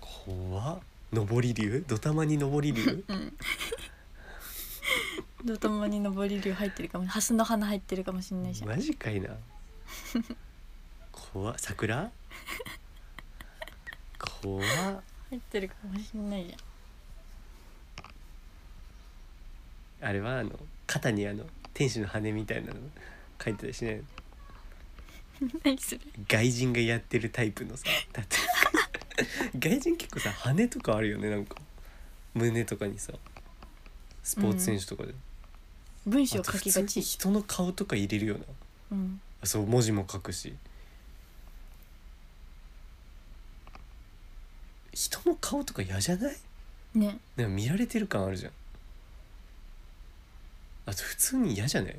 [SPEAKER 1] 怖っ上り竜ドタマに上り竜
[SPEAKER 2] ドタマに登り竜入ってるかもハスの花入ってるかもしんないじゃん
[SPEAKER 1] マジかいな怖っ桜怖っ
[SPEAKER 2] 入ってるかもしんないじゃん
[SPEAKER 1] ああれはあの肩にあの天使の羽みたいなの書いてたりしない
[SPEAKER 2] *laughs* 何それ
[SPEAKER 1] 外人がやってるタイプのさだって *laughs* 外人結構さ羽とかあるよねなんか胸とかにさスポーツ選手とかで、
[SPEAKER 2] 文章
[SPEAKER 1] あ
[SPEAKER 2] 書
[SPEAKER 1] と普
[SPEAKER 2] き
[SPEAKER 1] 通
[SPEAKER 2] が
[SPEAKER 1] に
[SPEAKER 2] ち、
[SPEAKER 1] 人の顔とか入れるよな
[SPEAKER 2] うん、
[SPEAKER 1] そう文字も書くし人の顔とか嫌じゃない
[SPEAKER 2] ね
[SPEAKER 1] なんか見られてる感あるじゃんあと普通に嫌じゃない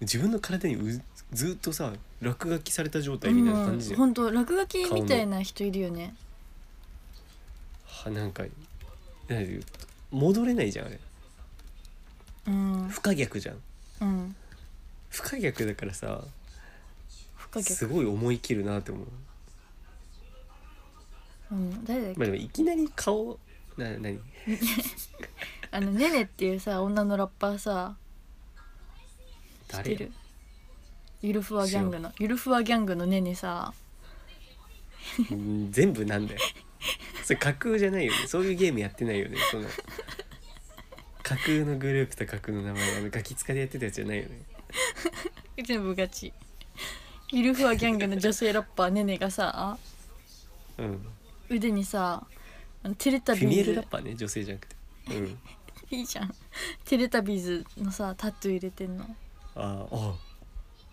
[SPEAKER 1] 自分の体にうずっとさ落書きされた状態みたいな感じじゃん、
[SPEAKER 2] 本当落書きみたいな人いるよね
[SPEAKER 1] はなんかなんか戻れないじゃんあれ
[SPEAKER 2] うん
[SPEAKER 1] 不可逆じゃん
[SPEAKER 2] うん
[SPEAKER 1] 不可逆だからさ
[SPEAKER 2] 不可
[SPEAKER 1] す
[SPEAKER 2] 逆、
[SPEAKER 1] ごい思い切るなって思う
[SPEAKER 2] うん、誰だっけ
[SPEAKER 1] まあでもいきなり顔な何
[SPEAKER 2] あのねねっていうさ女のラッパーさ知っ
[SPEAKER 1] 誰
[SPEAKER 2] て
[SPEAKER 1] や
[SPEAKER 2] るゆるふわギャングのゆるふわギャングのねねさ
[SPEAKER 1] うん全部なんだよそれ架空じゃないよねそういうゲームやってないよねその架空のグループと架空の名前あのガキ使でやってたやつじゃないよね
[SPEAKER 2] 全部ガチゆるふわギャングの女性ラッパーねねがさ
[SPEAKER 1] うん
[SPEAKER 2] 腕にさあのテレタ
[SPEAKER 1] フィミ
[SPEAKER 2] ビ
[SPEAKER 1] エ
[SPEAKER 2] ー
[SPEAKER 1] ルラ
[SPEAKER 2] ズ
[SPEAKER 1] ッパーね女性じゃなくてうん
[SPEAKER 2] いいじゃんテレタビーズのさタトゥー入れてんの
[SPEAKER 1] あーあ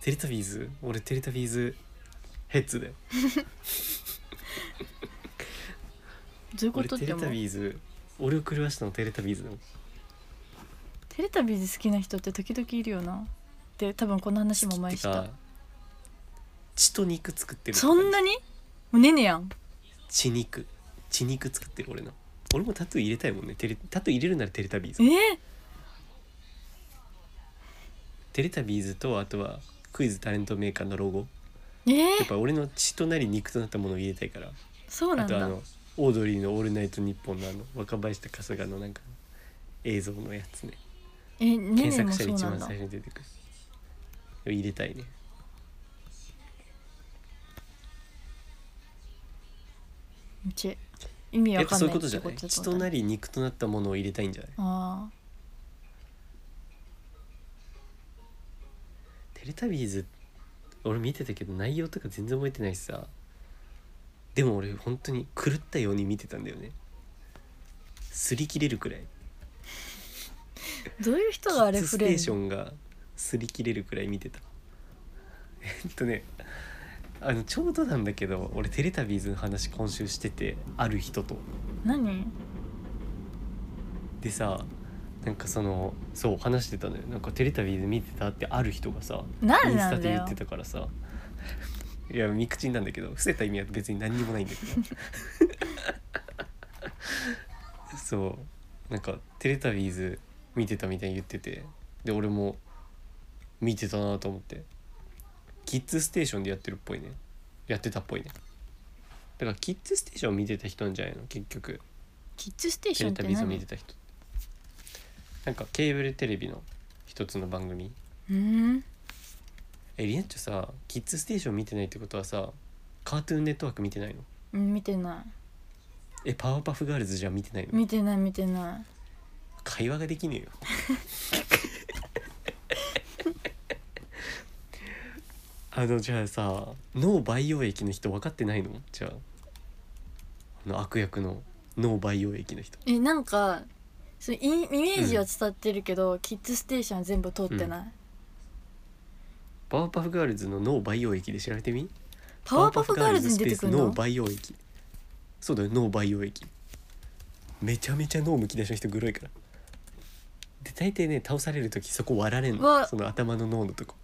[SPEAKER 1] テレタビーズ俺テレタビーズヘッズだよ
[SPEAKER 2] どういうこ
[SPEAKER 1] 俺
[SPEAKER 2] とっ
[SPEAKER 1] テ
[SPEAKER 2] て
[SPEAKER 1] レ
[SPEAKER 2] 思う
[SPEAKER 1] タビーズ俺を狂わしたのテレタビーズだもん
[SPEAKER 2] テレタビーズ好きな人って時々いるよなで多分この話も前し
[SPEAKER 1] 好きって
[SPEAKER 2] た
[SPEAKER 1] か血と肉作ってる
[SPEAKER 2] そんなにもうねねやん
[SPEAKER 1] 血肉血肉作ってる俺な俺もタトゥー入れたいもんねテレタトゥー入れるならテレタビーズ
[SPEAKER 2] えー、
[SPEAKER 1] テレタビーズとあとはクイズタレントメーカーのロゴ
[SPEAKER 2] え
[SPEAKER 1] やっ
[SPEAKER 2] ー、
[SPEAKER 1] ぱ俺の血となり肉となったものを入れたいから
[SPEAKER 2] そうな
[SPEAKER 1] あ
[SPEAKER 2] ん
[SPEAKER 1] とあ
[SPEAKER 2] だ
[SPEAKER 1] のオードリーの「オールナイトニッポン」のあの若林と春日のなんか映像のやつね
[SPEAKER 2] えね
[SPEAKER 1] 検
[SPEAKER 2] ねも
[SPEAKER 1] 索者
[SPEAKER 2] そう
[SPEAKER 1] で一
[SPEAKER 2] なん
[SPEAKER 1] 番
[SPEAKER 2] だ
[SPEAKER 1] 最初に出てくる入れたいね
[SPEAKER 2] ち意味
[SPEAKER 1] や
[SPEAKER 2] わ
[SPEAKER 1] っぱ
[SPEAKER 2] かん
[SPEAKER 1] そ
[SPEAKER 2] な
[SPEAKER 1] う
[SPEAKER 2] い
[SPEAKER 1] いうことじゃない
[SPEAKER 2] って
[SPEAKER 1] 血
[SPEAKER 2] こと
[SPEAKER 1] と
[SPEAKER 2] だ
[SPEAKER 1] な
[SPEAKER 2] ね
[SPEAKER 1] り肉となったものを入れたいんじゃない
[SPEAKER 2] あ
[SPEAKER 1] テレタビーズ俺見てたけど内容とか全然覚えてないしさでも俺本当に狂ったように見てたんだよね擦り切れるくらい
[SPEAKER 2] ーどういう人があれ
[SPEAKER 1] キッズス
[SPEAKER 2] 触
[SPEAKER 1] テ
[SPEAKER 2] れ
[SPEAKER 1] ー
[SPEAKER 2] る
[SPEAKER 1] シ
[SPEAKER 2] の
[SPEAKER 1] ョンが擦り切れるくらい見てた *laughs* えっとねあのちょうどなんだけど俺テレタビーズの話今週しててある人と
[SPEAKER 2] 何
[SPEAKER 1] でさなんかそのそう話してたのよなんかテレタビーズ見てたってある人がさ
[SPEAKER 2] な
[SPEAKER 1] イン
[SPEAKER 2] ん
[SPEAKER 1] ス
[SPEAKER 2] な
[SPEAKER 1] タ
[SPEAKER 2] んだ
[SPEAKER 1] で言
[SPEAKER 2] よ
[SPEAKER 1] ってたからさ *laughs* いやみくちんなんだけど伏せた意味は別に何にもないんだけど *laughs* そうなんかテレタビーズ見てたみたいに言っててで俺も見てたなと思ってキッズステーションでやってるっぽいねやってたっぽいねだからキッズステーション見てた人なんじゃないの結局
[SPEAKER 2] キッズステーシ
[SPEAKER 1] テ
[SPEAKER 2] ョン
[SPEAKER 1] レ
[SPEAKER 2] っ
[SPEAKER 1] タ
[SPEAKER 2] て
[SPEAKER 1] ビーズを見
[SPEAKER 2] 何う
[SPEAKER 1] てた人なんかケーブルテレビの一つの番組
[SPEAKER 2] ーん
[SPEAKER 1] えリナッチョさキッズステーション見てないってことはさカートゥーンネットワーク見てないの
[SPEAKER 2] うん見てな
[SPEAKER 1] えパワーパフガールズじゃ見てない
[SPEAKER 2] い
[SPEAKER 1] の
[SPEAKER 2] 見てない見てな
[SPEAKER 1] 会話ができ
[SPEAKER 2] *laughs*
[SPEAKER 1] ねえよあのじゃあさ脳培養液の人分かってないのじゃああの悪役の脳培養液の人
[SPEAKER 2] いえなんかそうイイメージは伝わってるけど、キッズステーションは全部通ってない、
[SPEAKER 1] パワーパフガールズの脳培養液で調べてみ
[SPEAKER 2] パワーパフガールズに出てくる
[SPEAKER 1] パワー
[SPEAKER 2] の
[SPEAKER 1] パフガールズスペース脳培養液そうだよ脳培養液めちゃめちゃ脳むき出しの人グロいからで大抵ね倒される時そこ割られん
[SPEAKER 2] うわ
[SPEAKER 1] のその頭の脳のとこ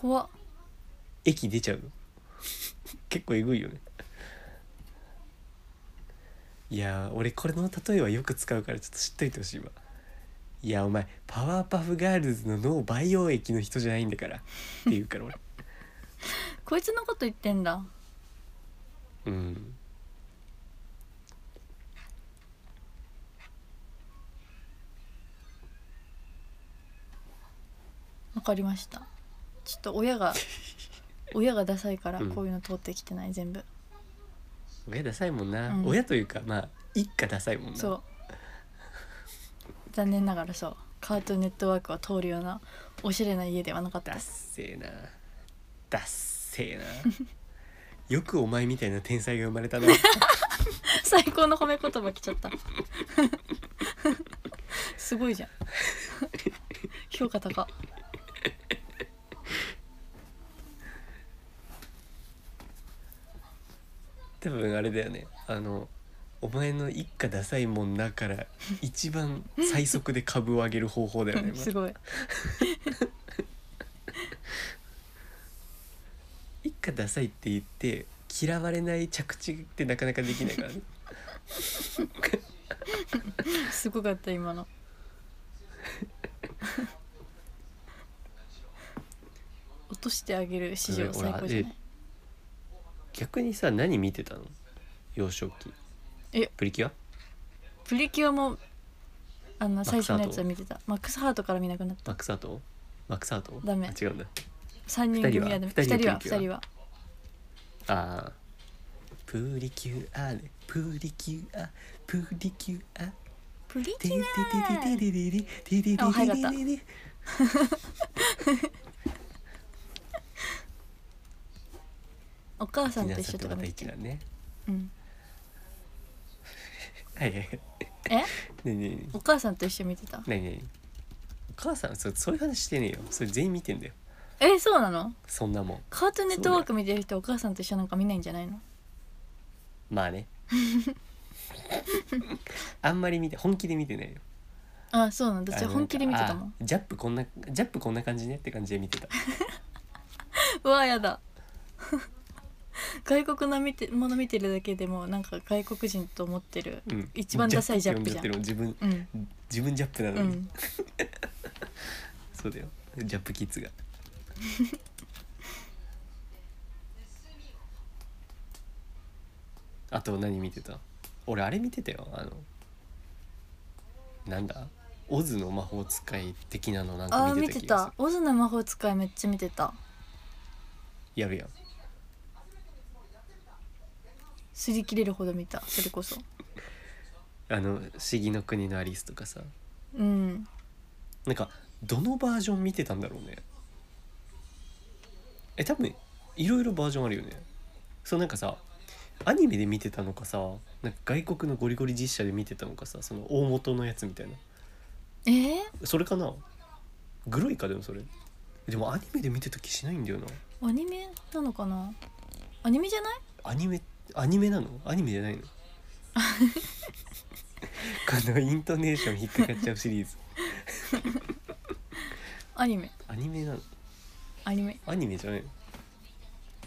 [SPEAKER 2] 怖っ
[SPEAKER 1] 液出ちゃうの *laughs* 結構えぐいよねいやー俺これの例えはよく使うからちょっと知っといてほしいわいやお前パワーパフガールズの脳培養液の人じゃないんだからって言うから俺
[SPEAKER 2] こいつのこと言ってんだ
[SPEAKER 1] うん
[SPEAKER 2] わかりましたちょっと
[SPEAKER 1] *laughs*
[SPEAKER 2] 親が親がダサいから
[SPEAKER 1] うん
[SPEAKER 2] こういうの通ってきてない全部、
[SPEAKER 1] 親ダサいもんな、
[SPEAKER 2] うん
[SPEAKER 1] 親というかまあ一家ダサいもんな
[SPEAKER 2] そう残念ながらそうカートゥーンネットワークを通るようなおしゃれな家ではなかっ
[SPEAKER 1] *laughs*
[SPEAKER 2] た
[SPEAKER 1] だ
[SPEAKER 2] で
[SPEAKER 1] っ
[SPEAKER 2] す
[SPEAKER 1] せえなだっせえな *laughs* よくお前みたいな天才が生まれた
[SPEAKER 2] *laughs*
[SPEAKER 1] な
[SPEAKER 2] 最高の褒め言葉来ち
[SPEAKER 1] *laughs*
[SPEAKER 2] ゃったすごいじゃん評価高
[SPEAKER 1] 多分あれだよねあのお前の一家ダサいもんだから一番最速で株を上げる方法だよね
[SPEAKER 2] すごい
[SPEAKER 1] 一家ダサいって言って嫌われない着地ってなかなかできないから
[SPEAKER 2] *laughs*
[SPEAKER 1] ね
[SPEAKER 2] すごかった
[SPEAKER 1] *laughs*
[SPEAKER 2] 今の落としてあげる史上最高じゃない
[SPEAKER 1] 逆にさ何見てたの幼少期
[SPEAKER 2] え
[SPEAKER 1] プリキュア
[SPEAKER 2] プリキュアもあ
[SPEAKER 1] ク
[SPEAKER 2] の
[SPEAKER 1] ス
[SPEAKER 2] 最初のやつは見てたマックスハートから見なくなった
[SPEAKER 1] マックスアートマックスアート
[SPEAKER 2] ダメ
[SPEAKER 1] あ違うんだ
[SPEAKER 2] 3人組はでも
[SPEAKER 1] 二人は
[SPEAKER 2] 2人は
[SPEAKER 1] プリキュアああプリキュ
[SPEAKER 2] 2人は
[SPEAKER 1] アでプリキュアプリキュア
[SPEAKER 2] プリ
[SPEAKER 1] テ
[SPEAKER 2] キ
[SPEAKER 1] ィ
[SPEAKER 2] ュ
[SPEAKER 1] ティティティティティティティティティティティティティ
[SPEAKER 2] あ早かった
[SPEAKER 1] ティ
[SPEAKER 2] アお母さん
[SPEAKER 1] テ
[SPEAKER 2] と
[SPEAKER 1] ィ
[SPEAKER 2] 一緒とか見
[SPEAKER 1] テ
[SPEAKER 2] て
[SPEAKER 1] ィ
[SPEAKER 2] た、
[SPEAKER 1] ね
[SPEAKER 2] うん、
[SPEAKER 1] はいはいはい
[SPEAKER 2] え
[SPEAKER 1] ねえね
[SPEAKER 2] お母さんと一緒見てた
[SPEAKER 1] えねえねえねえお母さんそうそういう話してねえよそれ全員見てんだよ
[SPEAKER 2] えそうなの
[SPEAKER 1] そんなもん
[SPEAKER 2] カートゥーンネットワーク見てる人お母さんと一緒なんか見ないんじゃないの
[SPEAKER 1] まあねあんまり見て本気で見てないよ
[SPEAKER 2] あそうなんだ
[SPEAKER 1] あ
[SPEAKER 2] 私
[SPEAKER 1] の
[SPEAKER 2] 本気で見てたもん
[SPEAKER 1] あジャップこんなジャップこんな感じねって感じで見てた
[SPEAKER 2] *laughs* うわやだ *laughs* 外国の見てもの見てるだけでもなんか外国人と思ってる、
[SPEAKER 1] うん
[SPEAKER 2] 一番ダサいジャップじゃん
[SPEAKER 1] ジャって呼でやってるもん
[SPEAKER 2] うんうん、
[SPEAKER 1] 自分自分ジャップなのに、そうだよジャップキッズが *laughs* あと何見てた俺あれ見てたよあのなんだオズの魔法使い的なのなん
[SPEAKER 2] あ
[SPEAKER 1] か
[SPEAKER 2] ー
[SPEAKER 1] 見
[SPEAKER 2] 見
[SPEAKER 1] てた
[SPEAKER 2] て
[SPEAKER 1] 気がす
[SPEAKER 2] た「オズの魔法使い」めっちゃ見てた
[SPEAKER 1] るやるやん
[SPEAKER 2] 擦り切れるほど見たそれこそ
[SPEAKER 1] あの「不思議の国のアリス」とかさ
[SPEAKER 2] うん
[SPEAKER 1] なんかどのバージョン見てたんだろうねえ多分いろいろバージョンあるよねそうなんかさアニメで見てたのかさなんか外国のゴリゴリ実写で見てたのかさその大元のやつみたいな
[SPEAKER 2] えー、
[SPEAKER 1] それかなグロいかでもそれでもアニメで見てた気しないんだよな
[SPEAKER 2] アニメなのかなアニメじゃない
[SPEAKER 1] アニメアニメなのアニメじゃないのこのイントネーション引っかかっちゃうシリーズ
[SPEAKER 2] アニメ
[SPEAKER 1] アニメなの
[SPEAKER 2] アニメ
[SPEAKER 1] アニメじゃないの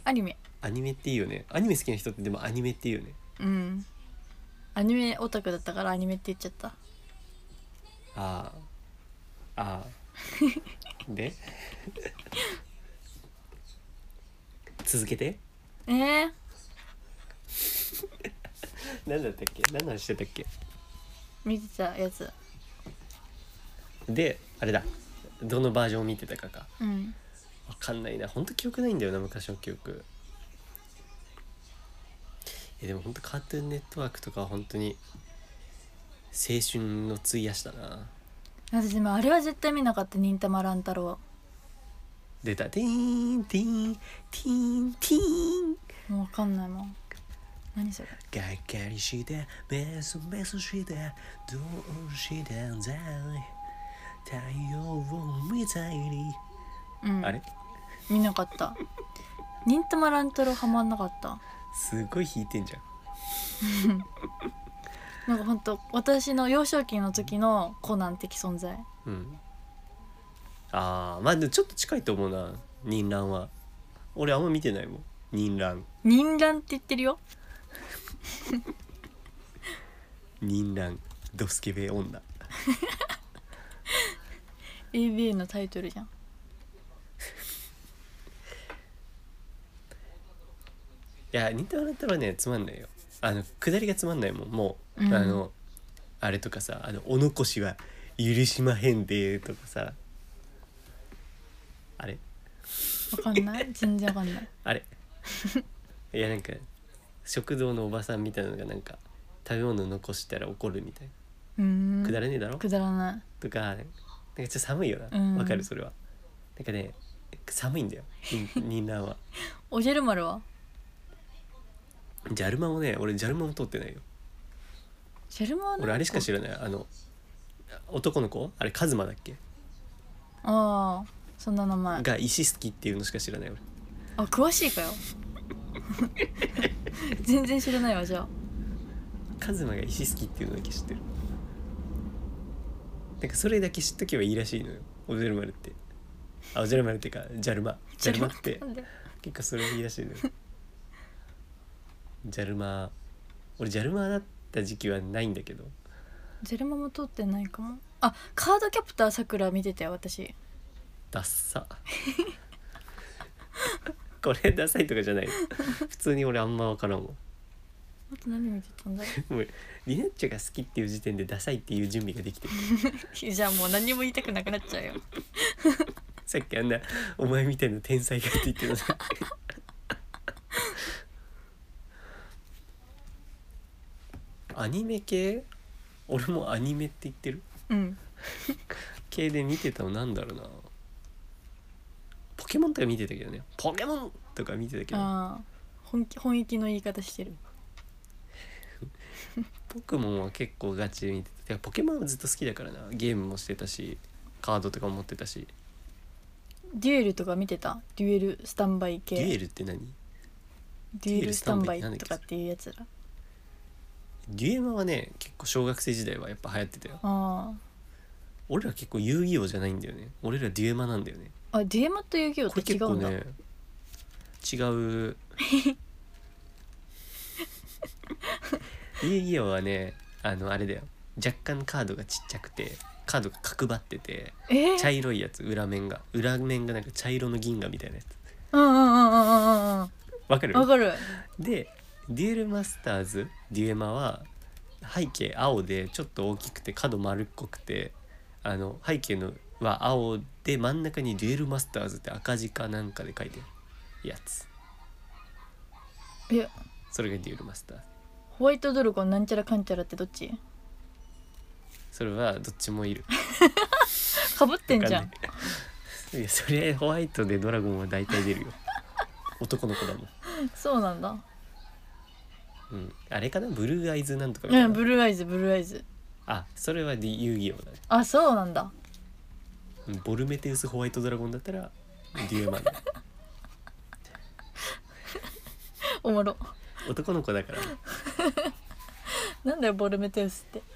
[SPEAKER 2] アニメ
[SPEAKER 1] アニメっていいよねアニメ好きな人ってでもアニメっていいよね
[SPEAKER 2] うんアニメオタクだったからアニメって言っちゃった
[SPEAKER 1] ああああ *laughs* で続けて
[SPEAKER 2] えー、
[SPEAKER 1] 何だったっけ何の話してたっけ
[SPEAKER 2] 見てたやつ
[SPEAKER 1] であれだどのバージョンを見てたかか
[SPEAKER 2] うん
[SPEAKER 1] わかんないなほんと記憶ないんだよな昔の記憶いやでもほんとカートゥーンネットワークとかは本当に青春を費やしたな
[SPEAKER 2] 私でもあれは絶対見なかった忍たま乱太郎
[SPEAKER 1] 出たティーンティーンティーンティーン
[SPEAKER 2] もうわかんないもん何それ
[SPEAKER 1] がっかりしてメソメソしてどうしてんだい太陽を見たいに、
[SPEAKER 2] うん
[SPEAKER 1] あれ
[SPEAKER 2] 見なかった忍たま乱太郎ハマんなかった
[SPEAKER 1] すごい弾いてんじゃん
[SPEAKER 2] なんかほんと私の幼少期の時のコナン的存在
[SPEAKER 1] うんあーまあでもちょっと近いと思うな忍乱は俺あんま見てないもん忍乱
[SPEAKER 2] 忍乱って言ってるよ
[SPEAKER 1] 忍乱ドスケベ女
[SPEAKER 2] ABA のタイトルじゃん
[SPEAKER 1] いや忍たま乱太郎はねつまんないよあの下りがつまんないもんもう、
[SPEAKER 2] うん
[SPEAKER 1] あのあれとかさあのお残しは許しまへんでとかさあれ
[SPEAKER 2] わかん *laughs* ない全然わかんない *laughs*
[SPEAKER 1] あれいやなんか食堂のおばさんみたいなのがなんか食べ物残したら怒るみたいな
[SPEAKER 2] うーん
[SPEAKER 1] くだらねえだろ
[SPEAKER 2] くだらない
[SPEAKER 1] とかなんかちょっと寒いよな
[SPEAKER 2] う
[SPEAKER 1] わ、
[SPEAKER 2] ん
[SPEAKER 1] かるそれはなんかね寒いんだよみんみんな
[SPEAKER 2] *laughs*
[SPEAKER 1] は
[SPEAKER 2] おじゃる丸は
[SPEAKER 1] ジャルマもね俺ジャルマも通ってないよ
[SPEAKER 2] ジェルマはなん
[SPEAKER 1] 俺あれしか知らないあの男の子あれカズマだっけ
[SPEAKER 2] ああそんな名前
[SPEAKER 1] が石好きっていうのしか知らない俺
[SPEAKER 2] あ詳しいかよ *laughs* 全然知らないわじゃあ
[SPEAKER 1] カズマが石好きっていうのだけ知ってるなんかそれだけ知っとけばいいらしいのよオジェルマルってあオジェルマルっていうかジャルマジャルマって
[SPEAKER 2] なんで
[SPEAKER 1] 結構それいいらしいのよジャルマ俺ジャルマだった時期はないんだけど
[SPEAKER 2] ジェルマも通ってないかもあカードキャプターさくら見てたよ私
[SPEAKER 1] ダッサこれダサいとかじゃない普通に俺あんま分からんわ
[SPEAKER 2] あと何見てたんだ *laughs* ろ
[SPEAKER 1] もうリナッチョが好きっていう時点でダサいっていう準備ができてる
[SPEAKER 2] うじゃあもう何も言いたくなくなっちゃうよ
[SPEAKER 1] さっきあんな「お前みたいな天才が」って言ってたのにアニメ系俺もアニメって言ってる
[SPEAKER 2] うん
[SPEAKER 1] 系で見てたのなんだろうなポケモンとか見てたけどね「ポケモン!」とか見てたけど
[SPEAKER 2] ああ本気本気の言い方してる
[SPEAKER 1] ポケモンは結構ガチで見てたてかポケモンはずっと好きだからなゲームもしてたしカードとかも持ってたし
[SPEAKER 2] デュエルとか見てたデュエルスタンバイ系
[SPEAKER 1] デュエルって何
[SPEAKER 2] デュエルスタンバイ
[SPEAKER 1] デュエルスタンバイって
[SPEAKER 2] とかっていうやつら
[SPEAKER 1] デュエマはね結構小学生時代はやっぱ流行ってたよ
[SPEAKER 2] あ
[SPEAKER 1] 俺ら結構遊戯王じゃないんだよね俺らデュエマなんだよね
[SPEAKER 2] ああデュエマと遊戯王
[SPEAKER 1] これ
[SPEAKER 2] って違
[SPEAKER 1] 結
[SPEAKER 2] う
[SPEAKER 1] 構
[SPEAKER 2] んだ、
[SPEAKER 1] ね違う *laughs* 遊戯王はねあのあれだよ若干カードがちっちゃくてカードが角張ってて
[SPEAKER 2] えー
[SPEAKER 1] 茶色いやつ裏面が裏面がなんか茶色の銀河みたいなやつ
[SPEAKER 2] うんうんうんうんうんうん
[SPEAKER 1] わかる
[SPEAKER 2] わかる
[SPEAKER 1] でデュエルマスターズデュエマは背景青でちょっと大きくて角丸っこくてあの背景のは青で真ん中にデュエルマスターズって赤字かなんかで書いてあるやつ
[SPEAKER 2] え
[SPEAKER 1] それがデュエルマスターズ
[SPEAKER 2] ホワイトドラゴンなんちゃらかんちゃらってどっち
[SPEAKER 1] それはどっちもいる
[SPEAKER 2] かぶってん *laughs* じゃ
[SPEAKER 1] わ
[SPEAKER 2] ん
[SPEAKER 1] かない *laughs* いやそれホワイトでドラゴンは大体出るよ男の子だもん、
[SPEAKER 2] そうなんだ
[SPEAKER 1] うん、あれかなブルーアイズなんとかみたいな、
[SPEAKER 2] うんブルーアイズブルーアイズ
[SPEAKER 1] あそれはディ遊戯王だね
[SPEAKER 2] あそうなんだ
[SPEAKER 1] うんボルメテウスホワイトドラゴンだったらデュエマンだ
[SPEAKER 2] おもろ
[SPEAKER 1] 男の子だから
[SPEAKER 2] なんだよボルメテウスって
[SPEAKER 1] か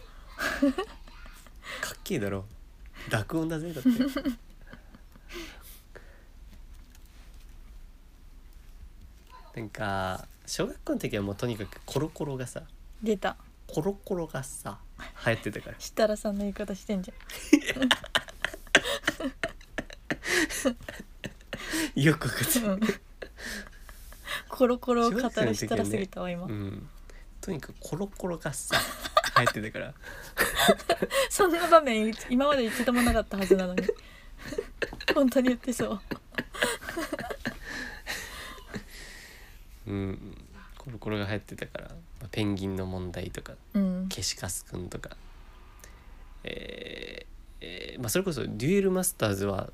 [SPEAKER 1] っけえだろ濁音だぜだ *laughs* ってなんか小学校の時はもうとにかくコロコロがさ
[SPEAKER 2] 出た
[SPEAKER 1] コロコロがさ流行ってたから
[SPEAKER 2] 設楽さんの言い方してんじ
[SPEAKER 1] よくわかっ
[SPEAKER 2] ゃ
[SPEAKER 1] て
[SPEAKER 2] ん、うん、
[SPEAKER 1] *laughs*
[SPEAKER 2] コロコロを語る設楽すぎたわ今、
[SPEAKER 1] うんとにかくコロコロがさ流行ってたから
[SPEAKER 2] そんな場面今まで一度もなかったはず
[SPEAKER 1] *laughs*
[SPEAKER 2] なのに本当に言ってそう
[SPEAKER 1] うんコロコロが流行ってたから、まあペンギンの問題とか
[SPEAKER 2] うん
[SPEAKER 1] ケシカスくんとか、えーえーまあ、それこそデュエルマスターズは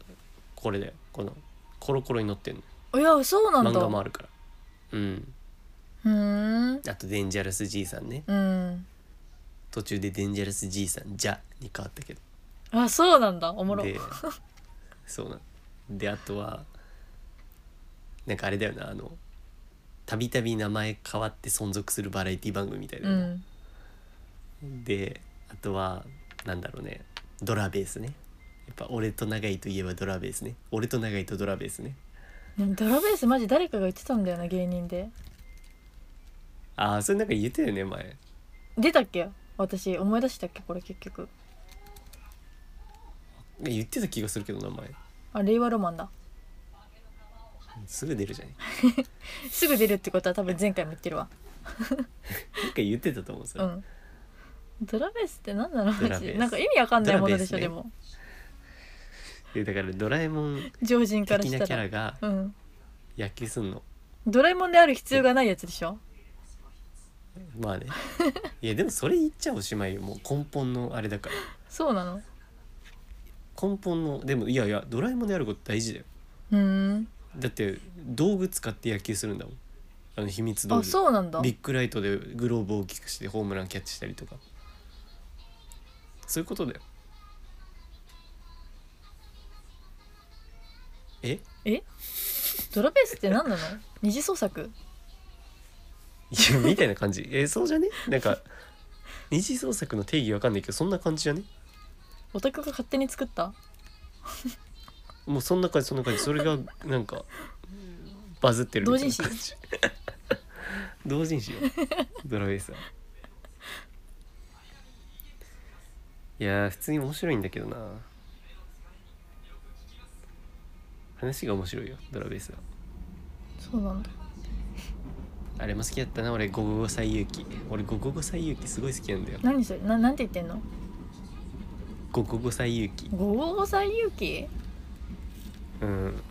[SPEAKER 1] これだよこのコロコロに載ってんの
[SPEAKER 2] いやそうなんだ
[SPEAKER 1] 漫画もあるからうん
[SPEAKER 2] うーん
[SPEAKER 1] あとデンジャラス爺さんね
[SPEAKER 2] うん
[SPEAKER 1] 途中でデンジャラス爺さんじゃに変わったけど
[SPEAKER 2] あそうなんだおもろ
[SPEAKER 1] でそうなんであとはなんかあれだよなあのたびたび名前変わって存続するバラエティ番組みたいな
[SPEAKER 2] う
[SPEAKER 1] の、
[SPEAKER 2] ん
[SPEAKER 1] であとはなんだろうねドラベースねやっぱ俺と長井といえばドラベースね俺と長井とドラベースね
[SPEAKER 2] でもドラベースマジ誰かが言ってたんだよな芸人で
[SPEAKER 1] ああそれなんか言ってたよね前
[SPEAKER 2] 出たっけ私思い出したっけこれ結局
[SPEAKER 1] 言ってた気がするけど名前
[SPEAKER 2] あ令和ロマンだ
[SPEAKER 1] すぐ出るじゃんな
[SPEAKER 2] すぐ出るってことは多分前回も言ってるわ
[SPEAKER 1] んか言ってたと思うそれ、
[SPEAKER 2] うんドラベースって何なの
[SPEAKER 1] ド
[SPEAKER 2] マ
[SPEAKER 1] ラベー
[SPEAKER 2] ジ
[SPEAKER 1] ス
[SPEAKER 2] なんか意味わかんないものでしょ、
[SPEAKER 1] ド
[SPEAKER 2] で
[SPEAKER 1] ラベー
[SPEAKER 2] も
[SPEAKER 1] でだからドラえもん
[SPEAKER 2] 常人から
[SPEAKER 1] 的
[SPEAKER 2] し
[SPEAKER 1] な
[SPEAKER 2] た
[SPEAKER 1] キャ
[SPEAKER 2] ら
[SPEAKER 1] ラが
[SPEAKER 2] うん
[SPEAKER 1] 野球すんの
[SPEAKER 2] ドラえもんである必要がないやつでしょ
[SPEAKER 1] まあねいやでもそれ言っちゃおしまいよもう根本のあれだから
[SPEAKER 2] そうなの
[SPEAKER 1] 根本のでもいやいやドラえもんのやること大事だよ
[SPEAKER 2] うん
[SPEAKER 1] だって道具使って野球するんだもんあの秘密道
[SPEAKER 2] あ
[SPEAKER 1] 具
[SPEAKER 2] そうなんだ
[SPEAKER 1] ビッグライトでグローブを大きくしてホームランキャッチしたりとかそういうことだよえ *laughs*
[SPEAKER 2] ドラベースって何なの二次創作
[SPEAKER 1] いやみたいな感じえそうじゃねなんか二次創作の定義わかんないけどそんな感じじゃね
[SPEAKER 2] オタクが勝手に作った
[SPEAKER 1] もうそんな感じそんな感じそれがなんかバズってるみたいな感じ同人誌よドラベースはいやー普通に面白いんだけどな話が面白いよドラベースは
[SPEAKER 2] そうなんだ
[SPEAKER 1] あれも好きだったな俺「ゴゴゴ最勇気」俺「ゴゴゴ最勇気」すごい好きなんだよ
[SPEAKER 2] 何それななんて言ってんの
[SPEAKER 1] 「ゴゴゴ最勇気」
[SPEAKER 2] 五五最勇気
[SPEAKER 1] うん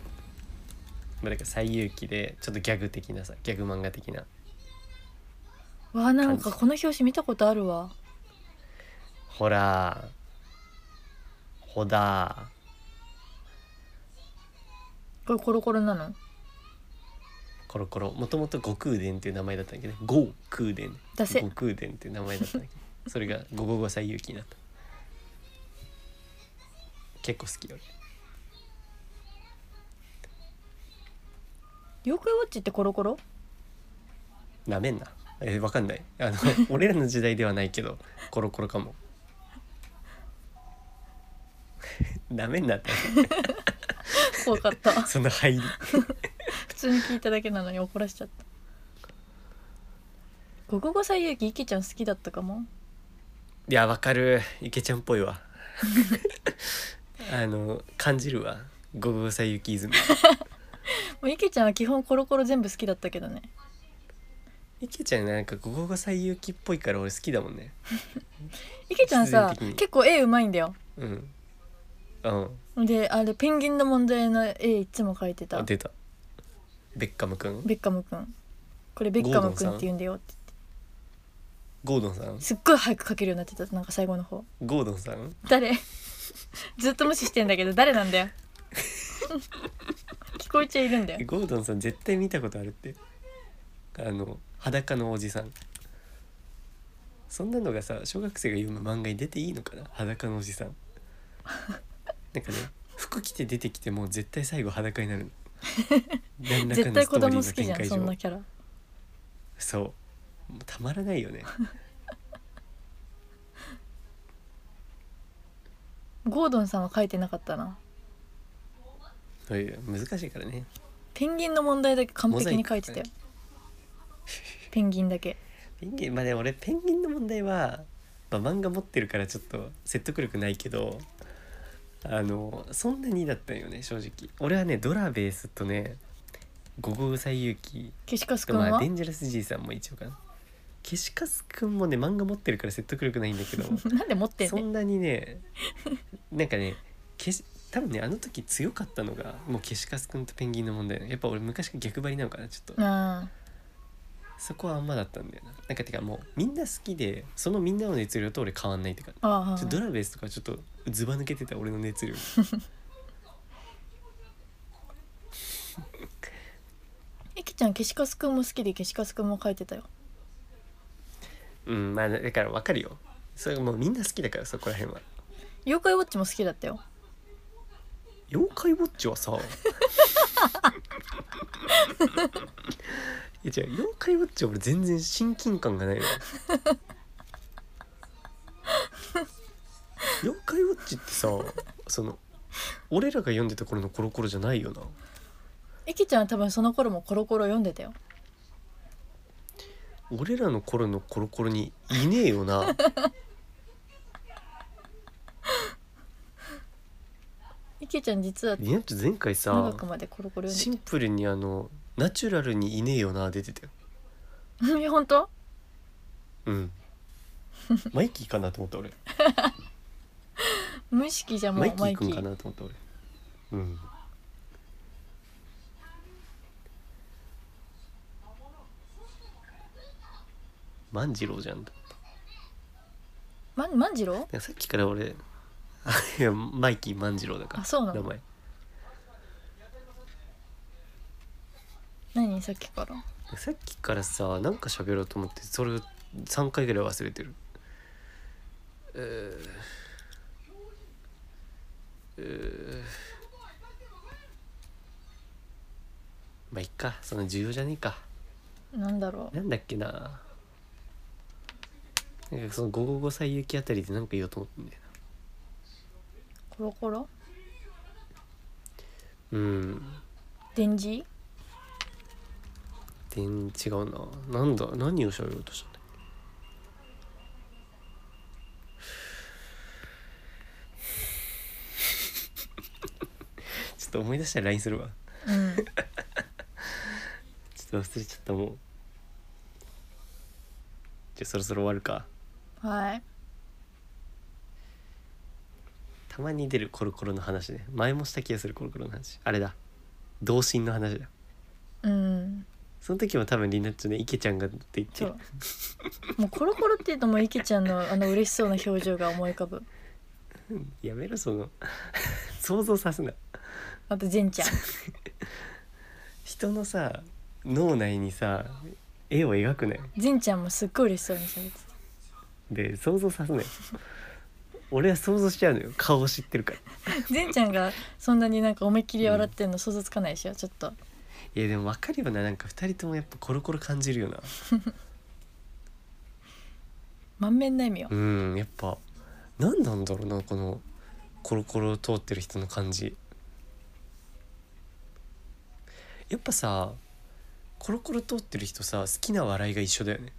[SPEAKER 1] まあなんか最勇気でちょっとギャグ的なさギャグ漫画的な
[SPEAKER 2] わあなんかこの表紙見たことあるわ
[SPEAKER 1] ほらーほだー
[SPEAKER 2] これコロコロなの
[SPEAKER 1] コロコロもともと悟空伝っていう名前だったんだけどね悟空伝
[SPEAKER 2] 出せ
[SPEAKER 1] 悟空伝っていう名前だったんだけどそれが五五五歳勇気になった結構好き俺
[SPEAKER 2] 妖怪ウォッチってコロコロ
[SPEAKER 1] なめんなえわかんないあの俺らの時代ではないけどコロコロかも *laughs* なめんなって
[SPEAKER 2] 怖かっ
[SPEAKER 1] *laughs*
[SPEAKER 2] た
[SPEAKER 1] その入り
[SPEAKER 2] 普通に聞いただけなのに怒らしちゃった五五五最勇気いけちゃん好きだったかも
[SPEAKER 1] いやわかる池ちゃんっぽいわあの感じるわ五五五歳勇気イズム
[SPEAKER 2] もういけちゃんは基本コロコロ全部好きだったけどね
[SPEAKER 1] 池ちゃんなんか五五五歳勇気っぽいから俺好きだもんね
[SPEAKER 2] いけちゃんさ
[SPEAKER 1] 必然的に
[SPEAKER 2] 結構絵うまいんだよ
[SPEAKER 1] うん。うん。
[SPEAKER 2] であれペンギンの問題の絵いつも描いてた
[SPEAKER 1] あ出た。ベッカムくん。
[SPEAKER 2] ベッカムくんこれベッカムくんって言うんだよって
[SPEAKER 1] ゴードンさん。
[SPEAKER 2] すっごい早く描けるようになってたなんか最後の方
[SPEAKER 1] ゴードンさん。
[SPEAKER 2] 誰ずっと無視してんだけど誰なんだよ *laughs* 聞こえちゃいるんだよ
[SPEAKER 1] ゴードンさん絶対見たことあるって。あの裸のおじさん。そんなのがさ小学生が読む漫画に出ていいのかな裸のおじ
[SPEAKER 2] *laughs*
[SPEAKER 1] さん。なんかね服着て出てきてもう絶対最後裸になる
[SPEAKER 2] *laughs*
[SPEAKER 1] の。何らか
[SPEAKER 2] 絶
[SPEAKER 1] の
[SPEAKER 2] 対
[SPEAKER 1] スト
[SPEAKER 2] 子
[SPEAKER 1] ーリー
[SPEAKER 2] 供
[SPEAKER 1] の
[SPEAKER 2] 好き
[SPEAKER 1] 展
[SPEAKER 2] じゃん
[SPEAKER 1] 開
[SPEAKER 2] そ
[SPEAKER 1] 上
[SPEAKER 2] んなキャラ
[SPEAKER 1] そうもうたまらない
[SPEAKER 2] *laughs*
[SPEAKER 1] よね
[SPEAKER 2] ゴードンさんは描いてなかったな
[SPEAKER 1] そういう難しいからね
[SPEAKER 2] ペンギンの問題だけ完璧に描いてた
[SPEAKER 1] モ
[SPEAKER 2] よ
[SPEAKER 1] ザイク
[SPEAKER 2] ペンギンだけ
[SPEAKER 1] ペンギンまあでも俺ペンギンの問題は、まあ、漫画持ってるからちょっと説得力ないけどあのそんなにだったんよね正直俺はねドラベースとね五五最勇気
[SPEAKER 2] 消しカスくん
[SPEAKER 1] まあ
[SPEAKER 2] は
[SPEAKER 1] デンジャラス爺さんも一応かな消しカスくんもね漫画持ってるから説得力ないんだ
[SPEAKER 2] *laughs*
[SPEAKER 1] けど
[SPEAKER 2] *laughs* なんで持ってん
[SPEAKER 1] そ
[SPEAKER 2] ねん
[SPEAKER 1] んなにねなんかね消し多分ねあの時強かったのがもう消しカスくんとペンギンの問題やっぱ俺昔から逆張りなのかなちょっと
[SPEAKER 2] あ
[SPEAKER 1] そこはあんまだったんだよななんかてかもうみんな好きでそのみんなの熱量と俺変わんないってか
[SPEAKER 2] あああ
[SPEAKER 1] ちょドラベースとかちょっとずば抜けてた俺の熱量 *laughs*
[SPEAKER 2] えきちゃん消しカスくんも好きで消しカスくんも描いてたよ
[SPEAKER 1] うんまあだからわかるよそれがもうみんな好きだからそこら辺は
[SPEAKER 2] 妖怪ウォッチも好きだったよ
[SPEAKER 1] 妖怪ウォッチはさ *laughs* いや違う妖怪ウォッチは俺全然親近感がないの妖怪ウォッチってさその俺らが読んでた頃のコロコロじゃないよな
[SPEAKER 2] えきちゃんは多分その頃もコロコロ読んでたよ
[SPEAKER 1] 俺らの頃のコロコロにいねえよ
[SPEAKER 2] *laughs*
[SPEAKER 1] な
[SPEAKER 2] えきちゃん実は
[SPEAKER 1] リナッチ前回
[SPEAKER 2] 長
[SPEAKER 1] さ
[SPEAKER 2] くまでコロコロ
[SPEAKER 1] シ
[SPEAKER 2] 読ん
[SPEAKER 1] ン
[SPEAKER 2] で
[SPEAKER 1] プルにあの「ナチュラルにいねえよな」出てたよ
[SPEAKER 2] た *laughs* よえ本当
[SPEAKER 1] うん
[SPEAKER 2] *laughs*
[SPEAKER 1] マイキーかなと思った俺
[SPEAKER 2] 無意識じゃんも
[SPEAKER 1] マイ
[SPEAKER 2] う
[SPEAKER 1] キ
[SPEAKER 2] マイ
[SPEAKER 1] ー
[SPEAKER 2] キ
[SPEAKER 1] くんか
[SPEAKER 2] ー
[SPEAKER 1] なと思った俺うん万次郎じゃんだ
[SPEAKER 2] ま万次郎
[SPEAKER 1] さっきから俺 *laughs* いやマイキー万次郎だから
[SPEAKER 2] あそうな
[SPEAKER 1] 名
[SPEAKER 2] の
[SPEAKER 1] 前
[SPEAKER 2] 何さっきから
[SPEAKER 1] さっきからさなんか喋ろうと思ってそれを3回ぐらい忘れてるえーえーまあいっかその重要じゃねえか
[SPEAKER 2] なんだろう
[SPEAKER 1] なんだっけななんかその「五五五歳雪」あたりで何か言おうと思ったんだよ
[SPEAKER 2] コロコロ
[SPEAKER 1] なうん
[SPEAKER 2] 電磁
[SPEAKER 1] 全然違うななんだ何を喋ろうとしたんだちょっと思い出したら LINE するわ
[SPEAKER 2] う
[SPEAKER 1] *laughs*
[SPEAKER 2] ん
[SPEAKER 1] ちょっと忘れちゃったもうじゃあそろそろ終わるか
[SPEAKER 2] はい
[SPEAKER 1] たまに出るコロコロの話ね前もした気がするコロコロの話あれだ童心の話だ
[SPEAKER 2] うん
[SPEAKER 1] その時も多分リナッチョね池ちゃんがって言って
[SPEAKER 2] そ
[SPEAKER 1] る
[SPEAKER 2] うもうコロコロって言うともういけちゃんのあの嬉しそうな表情が思い浮かぶ
[SPEAKER 1] やめろその想像させな
[SPEAKER 2] あと善ちゃん
[SPEAKER 1] 人のさ脳内にさ絵を描くね
[SPEAKER 2] 善ちゃんもすっごい嬉しそうに喋って
[SPEAKER 1] で想像させない俺は想像しちゃうのよ顔を知ってるから
[SPEAKER 2] た善ちゃんがそんなになんか思いっきり笑ってんの想像つかないでしょちょっと
[SPEAKER 1] いやでも分かるよななんか2人ともやっぱコロコロ感じるよな
[SPEAKER 2] 満面の笑みを
[SPEAKER 1] うんやっぱ何なんだろうなこのコロコロを通ってる人の感じやっぱさコロコロ通ってる人さ好きな笑いが一緒だよね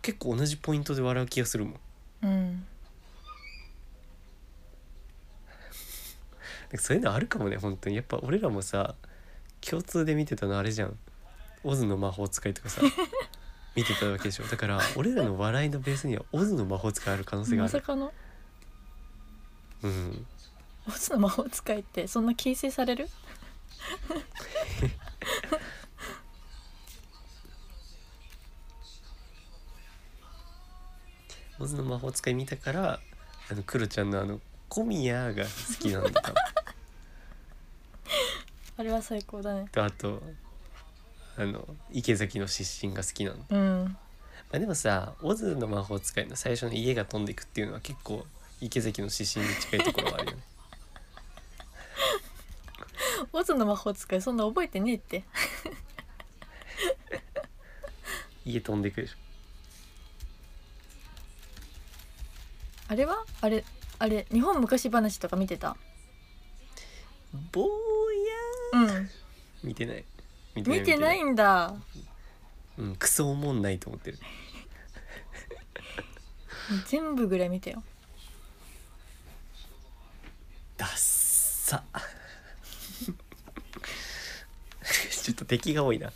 [SPEAKER 1] 結構同じポイントで笑う気がするもん
[SPEAKER 2] うん
[SPEAKER 1] なんかそういうのあるかもね本当にやっぱ俺らもさ共通で見てたのあれじゃん「オズの魔法使い」とか *laughs* さ見てたわけでしょだから俺らの笑いのベースには「オズの魔法使い」ある可能性があ
[SPEAKER 2] まさ
[SPEAKER 1] る、
[SPEAKER 2] かの
[SPEAKER 1] うん、
[SPEAKER 2] オズの魔法使いってそんな形成される
[SPEAKER 1] オズの魔法使い見たからあのクロちゃんのあの「小宮」が好きなんだ *laughs* 多分
[SPEAKER 2] あれは最高だね
[SPEAKER 1] とあとあの池崎の失神が好きなの、ま
[SPEAKER 2] うん
[SPEAKER 1] あ、でもさ「オズの魔法使い」の最初の家が飛んでいくっていうのは結構池崎の失神に近いところはあるよ *laughs* ね
[SPEAKER 2] オズの魔法使いそんな覚えてねえって
[SPEAKER 1] 家飛んでいくでしょ
[SPEAKER 2] あれはあれあれ日本昔話とか見てた
[SPEAKER 1] ぼーや
[SPEAKER 2] うん
[SPEAKER 1] ー見てない見
[SPEAKER 2] 見てないんだ
[SPEAKER 1] うん、クソおもんないと思ってる
[SPEAKER 2] 全部ぐらい見てよ
[SPEAKER 1] ダッサ *laughs* ちょっと敵が多いな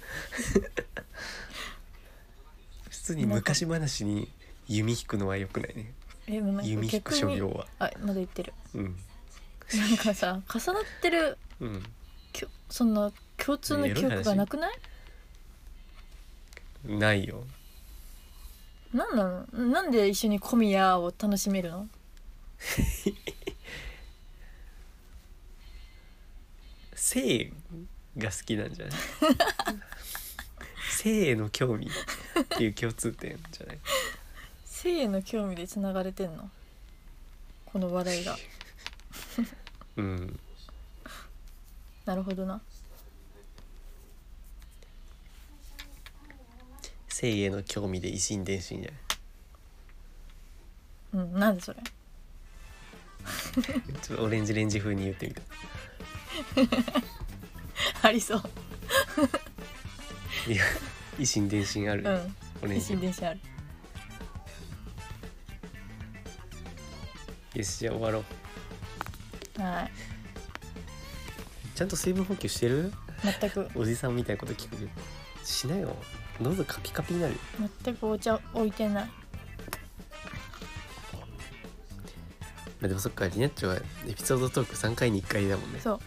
[SPEAKER 1] *laughs* 普通に昔話に弓引くのは良くないね
[SPEAKER 2] えもうなんか
[SPEAKER 1] 弓引く所業
[SPEAKER 2] に
[SPEAKER 1] は
[SPEAKER 2] あまだ言ってる
[SPEAKER 1] うん
[SPEAKER 2] なんかさ重なってる
[SPEAKER 1] うん
[SPEAKER 2] きょそんな共通の記憶がなくない
[SPEAKER 1] ないよ
[SPEAKER 2] なんなのなんで一緒に小宮を楽しめるの
[SPEAKER 1] 性が好きなんじゃない
[SPEAKER 2] *laughs*
[SPEAKER 1] 性への興味っていう共通点じゃない
[SPEAKER 2] 性への興味でつながれてんのこの話題が
[SPEAKER 1] うん
[SPEAKER 2] なるほどな
[SPEAKER 1] 性への興味で維心伝心じゃない
[SPEAKER 2] うんなんでそれ
[SPEAKER 1] ちょっとオレンジレンジ風に言ってみた
[SPEAKER 2] ありそう
[SPEAKER 1] いや維心伝心ある、
[SPEAKER 2] うん
[SPEAKER 1] オレン
[SPEAKER 2] 一
[SPEAKER 1] ジ
[SPEAKER 2] 心伝心ある
[SPEAKER 1] よしじゃあ終わろう
[SPEAKER 2] はい
[SPEAKER 1] ちゃんと水分補給してる
[SPEAKER 2] 全く
[SPEAKER 1] おじさんみたいなこと聞くけどしなよ喉カピカピになるよ
[SPEAKER 2] 全くお茶置いてない
[SPEAKER 1] まあでもそっかリナッチョはエピソードトーク3回に1回だもんね
[SPEAKER 2] そ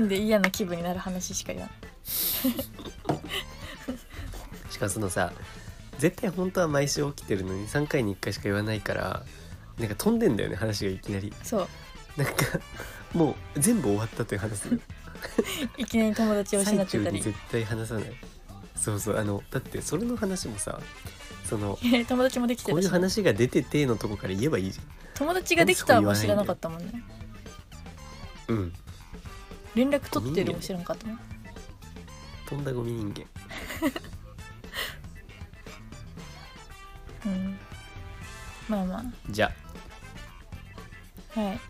[SPEAKER 2] う *laughs* で嫌な気分になる話しか言わない
[SPEAKER 1] しかもそのさ絶対本当は毎週起きてるのに3回に1回しか言わないからなんか飛んでんだよね話がいきなり
[SPEAKER 2] そう
[SPEAKER 1] なんかもう全部終わったという
[SPEAKER 2] *laughs*
[SPEAKER 1] 話する
[SPEAKER 2] いきなり友達を失
[SPEAKER 1] 最
[SPEAKER 2] って
[SPEAKER 1] 中
[SPEAKER 2] た
[SPEAKER 1] に
[SPEAKER 2] り
[SPEAKER 1] 絶対話さないそうそうあのだってそれの話もさその
[SPEAKER 2] *laughs* 友達もできて
[SPEAKER 1] こう
[SPEAKER 2] た
[SPEAKER 1] いう
[SPEAKER 2] し
[SPEAKER 1] 話が出ててのとこから言えばいいじ
[SPEAKER 2] 友達ができたも知らなかったもんね
[SPEAKER 1] ゃんうん
[SPEAKER 2] 連絡取ってるも知らなかったもん
[SPEAKER 1] 飛んだゴミ人間
[SPEAKER 2] うんまあま
[SPEAKER 1] じゃ
[SPEAKER 2] あはい
[SPEAKER 1] あ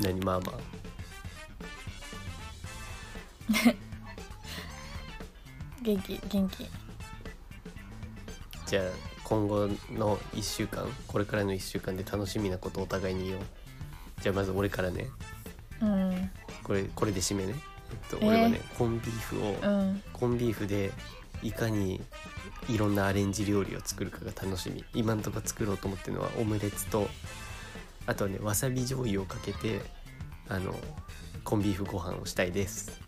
[SPEAKER 1] 何まあまあ
[SPEAKER 2] 元気元気
[SPEAKER 1] じゃあ今後の1週間これからの1週間で楽しみなことお互いに言おうじゃあまず俺からね
[SPEAKER 2] うん
[SPEAKER 1] これこれで締めね、えっと、
[SPEAKER 2] えー
[SPEAKER 1] 俺はねコンビーフを、
[SPEAKER 2] うん
[SPEAKER 1] コンビーフでいかにいろんなアレンジ料理を作るかが楽しみ今んとこ作ろうと思ってるのはオムレツとあとはねわさび醤油をかけてあのコンビーフご飯をしたいです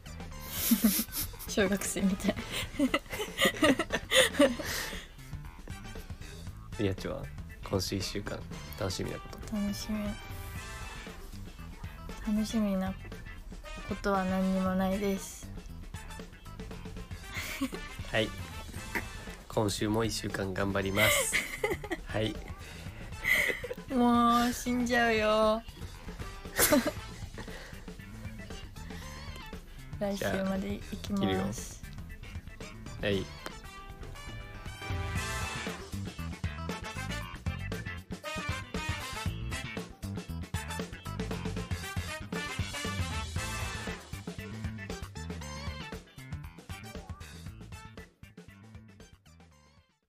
[SPEAKER 2] 小学生みたい
[SPEAKER 1] やっちは今週1週間楽しみなこと
[SPEAKER 2] 楽しみ楽しみなことは何にもないです
[SPEAKER 1] はい今週も1週間頑張ります *laughs* はい
[SPEAKER 2] もう死んじゃう
[SPEAKER 1] *laughs*
[SPEAKER 2] よ来週まで行き
[SPEAKER 1] じゃあ切るよ
[SPEAKER 2] ます
[SPEAKER 1] はい